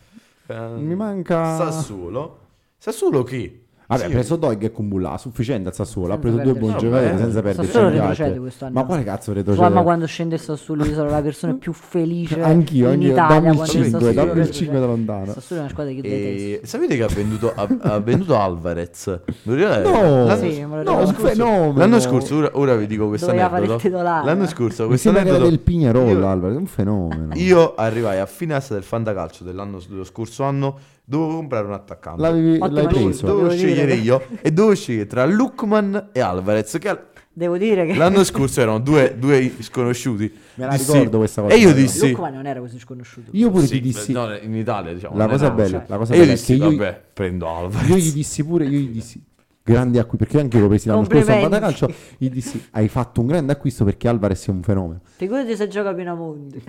C: Eh,
A: Mi manca-
C: Sassuolo. Sassuolo chi?
A: Vabbè, ha
C: Sì.
A: preso Doig e Kumbulla, sufficiente al Sassuolo, ha
B: Senza
A: preso due
B: perderci.
A: buoni
C: No,
A: giocatori
C: vabbè.
A: senza perderci gli
B: Sassuolo
A: altri.
B: retrocede quest'anno.
A: Ma quale cazzo
B: Guarda,
A: retrocede?
B: ma quando scende il Sassuolo io sono la persona più felice
A: Anch'io,
B: in
A: anch'io,
B: Italia
A: dammi il
B: quando il
A: 5,
B: Sassuolo
C: dammi il
B: retrocede.
A: 5 da lontano.
B: Sassuolo è una squadra che
C: E
B: detesto.
C: Eh, sapete che ha venduto, ha, ha venduto Alvarez? Non ricordo-
A: No,
C: l'anno-
B: Sì, me lo
A: no, un
B: ricordo.
A: fenomeno.
C: L'anno scorso, ora, ora vi dico questo
B: Doveva fare il
C: aneddoto.
B: titolare.
C: L'anno scorso,
A: Mi
C: questo
A: sembra che era
C: aneddoto-
A: del Pignarol,
C: Io-
A: Alvarez, è un fenomeno.
C: Io arrivai a finestra del fantacalcio dell'anno, dello scorso anno, dovevo comprare un attaccante.
A: L'avevi,
B: Ottimo
A: l'hai
B: giusto.
A: preso?
C: Dovevo
B: Devo dire
C: scegliere
B: che-
C: io e dovevo scegliere tra Lukman e Alvarez, che al-
B: Devo dire che
C: l'anno scorso erano due, due sconosciuti.
A: Me la
C: Dissi-
A: ricordo questa cosa,
C: E io
A: però.
C: dissi...
B: Lucco non era così sconosciuto.
A: Io pure
C: Sì,
A: ti dissi...
C: no, in Italia diciamo.
A: la
C: non
A: cosa
C: era-
B: no,
A: bella,
B: cioè-
A: la cosa
C: E io
A: bella è che
C: dissi,
A: io,
C: vabbè, prendo Alvarez.
A: io gli dissi pure, io gli dissi... Grande acquisto, perché anche io l'ho presi l'anno scorso al
B: Complimenti.
A: Fantacalcio, gli dissi hai fatto un grande acquisto perché Alvarez è un fenomeno.
B: Figurati se gioca Pinamonti.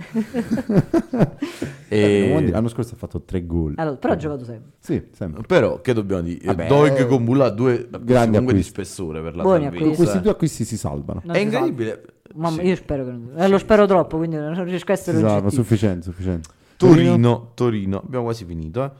A: Eh, Mondi
C: E...
A: L'anno scorso ha fatto tre gol.
B: Allora, però ha giocato sempre.
A: Sì, sempre.
C: Però che dobbiamo dire?
A: Vabbè, eh,
C: Doig con Bulla due comunque di
A: acquisti.
C: spessore per la
B: Buoni
C: salvezza,
B: acquisti.
A: Questi
C: eh.
A: due acquisti si salvano.
B: Non
C: È
B: si sa.
C: incredibile.
B: Mamma,
C: Sì.
B: io spero che non... eh, lo spero troppo, quindi non riesco a
A: Si
B: essere
A: salva,
B: oggettivo.
A: sufficiente, sufficiente.
C: Torino, Torino, abbiamo quasi finito, eh.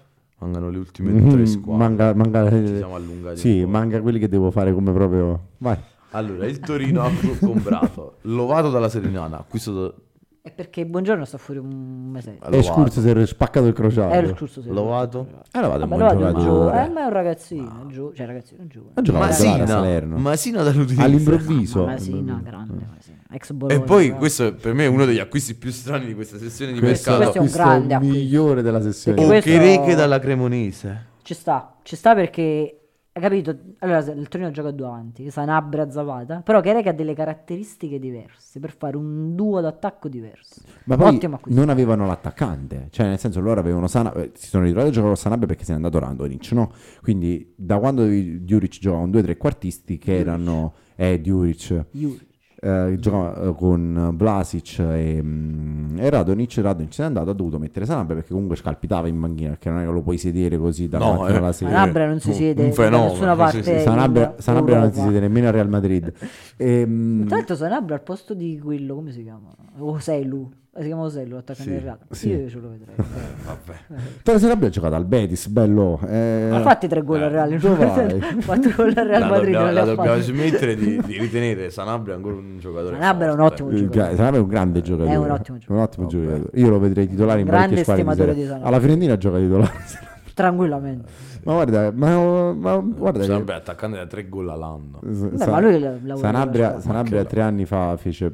C: Mancano le ultime tre
B: Mm,
A: Mhm,
C: squadre.
A: Manca, manca-
C: Ci siamo allungati.
A: sì,
C: un po'.
A: manca quelli che devo fare come proprio... Vai.
C: Allora, il Torino ha comprato Lovato dalla Serenana, acquisto
B: È perché buongiorno sta fuori un mesetto.
A: È escurso, si è spaccato il crociato.
B: Era scorso sì.
C: Lovato.
A: Eh, Lovato è un
B: Vabbè,
A: buon
B: lo vado a
A: giocatore.
B: giocare. Eh, ma è un ragazzino, giù, cioè ragazzino giovane.
A: Ha giocato a
B: Masina.
A: Zara, a Salerno.
C: Masina dall'Udinese.
A: All'improvviso.
B: Masina, grande
A: Eh.
B: Masina. Ex Bologna.
C: E poi
B: però.
C: questo è per me uno degli acquisti più strani di questa sessione di
A: Questo,
B: Questo
C: mercato.
B: è un
A: questo è
B: grande
A: il
B: acquisto.
A: migliore della sessione.
B: Perché questo-
C: Okereke dalla Cremonese.
B: Ci sta, ci sta perché hai capito? Allora, se- il Torino gioca a due avanti, Sanabria Zapata, però che ha delle caratteristiche diverse per fare un duo d'attacco diverso.
A: Ma poi
B: Ottimo acquisto.
A: non avevano l'attaccante, cioè nel senso loro avevano Sana, eh, si sono ritrovati a giocare con Sanabria perché se n'è andato Randonic, no? Quindi da quando i- Djuric giocava con due o tre quartisti che erano eh, Djuric,
B: Juric.
A: eh, giocava eh, con Vlasic e, mm, e Radonic, Radonic se n'è andato, ha dovuto mettere Sanabria perché comunque scalpitava in banchina perché non è che lo puoi sedere così da
C: No,
A: mattina
C: eh.
A: alla sera.
B: Sanabria non si
C: Un-
B: siede
C: un
B: da
C: fenomeno,
B: nessuna
C: sì,
B: parte.
C: sì, sì.
B: in
A: Sanabria, Sanabria non si
B: Europa.
A: siede nemmeno al Real Madrid. E, mm,
B: Tra l'altro Sanabria al posto di quello, come si chiama? Oselu. Eh, Si chiama Oselu, l'attaccante
C: Sì,
B: del Real.
A: sì.
B: Io ce lo vedrei. Eh.
A: Tra Sanabria ha giocato al Betis, bello. eh,
B: Ha fatti tre gol al Real.
A: dove vai?
B: Quattro gol al Real
C: La
B: Madrid.
C: dobbiamo,
B: non li
C: la
B: ha
C: dobbiamo
B: fatti.
C: smettere di, di ritenere Sanabria ancora un giocatore.
B: Sanabria è un
C: forte.
A: Eh,
B: ottimo
A: gra-
B: giocatore.
A: Sanabria è un grande giocatore.
B: È un ottimo giocatore.
A: un ottimo giocatore. Io lo vedrei titolare in parecchie
B: Grande
A: squadre.
B: stimatore
A: Serie
B: di
A: A.
B: Sanabria.
A: Alla Fiorentina gioca titolare.
B: Tranquillamente.
A: ma guarda, ma, ma guarda che-
C: Sanabria attaccando da tre gol all'anno.
A: S-
B: Beh,
A: Sa-
B: ma lui la- lavora
A: Sanabria,
B: con la squadra.
A: Sanabria tre anni fa fece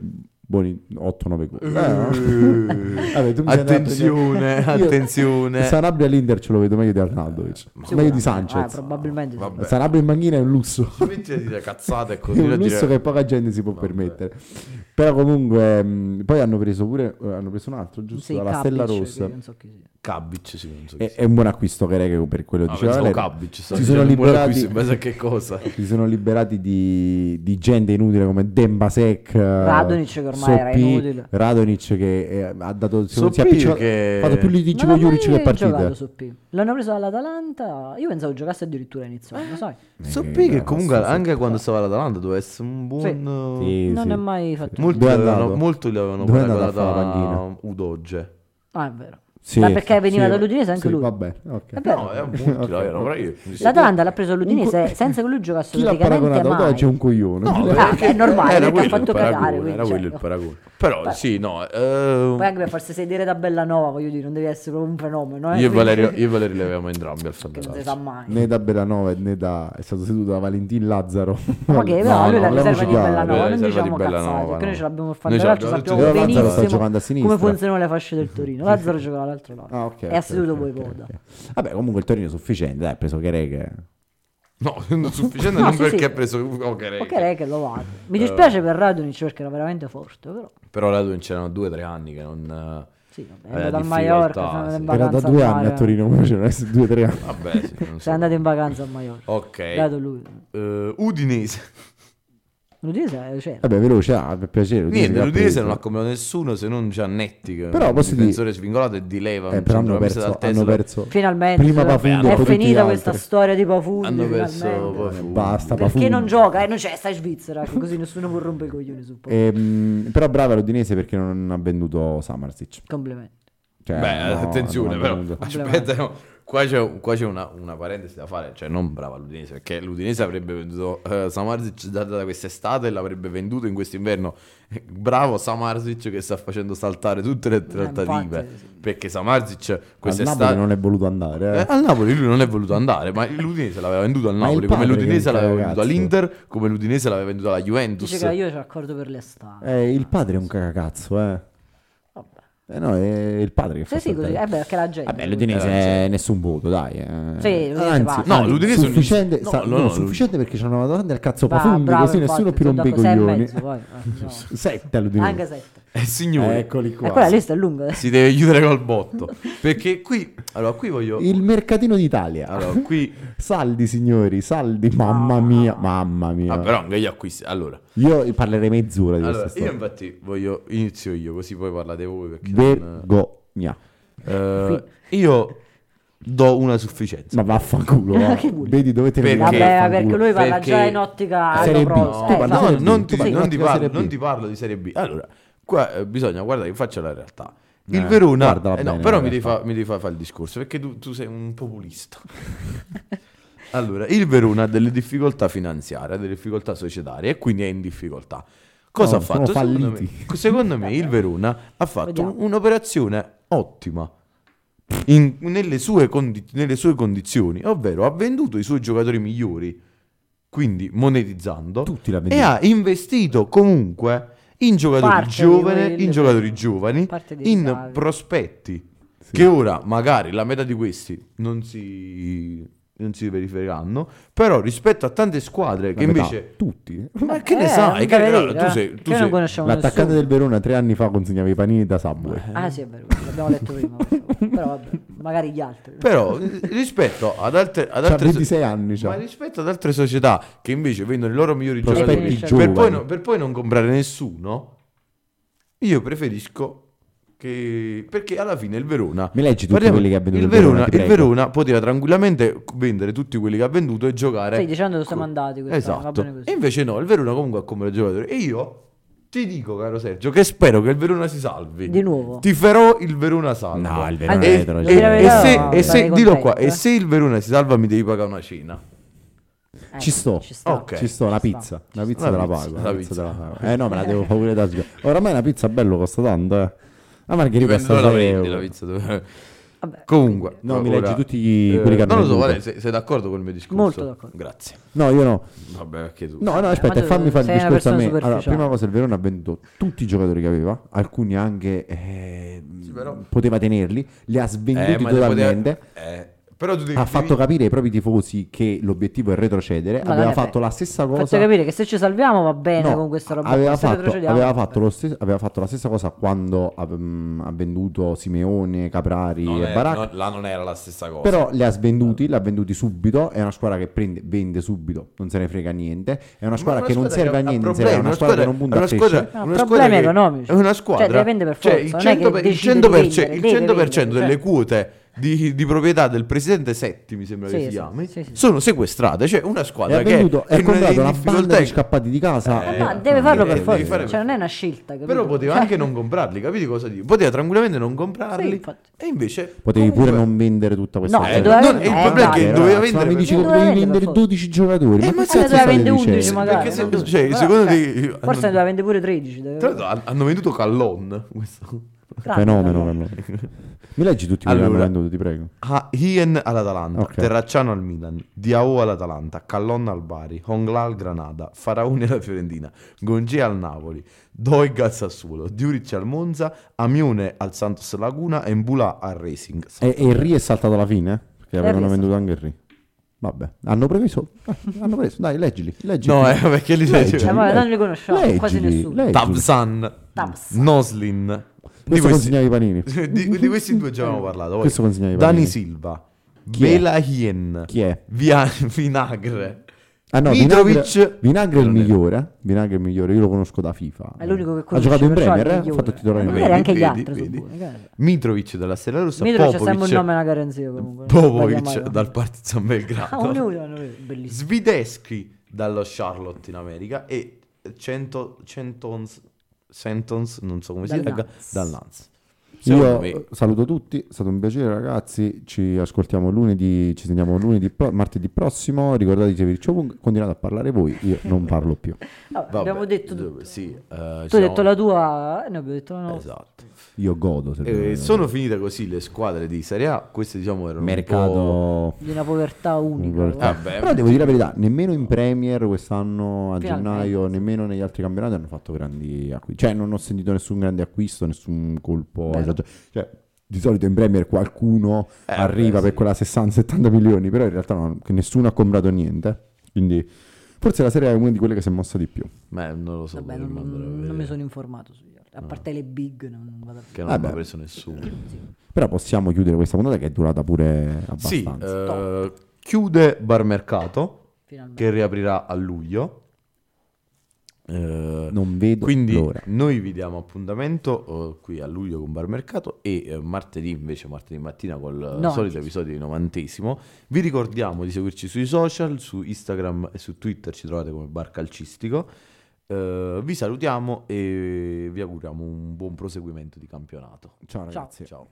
A: buoni 8-9 gol. Eh, no?
C: Eh.
A: Vabbè, tu mi sei andato a
C: attenzione,
A: prendere- Io-
C: attenzione.
A: Sanabria all'Inter ce lo vedo meglio di Arnaldovic. meglio di
B: Sicuramente.
A: Sanchez.
B: Ah, probabilmente sì.
C: Vabbè.
A: Sanabria in manchina è un lusso.
C: Smetti di dire cazzate e
A: È
C: continua
A: un
C: a
A: lusso
C: dire
A: che poca gente si può
C: Vabbè.
A: permettere. Però comunque, mh, poi hanno preso pure eh, hanno preso un altro, giusto?
B: Sì,
A: Dalla
B: Capic,
A: Stella
B: che
A: Rossa.
B: non so chi sia.
C: Cabic, sì, non so chi
A: È,
C: sia.
A: è un buon acquisto che regga per quello
C: Ah,
A: diceva
C: pensavo
A: Valerio.
C: Cabic, stavo
A: si sono
C: dicendo, pure
A: liberati
C: acquisto, in base a che cosa.
A: si sono liberati di, di gente inutile come Dembasek eh,
B: Radonic che ormai era
A: Soppi,
B: inutile.
A: Radonic che eh, ha dato se non si è
C: Soppi
A: appiccicato-
C: che-
A: ha fatto più litigi con Juric che
B: giocato
A: partite
B: su P. L'hanno preso dall'Atalanta. Io pensavo giocasse addirittura inizio anno, sai?
C: Sappi che
A: bravo,
C: comunque
A: sì, sì.
C: anche quando stava l'Atalanta doveva essere un buon... eh,
A: Sì,
B: non
A: sì.
B: è mai fatto.
C: Molti,
A: Dove è
C: avevano,
A: andato?
C: molti l'avevano
A: Dove è andato a fare la
C: paragonato
A: panchina?
C: a Udoge.
B: Ah, è vero.
A: Sì,
B: Ma perché veniva
A: sì,
B: dall'Udinese anche
A: sì,
B: lui?
A: vabbè ok.
B: È vero.
C: No, è un punto, l'avevano, però io...
B: L'Atalanta l'ha preso
A: Un
B: l'Udinese
A: co-
B: senza che lui giocasse
A: chi l'ha
B: praticamente
A: paragonato ad
B: mai.
A: oggi è un coglione
C: No,
B: Ah,
C: perché
B: è normale,
C: era
B: perché ha
C: quello
B: fatto
C: il
B: cagare,
C: paragone,
B: quindi,
C: Era
B: cioè,
C: quello il
B: no.
C: paragone. Però sì, no... eh,
B: Poi anche per farsi sedere da Bellanova, voglio dire, non devi essere un fenomeno. eh,
C: Io e
B: quindi-
C: Valerio, io e Valerio li avevamo entrambi
B: Che
C: al
B: non
C: fantacalcio.
B: si sa mai.
A: né da Belanova né da è stato seduto da Valentin Lazzaro
B: Ma Ah, che
C: No,
B: però lui
C: no,
B: la
C: parliamoci
B: riserva di
C: chiaro,
B: Bellanova,
C: la
B: non
C: riserva di
B: diciamo
C: Bellanova,
B: cazzate, perché
C: no.
B: noi ce l'abbiamo
C: Noi
B: fatta,
C: ce
B: Lazio
C: l'abbiamo
A: tutti- Però
B: sappiamo
A: Lazzaro sta
B: benissimo
A: giocando a sinistra.
B: come funzionano le fasce del Torino. Lazzaro giocava dall'altro lato.
A: Ah, ok,
B: e ha
A: ok,
B: seduto
A: ok,
B: poi
A: ok,
B: Coda.
A: ok. vabbè comunque il Torino è sufficiente dai ha preso che regga
C: No, non sufficiente
B: No,
C: non
B: sì,
C: perché
B: sì.
C: ha preso ok, Eh,
B: Ok, lei che lo vado. Mi dispiace per Radonic perché era veramente forte, però
C: Però là dove c'erano due o tre anni che non...
B: sì, vabbè,
C: Eh,
B: ero dal
C: difficoltà,
B: Maiorca, sono andato
C: sì.
B: in
A: era
B: vacanza
A: da due
B: al
A: anni a
B: mare.
A: Torino come c'erano adesso due o tre anni
C: Vabbè,
B: Cioè,
C: sì, non so.
B: Sei andato in vacanza a Maiorca.
C: Ok.
B: Dato lui.
C: Eh, Udinese.
B: L'Udinese c'era.
A: Vabbè, veloce, ah, per piacere. l'Udinese
C: Niente,
A: l'ha
C: l'Udinese
A: preso.
C: non ha combinato nessuno se non Giannetti, che
A: Però
C: è un
A: posso dire-
C: difensore svingolato e di leva.
A: Eh,
C: un
A: però hanno
C: centrocampista
A: perso,
C: da
A: hanno
C: Tesla.
A: perso
B: Finalmente.
A: Prima Pafundi
C: e
B: è
C: poi
A: tutti gli
B: finita
A: altri.
B: questa storia di Pafundi.
C: Hanno perso
B: finalmente.
C: poi-
A: Eh, Basta,
B: Perché
A: Pafundi.
B: non gioca? E non c'è, sta in Svizzera. che Così nessuno può rompere i coglioni sul po'.
A: Ehm, però brava l'Udinese perché non ha venduto Samarsic.
B: Complimenti.
A: Cioè,
C: Beh,
A: no,
C: attenzione,
A: non ha
C: però.
A: venduto.
C: Aspetta, no, qua c'è, qua c'è una, una parentesi da fare. Cioè, non brava l'Udinese, perché l'Udinese avrebbe venduto eh, Samarzic da, da quest'estate e l'avrebbe venduto in quest'inverno. Bravo Samarzic che sta facendo saltare tutte le trattative.
B: Eh, infatti, sì.
C: Perché Samarzic
A: Al
C: quest'estate.
A: Napoli non è voluto andare. eh.
C: Eh, al Napoli lui non è voluto andare, ma l'Udinese l'aveva venduto al
A: Ma è il
C: Napoli, come
A: padre
C: l'Udinese
A: che-
C: l'aveva
A: ragazzo.
C: venduto all'Inter, come l'Udinese l'aveva venduto alla Juventus.
B: Dice che io c'ho accordo per l'estate.
A: Eh, il padre è un cagacazzo, eh.
B: Vabbè.
A: Eh no, è il padre che fa
B: Sì, sì, così.
A: saltare.
B: Eh beh, perché la gente. cioè.
A: Vabbè, l'Udinese
C: Eh,
A: è nessun voto, dai. eh.
B: Sì, l'Udinese
A: anzi,
B: va.
C: No, l'Udinese è un-
A: sufficiente,
C: no,
A: sa-
C: no,
A: no,
C: no,
A: sufficiente perché c'è una davanti al cazzo
B: Va,
A: profondo,
B: bravo,
A: così
B: infatti,
A: nessuno più
B: sono
A: rompe i
B: d'accordo. Sei e
A: coglioni.
B: mezzo, poi, eh, no.
A: Sette all'Udinese.
B: Anche sette.
C: Eh, signore,
A: Eccoli qua.
B: E quella lista è lunga. adesso.
C: si deve chiudere col botto. Perché qui, allora, qui voglio.
A: Il mercatino d'Italia.
C: Allora, qui.
A: Saldi signori, saldi, mamma mia, mamma mia.
C: Ah, però anche gli acquisti. Allora,
A: Io parlerei mezz'ora di
C: allora,
A: questa
C: io
A: storia.
C: infatti voglio. Inizio io, così poi parlate voi. Perché non-
A: Vergogna.
C: Eh, io do una sufficienza.
A: Ma vaffanculo.
B: Ma
A: va.
B: che vuol-
A: Vedi dove te ne
C: Perché?
A: vai,
B: Vabbè,
A: vaffanculo.
B: perché lui parla
C: Perché-
B: già in ottica
A: Serie B,
B: Pro.
A: tu
B: Eh,
A: parli
B: infatti.
A: Serie
C: No,
A: B,
C: non
A: tu
C: ti,
A: parli
C: non
A: di
C: ti
A: Serie
C: parlo,
A: B.
C: non ti parlo di Serie B. Allora, qua eh, bisogna, guarda, che faccia la realtà.
A: Eh,
C: Il Verona,
A: guardala
C: eh, no,
A: bene,
C: però
A: la
C: mi devi,
A: realtà.
C: fa- mi devi fa- fare il discorso perché tu, tu sei un populista. allora, il Verona ha delle difficoltà finanziarie, ha delle difficoltà societarie e quindi è in difficoltà. Cosa
A: No,
C: ha fatto?
A: sono
C: Secondo me,
A: falliti.
C: secondo me il Verona ha fatto
B: Vediamo.
C: un'operazione ottima. in- nelle, sue condi- nelle sue condizioni, ovvero ha venduto i suoi giocatori migliori, quindi monetizzando,
A: Tutti la
C: e
A: vendono.
C: ha investito comunque in giocatori
B: Parte di
C: giovani,
B: quelli-
C: in giocatori giovani,
B: parte di
C: in
B: ricavi.
C: prospetti
A: Sì.
C: che ora magari la metà di questi non si non si verificheranno, però rispetto a tante squadre che invece
A: tutti.
C: ma che ne
B: Eh,
C: sai,
B: non deve
C: che-
B: dire,
C: tu
B: eh,
C: sei, tu
B: che non
C: sei-
B: conosciamo
A: L'attaccante
B: nessuno.
A: del Verona tre anni fa consegnava i panini da
C: Eh,
A: Subway. Cioè,
B: Ah sì, è vero, l'abbiamo letto prima. Però vabbè, magari gli altri.
C: però eh, rispetto ad altre ad
A: C'ha
C: altre so-
A: 26 anni, cioè. c'ha.
C: Ma rispetto ad altre società che invece vendono i loro migliori
A: Prospetti
C: giocatori per
A: giovani.
C: poi, no- per poi non comprare nessuno, io preferisco che... perché alla fine il Verona...
A: Mi leggi tutti
C: Guardiamo,
A: quelli che ha venduto il
C: il
A: Verona,
C: Verona,
A: ti
C: il
A: prego.
C: Verona poteva tranquillamente vendere tutti quelli che ha venduto e giocare...
B: Stai dicendo dove siamo
C: co-
B: andati quest'anno, va
C: eh, Esatto.
B: bene così.
C: E invece no, il Verona comunque ha comprato giocatori. E io ti dico, caro Sergio, che spero che il Verona si salvi.
B: Di nuovo.
C: Ti farò il Verona salvo.
A: No, il
C: E-
A: Verona
B: è
C: e-
B: eterogeno.
C: E, e
B: Verona
C: se,
B: no,
C: e se-
B: sarei
C: dillo qua,
B: contento,
C: e
B: eh.
C: se il Verona si salva mi devi pagare una cena.
B: Eh,
A: Ci sto.
B: Ci sta.
C: Ok.
A: Ci sto, la
B: Ci
A: pizza. La pizza
C: La
A: te la
C: pizza,
A: pago.
C: la
A: La pizza te la
C: pizza.
A: pago. Eh no, me la devo pagare da solo. Oramai la pizza bello costa tanto, eh. La margherita
C: Dipende
A: sta
C: dove la
A: 6
C: prendi
A: euro.
C: la pizza. dove-
B: Vabbè.
C: Comunque,
A: No, mi
C: ora-
A: leggi tutti gli-
C: eh,
A: quelli che hanno
C: Non lo so,
A: venduto.
C: Vale, sei, sei d'accordo col mio discorso?
B: Molto d'accordo.
C: Grazie.
A: No, io no.
C: Vabbè, perché tu.
A: No, no, aspetta,
B: ma tu
A: fammi fare il
B: sei una
A: discorso a me.
B: persona
A: Allora,
B: superficiale.
A: prima cosa, il Verona ha venduto tutti i giocatori che aveva, alcuni anche eh,
C: Sì, però- Eh,
A: poteva tenerli, li ha svenduti
C: ma te
A: totalmente.
C: poteva- eh, però tu devi.
A: Ha fatto
C: devi-
A: capire ai propri tifosi che l'obiettivo è retrocedere.
B: Ma
A: aveva
B: dai,
A: fatto
B: beh,
A: la stessa
B: Faccio
A: cosa.
B: capire che se ci salviamo va bene
A: No,
B: con questa roba.
A: aveva
B: se
A: fatto,
B: retrocediamo,
A: aveva
B: va
A: fatto
B: bene.
A: lo stesso- aveva fatto la stessa cosa quando ha, mm, ha venduto Simeone, Caprari
C: non
A: e
C: è-
A: Baracca.
C: no, là non era la stessa cosa.
A: Però li ha svenduti, li ha venduti subito. È una squadra che prende, vende subito, non se ne frega niente. È una squadra
C: Ma
A: che non serve a niente. in Serie A,
C: problemi,
A: è una squadra che non punta a
C: una
A: crescere.
C: squadra-
B: No,
C: una
B: problemi
C: squadra che-
B: economici.
C: È una
B: Cioè,
C: squadra.
B: deve vendere per
C: Cioè,
B: forza,
C: il
B: non è che
C: 100%, per- il
B: decide di
C: 100%
B: vendere,
C: il
B: deve
C: 100%
B: vendere,
C: delle
B: cioè.
C: quote di, di proprietà del presidente Setti, mi sembra
B: Sì,
C: che si
B: sì,
C: chiami,
B: sì, sì.
C: sono sequestrate. Cioè, una
A: E
C: squadra
A: ha
C: che
A: venduto, e
C: che
A: ha
C: non è
A: comprato
C: in
A: una banda
C: difficoltà.
A: di scappati di casa.
C: Eh,
B: Ma deve farlo
C: eh,
B: per
C: devi
B: forza.
C: fare per
B: Cioè, non è
C: forza.
B: una scelta. capito?
C: Però poteva
B: Cioè,
C: anche non comprarli, capiti cosa dico? Poteva tranquillamente non
B: Sì,
C: comprarli.
B: infatti.
C: e invece.
A: Potevi pure
C: comunque-
A: non vendere tutta questa
B: No,
A: gente.
B: Eh,
C: non-
B: doveva-
C: il
B: eh,
C: problema è
B: dai,
C: che
A: ragazzi,
C: doveva
A: ma
C: vendere
A: mi dici che
B: Doveva
A: dovevi
B: vendere
A: vendere
B: per
A: 12 giocatori. Ma
C: Eh, ma
A: che
C: se
A: cazzo
C: doveva
A: state
B: vendere 11
A: dicendo?
B: magari,
C: Perché se-
B: non dodici.
C: cioè,
B: Però,
C: secondo
B: cioè,
C: te- io-
B: Forse ne
C: hanno-
B: doveva vendere pure 13. deve-
C: Tra l'altro han- hanno venduto Callon. Questo.
B: Grande,
A: Fenomeno,
B: però.
A: fenomeno. Mi leggi tutti quelli che
C: Allora.
A: hanno venduto, ti prego.
C: Ah, Hien all'Atalanta,
A: Ok.
C: Terracciano al Milan, Diao all'Atalanta, Callon al Bari, Hongla al Granada, Faraone alla Fiorentina, Gongea al Napoli, Doig al Sassuolo, Diuric al Monza, Amione al Santos Laguna e Mbula al Racing.
A: E e Henry è saltato alla fine? eh? Perché
B: Henry
A: avevano
B: è
A: venduto anche Henry. Vabbè, hanno preso. eh, hanno preso. Dai, leggili. leggili.
C: No, eh, perché li
A: Leggili,
B: Eh,
C: legge.
B: ma non
A: leggili,
B: li conosciamo,
A: leggili,
B: quasi nessuno.
A: leggili.
C: Tabsan,
B: Tabsan.
C: Noslin. Di
A: Eh, Questo
C: questi,
A: consegnava i panini.
C: di- di questi due già avevamo parlato. poi.
A: Questo consegnava i
C: Dani
A: panini.
C: Silva,
A: è?
C: Bela Hien,
A: Chi è?
C: Via Vinagre,
A: Ah no, Vinagre,
C: Mitrovic-
A: Vinagre è il
C: Non era.
A: migliore. eh? Vinagre è il migliore, io lo conosco da FIFA.
B: È l'unico che
A: Ha
B: conosce,
A: giocato in
B: perciò è il
A: Premier, eh? ha
B: migliore.
A: fatto titolare in
B: Eh,
C: Vedi,
B: magari
A: Premier.
B: anche gli
C: vedi,
B: altri
C: vedi.
B: sono buoni. guarda.
C: Mitrovic dalla Stella Rossa,
B: Mitrovic c'è
C: Popovic,
B: sempre un nome e una garanzia comunque.
C: Popovic
B: Sbagliamo mai.
C: dal Partizan Belgrado.
B: Ah, ognuno, ognuno, bellissimo.
C: Svideschi dallo Charlotte in America e Cento, Centons, Sentons, non so come si
B: Dal
C: dica,
B: Nantes.
C: dal Nantes.
A: Io
C: Secondo me-
A: saluto tutti, è stato un piacere ragazzi, ci ascoltiamo lunedì, ci sentiamo lunedì, pro- martedì prossimo, ricordatevi di averci ovunque, continuate a parlare voi, io non parlo più.
B: Vabbè,
C: Vabbè,
B: abbiamo detto
C: d-
B: tutto.
C: sì, eh,
B: Tu hai
C: siamo-
B: detto la tua, e noi abbiamo detto la nostra.
C: Esatto.
A: Io godo. se
C: Eh,
A: devo-
C: sono finite così le squadre di Serie A, queste diciamo erano
A: mercato...
C: un
B: Di una povertà unica.
A: Povertà.
B: guarda.
C: Vabbè.
A: Però devo dire la verità, nemmeno in Premier quest'anno a
B: Più al
A: gennaio, nemmeno negli altri campionati hanno fatto grandi acquisti. Cioè non ho sentito nessun grande acquisto, nessun colpo.
B: Vero.
A: esagerato. Cioè, di solito in Premier qualcuno
C: Eh,
A: arriva
C: beh,
A: per
C: sì.
A: quella 60-70 milioni, però in realtà no, che nessuno ha comprato niente. Quindi forse la serie è una di quelle che si è mossa di più.
C: po'... Beh, non lo so.
B: Vabbè,
C: dovremmo
B: non,
C: andare a
B: non
C: vedere,
B: mi sono informato sugli altri. A parte le big, non, non vado a
C: Che non
A: Vabbè.
C: ha preso nessuno.
A: Però possiamo chiudere questa puntata che è durata pure
C: Sì,
A: abbastanza.
C: eh, chiude Barmercato
B: Finalmente.
C: che riaprirà a luglio. Eh,
A: non vedo
C: quindi
A: l'ora.
C: noi vi diamo appuntamento eh, qui a luglio con Barmercato e eh, martedì invece, martedì mattina col eh,
B: No,
C: solito
B: sì.
C: episodio di Novantesimo. Vi ricordiamo di seguirci sui social, su Instagram e su Twitter ci trovate come Bar Calcistico. Eh, vi salutiamo e vi auguriamo un buon proseguimento di campionato.
A: Ciao ragazzi.
C: Ciao.